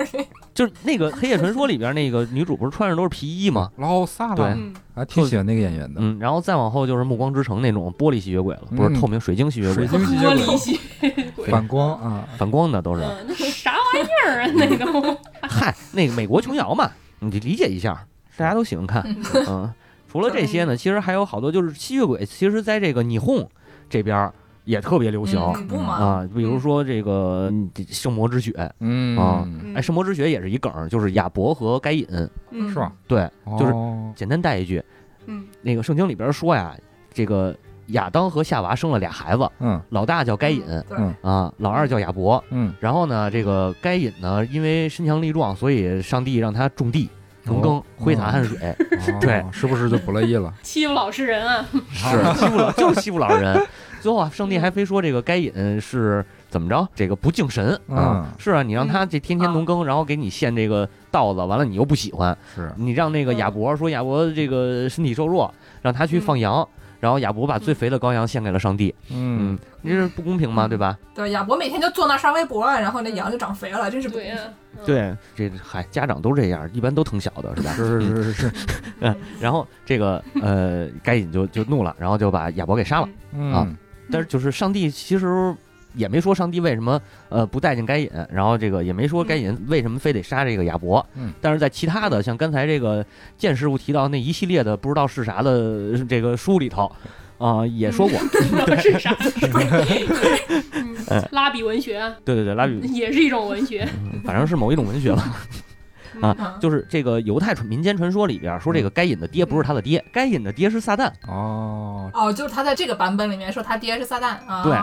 [SPEAKER 4] 就是那个《黑夜传说》里边那个女主不是穿着都是皮衣吗？
[SPEAKER 5] 老萨
[SPEAKER 4] 对
[SPEAKER 5] 了，
[SPEAKER 3] 嗯
[SPEAKER 5] 还挺喜欢那个演员的，
[SPEAKER 4] 嗯，然后再往后就是《暮光之城》那种玻璃吸血鬼了，
[SPEAKER 5] 嗯
[SPEAKER 4] 不是透明水晶吸血
[SPEAKER 5] 水
[SPEAKER 4] 鬼，
[SPEAKER 5] 晶吸血
[SPEAKER 3] 玻璃
[SPEAKER 5] 鬼，
[SPEAKER 3] 吸血鬼，
[SPEAKER 5] 反光啊，
[SPEAKER 4] 反光的都是。
[SPEAKER 3] 嗯，那啥玩意儿啊？那都
[SPEAKER 4] 嗨，那个美国琼瑶嘛，你理解一下，大家都喜欢看。嗯，除了这些呢，其实还有好多就是吸血鬼，其实在这个霓虹这边儿也特别流行。
[SPEAKER 2] 嗯恐怖吗？
[SPEAKER 4] 啊，比如说这个嗯圣魔之血，
[SPEAKER 5] 嗯
[SPEAKER 4] 啊
[SPEAKER 3] 嗯
[SPEAKER 4] 哎，圣魔之血也是一梗儿，就是亚伯和该隐。
[SPEAKER 3] 嗯
[SPEAKER 5] 是吧？
[SPEAKER 4] 对，就是
[SPEAKER 5] 是
[SPEAKER 4] 简单带一句，
[SPEAKER 3] 嗯
[SPEAKER 4] 那个圣经里边说呀，这个亚当和夏娃生了俩孩子，
[SPEAKER 5] 嗯
[SPEAKER 4] 老大叫该隐
[SPEAKER 2] 对，
[SPEAKER 5] 嗯
[SPEAKER 4] 啊，老二叫亚伯。
[SPEAKER 5] 嗯，
[SPEAKER 4] 然后呢，这个该隐呢，因为身强力壮，所以上帝让他种地、农耕
[SPEAKER 5] 哦、
[SPEAKER 4] 挥洒 汗水，
[SPEAKER 5] 哦
[SPEAKER 4] 对
[SPEAKER 5] 是不是就不乐意了？
[SPEAKER 3] 欺负老实人啊！
[SPEAKER 4] 是欺负老就是欺负老实人。最后啊，圣帝还非说这个该隐是怎么着，这个不敬神啊
[SPEAKER 5] 嗯。
[SPEAKER 4] 是啊，你让他这天天农耕，然后给你献这个稻子，完了你又不喜欢，
[SPEAKER 5] 是
[SPEAKER 4] 你让那个亚伯说亚伯这个身体瘦弱，让他去放
[SPEAKER 5] 嗯
[SPEAKER 4] 羊。然后亚伯把最肥的羔羊献给了上帝， 嗯，你这是不公平
[SPEAKER 5] 嗯
[SPEAKER 4] 嘛，对吧？
[SPEAKER 2] 对，亚伯每天就坐那儿刷微博，啊然后那羊就长肥了，真是不
[SPEAKER 3] 对呀，嗯，
[SPEAKER 4] 对，这嗨，家长都这样，一般都疼小的，是吧？
[SPEAKER 5] 是是是是，
[SPEAKER 4] 嗯，然后这个呃，该隐就就怒了，然后就把亚伯给杀了。
[SPEAKER 5] 嗯
[SPEAKER 4] 但是就是上帝其实也没说上帝为什么呃不待见该隐，然后这个也没说该隐为什么非得杀这个亚伯。
[SPEAKER 5] 嗯，
[SPEAKER 4] 但是在其他的像刚才这个剑师傅提到那一系列的不知道是啥的呃这个书里头。啊、也说 过，
[SPEAKER 3] 不是 啥，嗯拉比文学啊
[SPEAKER 4] 对对对，拉比，
[SPEAKER 3] 也是一种文学，
[SPEAKER 5] 嗯
[SPEAKER 4] 反正是某一种文学吧。啊，
[SPEAKER 2] 嗯
[SPEAKER 4] 就是这个犹太传民间传说里边
[SPEAKER 5] 嗯
[SPEAKER 4] 说，这个该隐的爹不是他的爹，该隐的爹是撒旦。
[SPEAKER 5] 哦，
[SPEAKER 2] 哦，就是他在这个版本里面说他爹是撒旦啊，
[SPEAKER 4] 对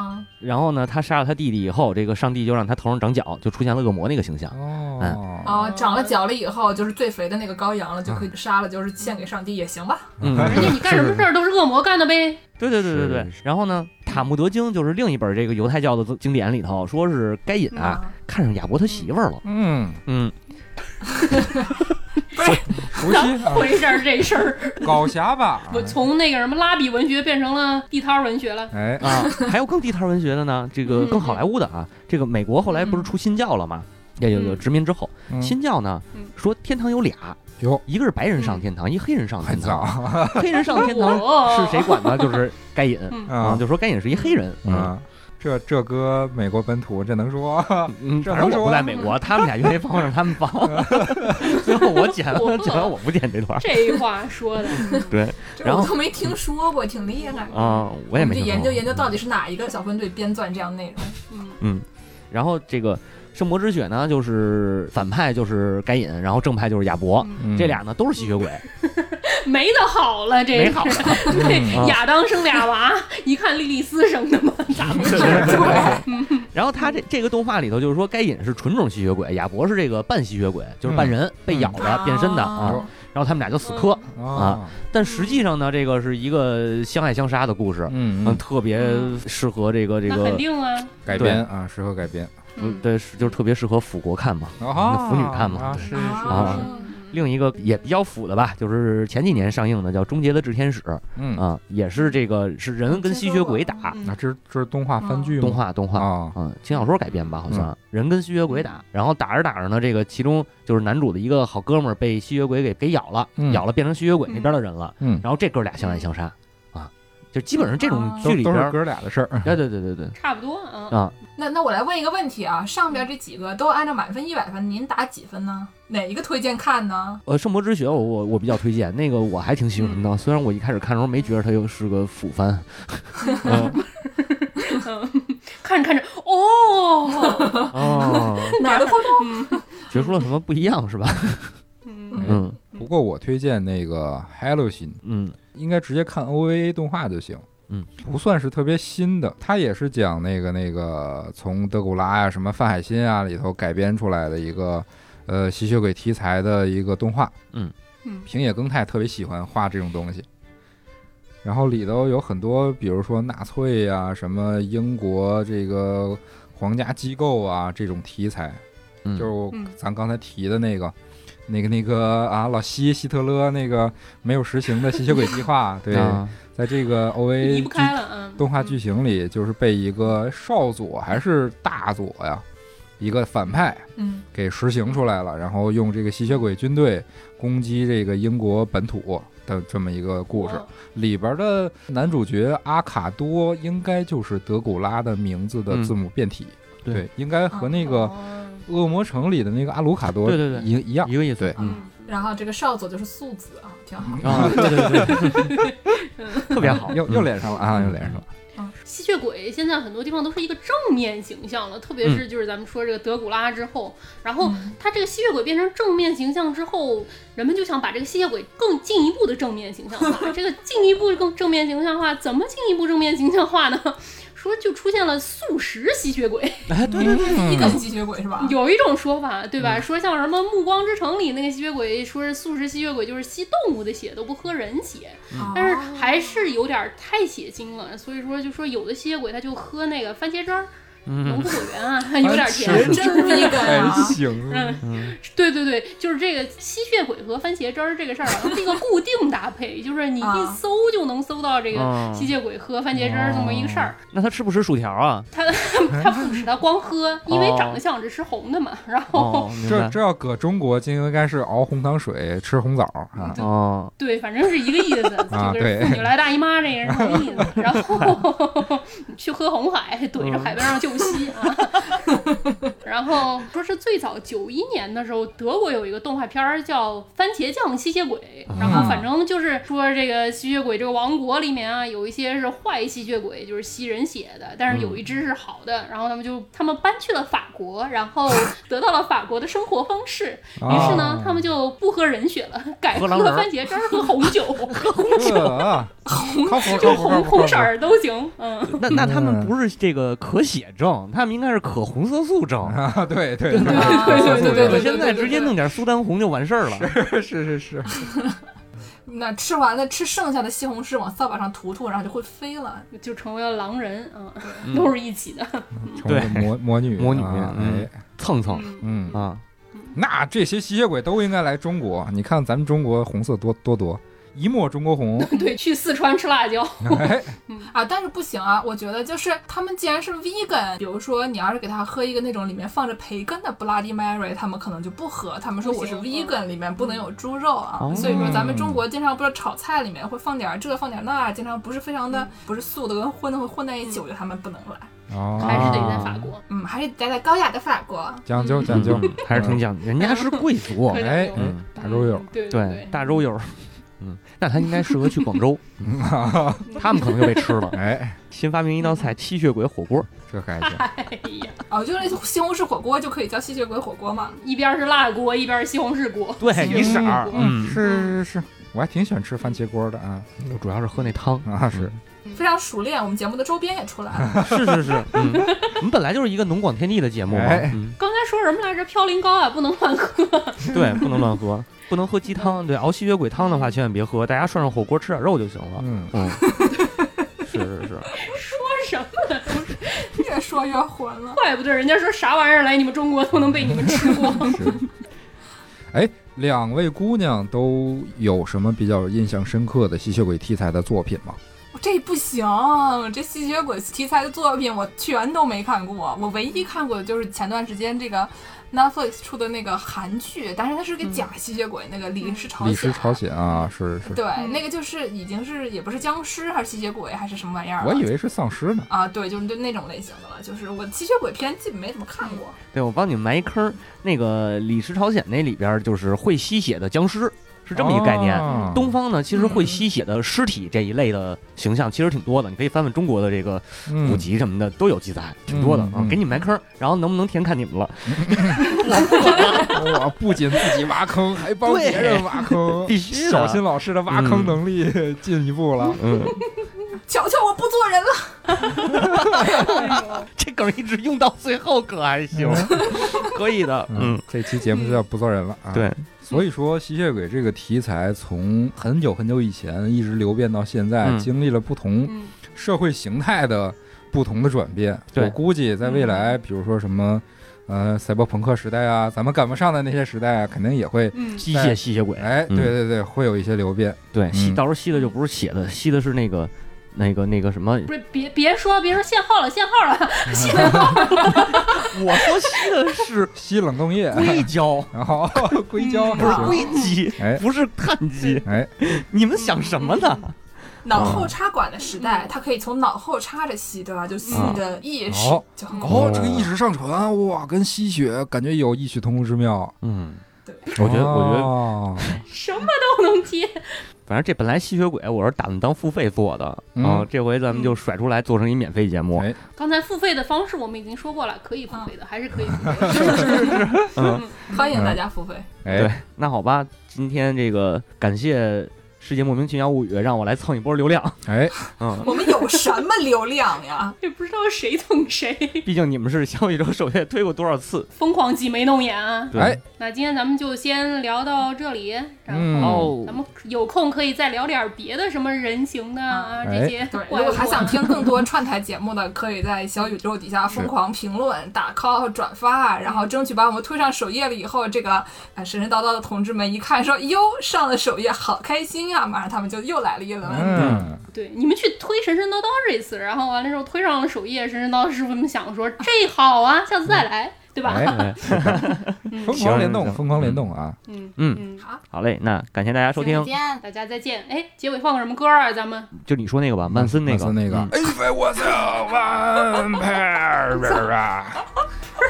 [SPEAKER 4] 然后呢，他杀了他弟弟以后，这个上帝就让他头上长角，就出现了恶魔那个形象。
[SPEAKER 5] 哦，
[SPEAKER 2] 啊，长了脚了以后就是最肥的那个羔羊了，就可以杀了，就是献给上帝也行吧，
[SPEAKER 4] 嗯，
[SPEAKER 3] 人家你干什么事儿都是恶魔干的呗，
[SPEAKER 4] 对对对对
[SPEAKER 5] 是
[SPEAKER 4] 对
[SPEAKER 5] 是。
[SPEAKER 4] 然后呢，《塔木德经》就是另一本这个犹太教的经典里头，说是该隐啊
[SPEAKER 2] 嗯
[SPEAKER 4] 看上亚伯他媳妇儿了。
[SPEAKER 5] 嗯，
[SPEAKER 4] 嗯，
[SPEAKER 5] 熟悉啊，
[SPEAKER 3] 混一下这事儿，
[SPEAKER 5] 搞侠吧，
[SPEAKER 3] 我从那个什么拉比文学变成了地摊儿文学了，
[SPEAKER 5] 哎，
[SPEAKER 4] 啊，还有更地摊文学的 呢，这个
[SPEAKER 3] 嗯
[SPEAKER 4] 更好莱坞的啊，这个美国后来不是出新教了吗？
[SPEAKER 5] 嗯
[SPEAKER 4] 也有有殖民之后，新教呢
[SPEAKER 3] 嗯
[SPEAKER 4] 说天堂有俩，
[SPEAKER 5] 哟，
[SPEAKER 4] 一个是白人上天堂，一黑人上
[SPEAKER 5] 很
[SPEAKER 4] 天
[SPEAKER 5] 早
[SPEAKER 4] 堂。 黑人上天 堂
[SPEAKER 3] 我
[SPEAKER 4] 是谁管的？就是该隐啊，
[SPEAKER 5] 啊
[SPEAKER 4] 就说该隐是一黑人。嗯，
[SPEAKER 5] 啊，这这歌美国本土这能说？
[SPEAKER 4] 嗯，
[SPEAKER 5] 这
[SPEAKER 4] 反正
[SPEAKER 5] 能
[SPEAKER 4] 我不
[SPEAKER 5] 说
[SPEAKER 4] 在美国，他们俩愿意放让他们放。 最后我剪了，剪完我不剪这 段儿。
[SPEAKER 3] 这话说的，
[SPEAKER 2] 这
[SPEAKER 4] 然后
[SPEAKER 2] 我都没听说过，挺厉害。
[SPEAKER 4] 啊，我也没
[SPEAKER 2] 我们就
[SPEAKER 4] 听
[SPEAKER 2] 研
[SPEAKER 4] 说
[SPEAKER 2] 究研究到底是哪一个小分队编撰这样内容。
[SPEAKER 3] 嗯，
[SPEAKER 4] 然后这个圣魔之血呢，就是反派就是该隐，然后正派就是亚伯，
[SPEAKER 5] 嗯
[SPEAKER 4] 这俩呢都是吸血鬼，
[SPEAKER 3] 没得好了，
[SPEAKER 2] 嗯
[SPEAKER 3] 这
[SPEAKER 4] 没好
[SPEAKER 3] 是对
[SPEAKER 4] 啊
[SPEAKER 3] 亚当生俩娃，一看莉莉丝生的嘛，咋回事儿？
[SPEAKER 4] 然后他这这个动画里头就是说，该隐是纯种吸血鬼，亚伯是这个半吸血鬼，就是半人、被咬的
[SPEAKER 2] 嗯
[SPEAKER 4] 变身的啊。
[SPEAKER 5] 哦
[SPEAKER 4] 然后他们俩就死磕，
[SPEAKER 5] 啊，
[SPEAKER 4] 但实际上呢，这个是一个相爱相杀的故事，
[SPEAKER 5] 嗯
[SPEAKER 4] 嗯，
[SPEAKER 5] 嗯，
[SPEAKER 4] 特别适合这个这
[SPEAKER 3] 那肯
[SPEAKER 4] 个，
[SPEAKER 3] 定啊，
[SPEAKER 5] 改
[SPEAKER 4] 对
[SPEAKER 5] 编啊，适合改编，
[SPEAKER 4] 嗯，对，是就是特别适合腐国看嘛。
[SPEAKER 5] 啊，
[SPEAKER 4] 腐女看嘛
[SPEAKER 5] 啊
[SPEAKER 4] 对
[SPEAKER 5] 是
[SPEAKER 2] 啊
[SPEAKER 5] 是是，
[SPEAKER 3] 嗯
[SPEAKER 4] 另一个也比较腐的吧，就是前几年上映的叫《终结的炽天使》
[SPEAKER 5] 嗯，
[SPEAKER 4] 啊，也是这个是人跟吸血鬼打，
[SPEAKER 5] 那这是这是动画番剧吗？
[SPEAKER 4] 动画动画
[SPEAKER 5] 啊，
[SPEAKER 4] 嗯，轻小说改编吧，好
[SPEAKER 5] 嗯
[SPEAKER 4] 像、人跟吸血鬼打，然后打着打着呢，这个其中就是男主的一个好哥们儿被吸血鬼给给咬了，
[SPEAKER 5] 嗯
[SPEAKER 4] 咬了变成吸血鬼
[SPEAKER 3] 嗯
[SPEAKER 4] 那边的人了，
[SPEAKER 5] 嗯
[SPEAKER 4] 然后这哥俩相爱相杀啊，就基本上这种
[SPEAKER 2] 啊
[SPEAKER 4] 剧
[SPEAKER 5] 都
[SPEAKER 4] 里
[SPEAKER 5] 都
[SPEAKER 4] 边
[SPEAKER 5] 是
[SPEAKER 4] 儿，嗯
[SPEAKER 5] 哥俩的事儿，
[SPEAKER 4] 对对对对对，
[SPEAKER 3] 差不多啊。
[SPEAKER 4] 啊，
[SPEAKER 2] 那那我来问一个问题啊，上边这几个都按照满分一百分，您打几分呢？哪一个推荐看呢？
[SPEAKER 4] 呃，《圣魔之血》我我我比较推荐，那个我还挺喜欢的，虽然我一开始看的时候没觉得它又是个腐番，嗯
[SPEAKER 3] 看着看着，哦，
[SPEAKER 4] 哦，
[SPEAKER 2] 哪个观众？
[SPEAKER 4] 觉出了什么不一样是吧？
[SPEAKER 3] 嗯
[SPEAKER 4] 嗯
[SPEAKER 5] 不过我推荐那个 Hello 新，
[SPEAKER 4] 嗯
[SPEAKER 5] 应该直接看 OVA 动画就行。
[SPEAKER 4] 嗯，
[SPEAKER 5] 不算是特别新的，它也是讲那个那个从德古拉呀、什么范海辛啊里头改编出来的一个呃吸血鬼题材的一个动画。
[SPEAKER 4] 嗯
[SPEAKER 3] 嗯
[SPEAKER 5] 平野耕太特别喜欢画这种东西，然后里头有很多，比如说纳粹呀、什么英国这个皇家机构啊这种题材，
[SPEAKER 4] 嗯，
[SPEAKER 5] 就
[SPEAKER 3] 嗯
[SPEAKER 5] 咱刚才提的那个，那个那个啊，老希希特勒那个没有实行的吸血鬼 计划，对，
[SPEAKER 4] 啊
[SPEAKER 5] 在这个 OVA
[SPEAKER 3] 离不开
[SPEAKER 5] 剧
[SPEAKER 3] 了，嗯，
[SPEAKER 5] 动画剧情里，就是被一个少佐还是大佐呀，一个反派
[SPEAKER 2] 嗯，
[SPEAKER 5] 给实行出来了，然后用这个吸血鬼军队攻击这个英国本土的这么一个故
[SPEAKER 3] 哦
[SPEAKER 4] 哦
[SPEAKER 5] 事。里边的男主角阿卡多应该就是德古拉的名字的字母变体，
[SPEAKER 4] 嗯
[SPEAKER 5] 对，应该和那
[SPEAKER 3] 那
[SPEAKER 5] 个。嗯恶魔城里的那个阿鲁卡多
[SPEAKER 4] 对对对
[SPEAKER 5] 一一样。
[SPEAKER 4] 一个意思
[SPEAKER 5] 对，
[SPEAKER 2] 嗯然后这个少佐就是素子啊，挺好。
[SPEAKER 4] 啊，对对对，特别好，
[SPEAKER 5] 又又
[SPEAKER 4] 嗯
[SPEAKER 5] 连上了啊，又连上了。
[SPEAKER 3] 吸血鬼现在很多地方都是一个正面形象了，特别是就是咱们说这个德古拉之后，然后
[SPEAKER 2] 嗯
[SPEAKER 3] 他这个吸血鬼变成正面形象之后，人们就想把这个吸血鬼更进一步的正面形象化。这个进一步更正面形象化，怎么进一步正面形象化呢？ 说就出现了素食吸血鬼，
[SPEAKER 4] 哎，对对对，
[SPEAKER 2] 一根吸血鬼是吧？
[SPEAKER 3] 有一种说法，对吧？说像什么《暮光之城》里那个吸血鬼，说是素食吸血鬼就是吸动物的血，都不喝人血，但
[SPEAKER 2] 哦
[SPEAKER 3] 是还是有点太血腥了。所以说，就说有的吸血鬼他就喝那个番茄汁儿，农
[SPEAKER 4] 嗯，
[SPEAKER 3] 夫果园啊， 有 点甜。
[SPEAKER 5] 是
[SPEAKER 2] 真是一根
[SPEAKER 5] 还
[SPEAKER 2] 啊！
[SPEAKER 5] 行，
[SPEAKER 3] 嗯，对对对，就是这个吸血鬼和番茄汁儿这个事儿啊，是一个固定搭配，就是你一
[SPEAKER 2] 啊
[SPEAKER 3] 搜就能搜到这
[SPEAKER 4] 哦
[SPEAKER 3] 个吸血鬼喝番茄汁儿这么一个事儿。
[SPEAKER 4] 那他吃不吃薯条啊？
[SPEAKER 3] 他他不吃，他光喝，因为长得像只吃红的嘛。然后
[SPEAKER 4] 哦，明
[SPEAKER 5] 这
[SPEAKER 4] 白。
[SPEAKER 5] 这要搁中国，就应该是熬红糖水，吃红枣啊。
[SPEAKER 4] 哦，
[SPEAKER 3] 对，反正是一个意思，
[SPEAKER 5] 啊
[SPEAKER 3] 这个
[SPEAKER 5] 对
[SPEAKER 3] 妇女来大姨妈这个是同意的。然后去喝红海，怼着海边上救吸
[SPEAKER 5] 嗯
[SPEAKER 3] 啊。然后说是最早九一年的时候，德国有一个动画片儿叫《番茄酱吸血鬼》，
[SPEAKER 5] 啊
[SPEAKER 3] 然后反正就是说这个吸血鬼这个王国里面啊，有一些是坏吸血鬼，就是吸人血的，但是有一只是好的，然后他们就他们搬去了法国，然后得到了法国的生活方式，于是呢，他们就不喝人血了，改
[SPEAKER 4] 啊
[SPEAKER 3] 喝
[SPEAKER 4] 喝狼人儿
[SPEAKER 3] 番茄汁儿和红 酒，
[SPEAKER 5] 呃，靠谱
[SPEAKER 3] 就红
[SPEAKER 5] 靠谱靠谱靠
[SPEAKER 3] 红
[SPEAKER 5] 谱
[SPEAKER 3] 色。儿都行。嗯，
[SPEAKER 4] 那那他们不是这个可血症，他们应该是可红色素症。
[SPEAKER 5] 啊，对对 对
[SPEAKER 2] 啊对对对
[SPEAKER 4] 我
[SPEAKER 2] 对
[SPEAKER 4] 现在直接弄点苏丹红就完事儿了。
[SPEAKER 5] 对，是是是，
[SPEAKER 2] 那吃完了吃剩下的西红柿往扫把上涂涂，然后就会飞了。
[SPEAKER 3] 就成为了狼人，嗯，
[SPEAKER 4] 嗯
[SPEAKER 3] 都是一起的。
[SPEAKER 5] 成为魔魔女
[SPEAKER 4] 魔女
[SPEAKER 5] 啊
[SPEAKER 4] 嗯
[SPEAKER 5] 哎
[SPEAKER 4] 蹭蹭
[SPEAKER 5] 嗯，
[SPEAKER 4] 啊，
[SPEAKER 5] 那这些吸血鬼都应该来中国。你看咱们中国红色多多多，一抹中 国红。
[SPEAKER 3] 对，去四川吃辣椒，
[SPEAKER 5] 哎，
[SPEAKER 2] 啊，但是不行啊，我觉得就是他们既然是 vegan，比如说你要是给他喝一个那种里面放着培根的 Bloody Mary，他们可能就不喝，他们说我是
[SPEAKER 3] 不行嗯
[SPEAKER 2] vegan，里面不能有猪肉啊。
[SPEAKER 4] 哦
[SPEAKER 2] 所以说咱们中国经常不是炒菜里面会放点这放点那，经常不是非常的、不是素的跟荤的会混在一起，
[SPEAKER 3] 嗯
[SPEAKER 2] 我觉得他们不能来。
[SPEAKER 5] 哦，
[SPEAKER 3] 还是得在法国。
[SPEAKER 2] 嗯，还是待在高雅的法国。
[SPEAKER 5] 讲究讲究，
[SPEAKER 4] 嗯还是挺讲，人家是贵族
[SPEAKER 3] 对，
[SPEAKER 5] 哎，
[SPEAKER 4] 嗯
[SPEAKER 5] 大肉友
[SPEAKER 3] 嗯，对
[SPEAKER 4] 对，大肉友。嗯，那他应该适合去广 州，嗯他们可能就被吃了。
[SPEAKER 5] 哎，
[SPEAKER 4] 新发明一道菜——吸血鬼火锅。
[SPEAKER 5] 这还 行。
[SPEAKER 3] 哎呀，
[SPEAKER 2] 哦，就是那西红柿火锅就可以叫吸血鬼火锅嘛。
[SPEAKER 3] 一边是辣锅，一边是西红柿锅，
[SPEAKER 4] 对
[SPEAKER 3] 西红
[SPEAKER 4] 一色
[SPEAKER 3] 柿
[SPEAKER 4] 儿
[SPEAKER 3] 锅
[SPEAKER 4] 嗯
[SPEAKER 5] 是是是，我还挺喜欢吃番茄锅的啊
[SPEAKER 4] 我主要是喝那汤。
[SPEAKER 5] 啊是，
[SPEAKER 3] 嗯
[SPEAKER 2] 非常熟练，我们节目的周边也出来 了。
[SPEAKER 4] 是是是，嗯，我们本来就是一个农广天地的节目嘛。
[SPEAKER 5] 哎
[SPEAKER 4] 嗯，
[SPEAKER 3] 刚才说什么来着？嘌呤高啊，不能乱喝。
[SPEAKER 4] 对，不能乱喝，不能喝鸡汤。对，熬吸血鬼汤的话，千万别喝，大家涮涮火锅，吃点肉就行了。
[SPEAKER 5] 嗯，
[SPEAKER 4] 嗯，是是是，
[SPEAKER 3] 什么？
[SPEAKER 2] 越说越混了。
[SPEAKER 3] 怪不得人家说啥玩意儿来你们中国都能被你们吃过。
[SPEAKER 5] 是。哎，两位姑娘都有什么比较印象深刻的吸血鬼题材的作品吗？
[SPEAKER 2] 这不行，这吸血鬼题材的作品我全都没看过，我唯一看过的就是前段时间这个 Netflix 出的那个韩剧，但是它是个假吸血鬼，那个李氏朝
[SPEAKER 5] 嗯李
[SPEAKER 2] 鲜。
[SPEAKER 5] 氏朝鲜啊，是是，
[SPEAKER 2] 对，
[SPEAKER 3] 嗯
[SPEAKER 2] 那个就是已经是也不是僵尸还是吸血鬼还是什么玩意
[SPEAKER 3] 啊
[SPEAKER 2] 儿了，
[SPEAKER 5] 我以为是丧尸呢。
[SPEAKER 2] 啊，对，就是对那种类型的了，就是我吸血鬼片基本没怎么看过。
[SPEAKER 4] 对我帮你们埋一坑儿。那个《李氏朝鲜》那里边儿就是会吸血的僵尸，是这么一个概念。
[SPEAKER 5] 哦
[SPEAKER 4] 东方呢，其实会吸血的尸体这一类的形象其实挺多的，你可以翻翻中国的这个古 籍什么的，都有记载，挺多的
[SPEAKER 5] 嗯
[SPEAKER 4] 啊。给你们埋坑儿，然后能不能填看你们了，
[SPEAKER 5] 嗯，我不仅自己挖坑，还帮别人挖坑，
[SPEAKER 4] 必须的
[SPEAKER 5] 小新老师的挖坑能力 进一步了。
[SPEAKER 4] 嗯，
[SPEAKER 2] 瞧瞧，我不做人了。
[SPEAKER 4] 这梗儿一直用到最后可还行，
[SPEAKER 5] 嗯
[SPEAKER 4] 可以的，嗯，，
[SPEAKER 5] 这期节目就叫不做人了啊。
[SPEAKER 4] 对，
[SPEAKER 5] 所以说吸血鬼这个题材从很久很久以前一直流变到现在，
[SPEAKER 4] 嗯
[SPEAKER 5] 经历了不同
[SPEAKER 3] 嗯，
[SPEAKER 5] 社会形态的不同的转变。
[SPEAKER 4] 对
[SPEAKER 5] 我估计在未来，比如说什么，呃，赛博朋克时代啊，咱们赶不上的那些时代啊，肯定也会，
[SPEAKER 3] 嗯，
[SPEAKER 4] 吸血吸血鬼，
[SPEAKER 5] 哎，
[SPEAKER 4] 嗯
[SPEAKER 5] 对对对，会有一些流变。
[SPEAKER 4] 对，吸
[SPEAKER 5] 嗯
[SPEAKER 4] 到时候吸的就不是血的，吸的是那个那个那个什么，
[SPEAKER 3] 不是，别别说，别说限号了，限号了，限号了。
[SPEAKER 4] 我说吸的是
[SPEAKER 5] 吸冷冻液，
[SPEAKER 4] 硅胶，
[SPEAKER 5] 然后硅胶
[SPEAKER 4] 不是
[SPEAKER 5] 还行。
[SPEAKER 4] 硅基
[SPEAKER 5] 哎，
[SPEAKER 4] 不是碳基，
[SPEAKER 5] 哎，
[SPEAKER 4] 你们想什么呢？
[SPEAKER 5] 嗯
[SPEAKER 2] 脑后插管的时代，它可以从脑后插着吸，对吧？就吸
[SPEAKER 5] 嗯
[SPEAKER 2] 你的意识，
[SPEAKER 5] 哦
[SPEAKER 2] 就很恐怖
[SPEAKER 5] 哦，这个意识上传，哇，跟吸血感觉有异曲同工之妙。
[SPEAKER 4] 嗯，
[SPEAKER 2] 对
[SPEAKER 4] 我觉得，我觉得，
[SPEAKER 5] 哦
[SPEAKER 3] 什么都能接。
[SPEAKER 4] 反正这本来吸血鬼我是打算当付费做的，
[SPEAKER 5] 嗯
[SPEAKER 4] 啊，这回咱们就甩出来做成一免费节目。
[SPEAKER 5] 哎
[SPEAKER 3] 刚才付费的方式我们已经说过了，可以付费
[SPEAKER 2] 啊
[SPEAKER 3] 的，还是可以付费的。
[SPEAKER 2] 欢迎大家付费。
[SPEAKER 5] 哎，
[SPEAKER 4] 那好吧，今天这个感谢世界莫名其妙物语》，让我来蹭一波流量。
[SPEAKER 5] 哎，
[SPEAKER 4] 嗯，
[SPEAKER 2] 我们有什么流量呀？
[SPEAKER 3] 也不知道谁捅谁，
[SPEAKER 4] 毕竟你们是小宇宙首页推过多少次？
[SPEAKER 3] 疯狂挤眉弄眼啊！
[SPEAKER 4] 对
[SPEAKER 5] 哎，
[SPEAKER 3] 那今天咱们就先聊到这里，然
[SPEAKER 5] 嗯
[SPEAKER 3] 后
[SPEAKER 4] 哦
[SPEAKER 3] 咱，们有空可以再聊点别的，什么人形的啊
[SPEAKER 2] 啊
[SPEAKER 5] 哎
[SPEAKER 3] 这些
[SPEAKER 2] 对，如
[SPEAKER 3] 怪物
[SPEAKER 2] 果
[SPEAKER 3] 啊。
[SPEAKER 2] 还想听更多串台节目的，可以在小宇宙底下疯狂评论、打 call、转发，然后争取把我们推上首页了以后，这个啊神神叨叨的同志们一看说哟上了首页，好开心呀、马上他们就又来了一轮。
[SPEAKER 5] 嗯，
[SPEAKER 3] 对，你们去推神神叨叨这次，然后完了之后推上了首页，神神叨叨师傅们想说这好啊，下次再来，对吧？
[SPEAKER 5] 哎，
[SPEAKER 4] 哎
[SPEAKER 5] 疯狂联动，
[SPEAKER 4] 行
[SPEAKER 5] 疯狂联动啊！
[SPEAKER 3] 嗯
[SPEAKER 4] 嗯
[SPEAKER 3] 嗯，
[SPEAKER 4] 好嘞，那感谢大家收
[SPEAKER 2] 再
[SPEAKER 4] 听，
[SPEAKER 2] 见，
[SPEAKER 3] 大家再见。哎，结尾放个什么歌啊？咱们
[SPEAKER 4] 就你说那个吧，曼森那个，
[SPEAKER 5] 曼森那个
[SPEAKER 4] 嗯，
[SPEAKER 5] If I was a vampire 啊，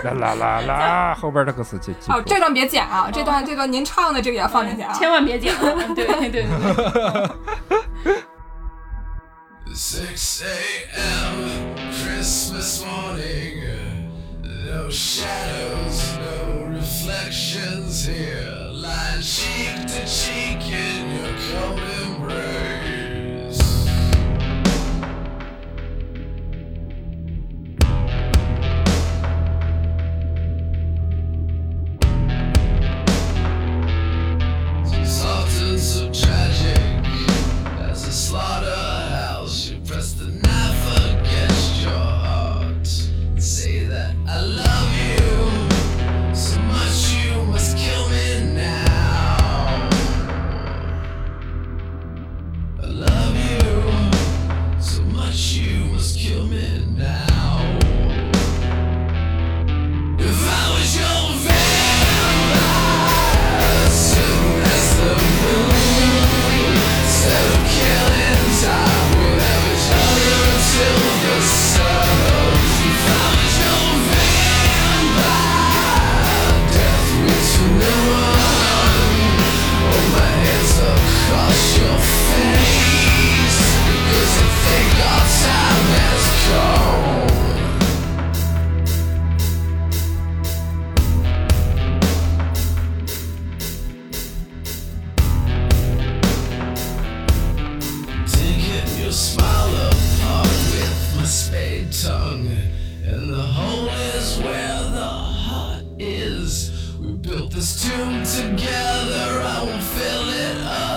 [SPEAKER 5] 啦啦啦 啦，后边的歌词记记
[SPEAKER 2] 哦，
[SPEAKER 5] 住。
[SPEAKER 2] 这段别剪啊，这段这个您唱的这个也要放进去啊。
[SPEAKER 3] 千万别 剪， 对对对。
[SPEAKER 6] 6 a.m. Christmas morning. No shadows, no reflections here. Lying cheek to cheek in your cold embrace. Sultans of tragic. As a slaughterhouse, you press the knife against your heart. Say that I love you so much you must kill me now. I love you so much you must kill me now. If I was your vampire, as soon as the Taking your smile apart with my spade tongue. And the hole is where the heart is. We built this tomb together, I will fill it up.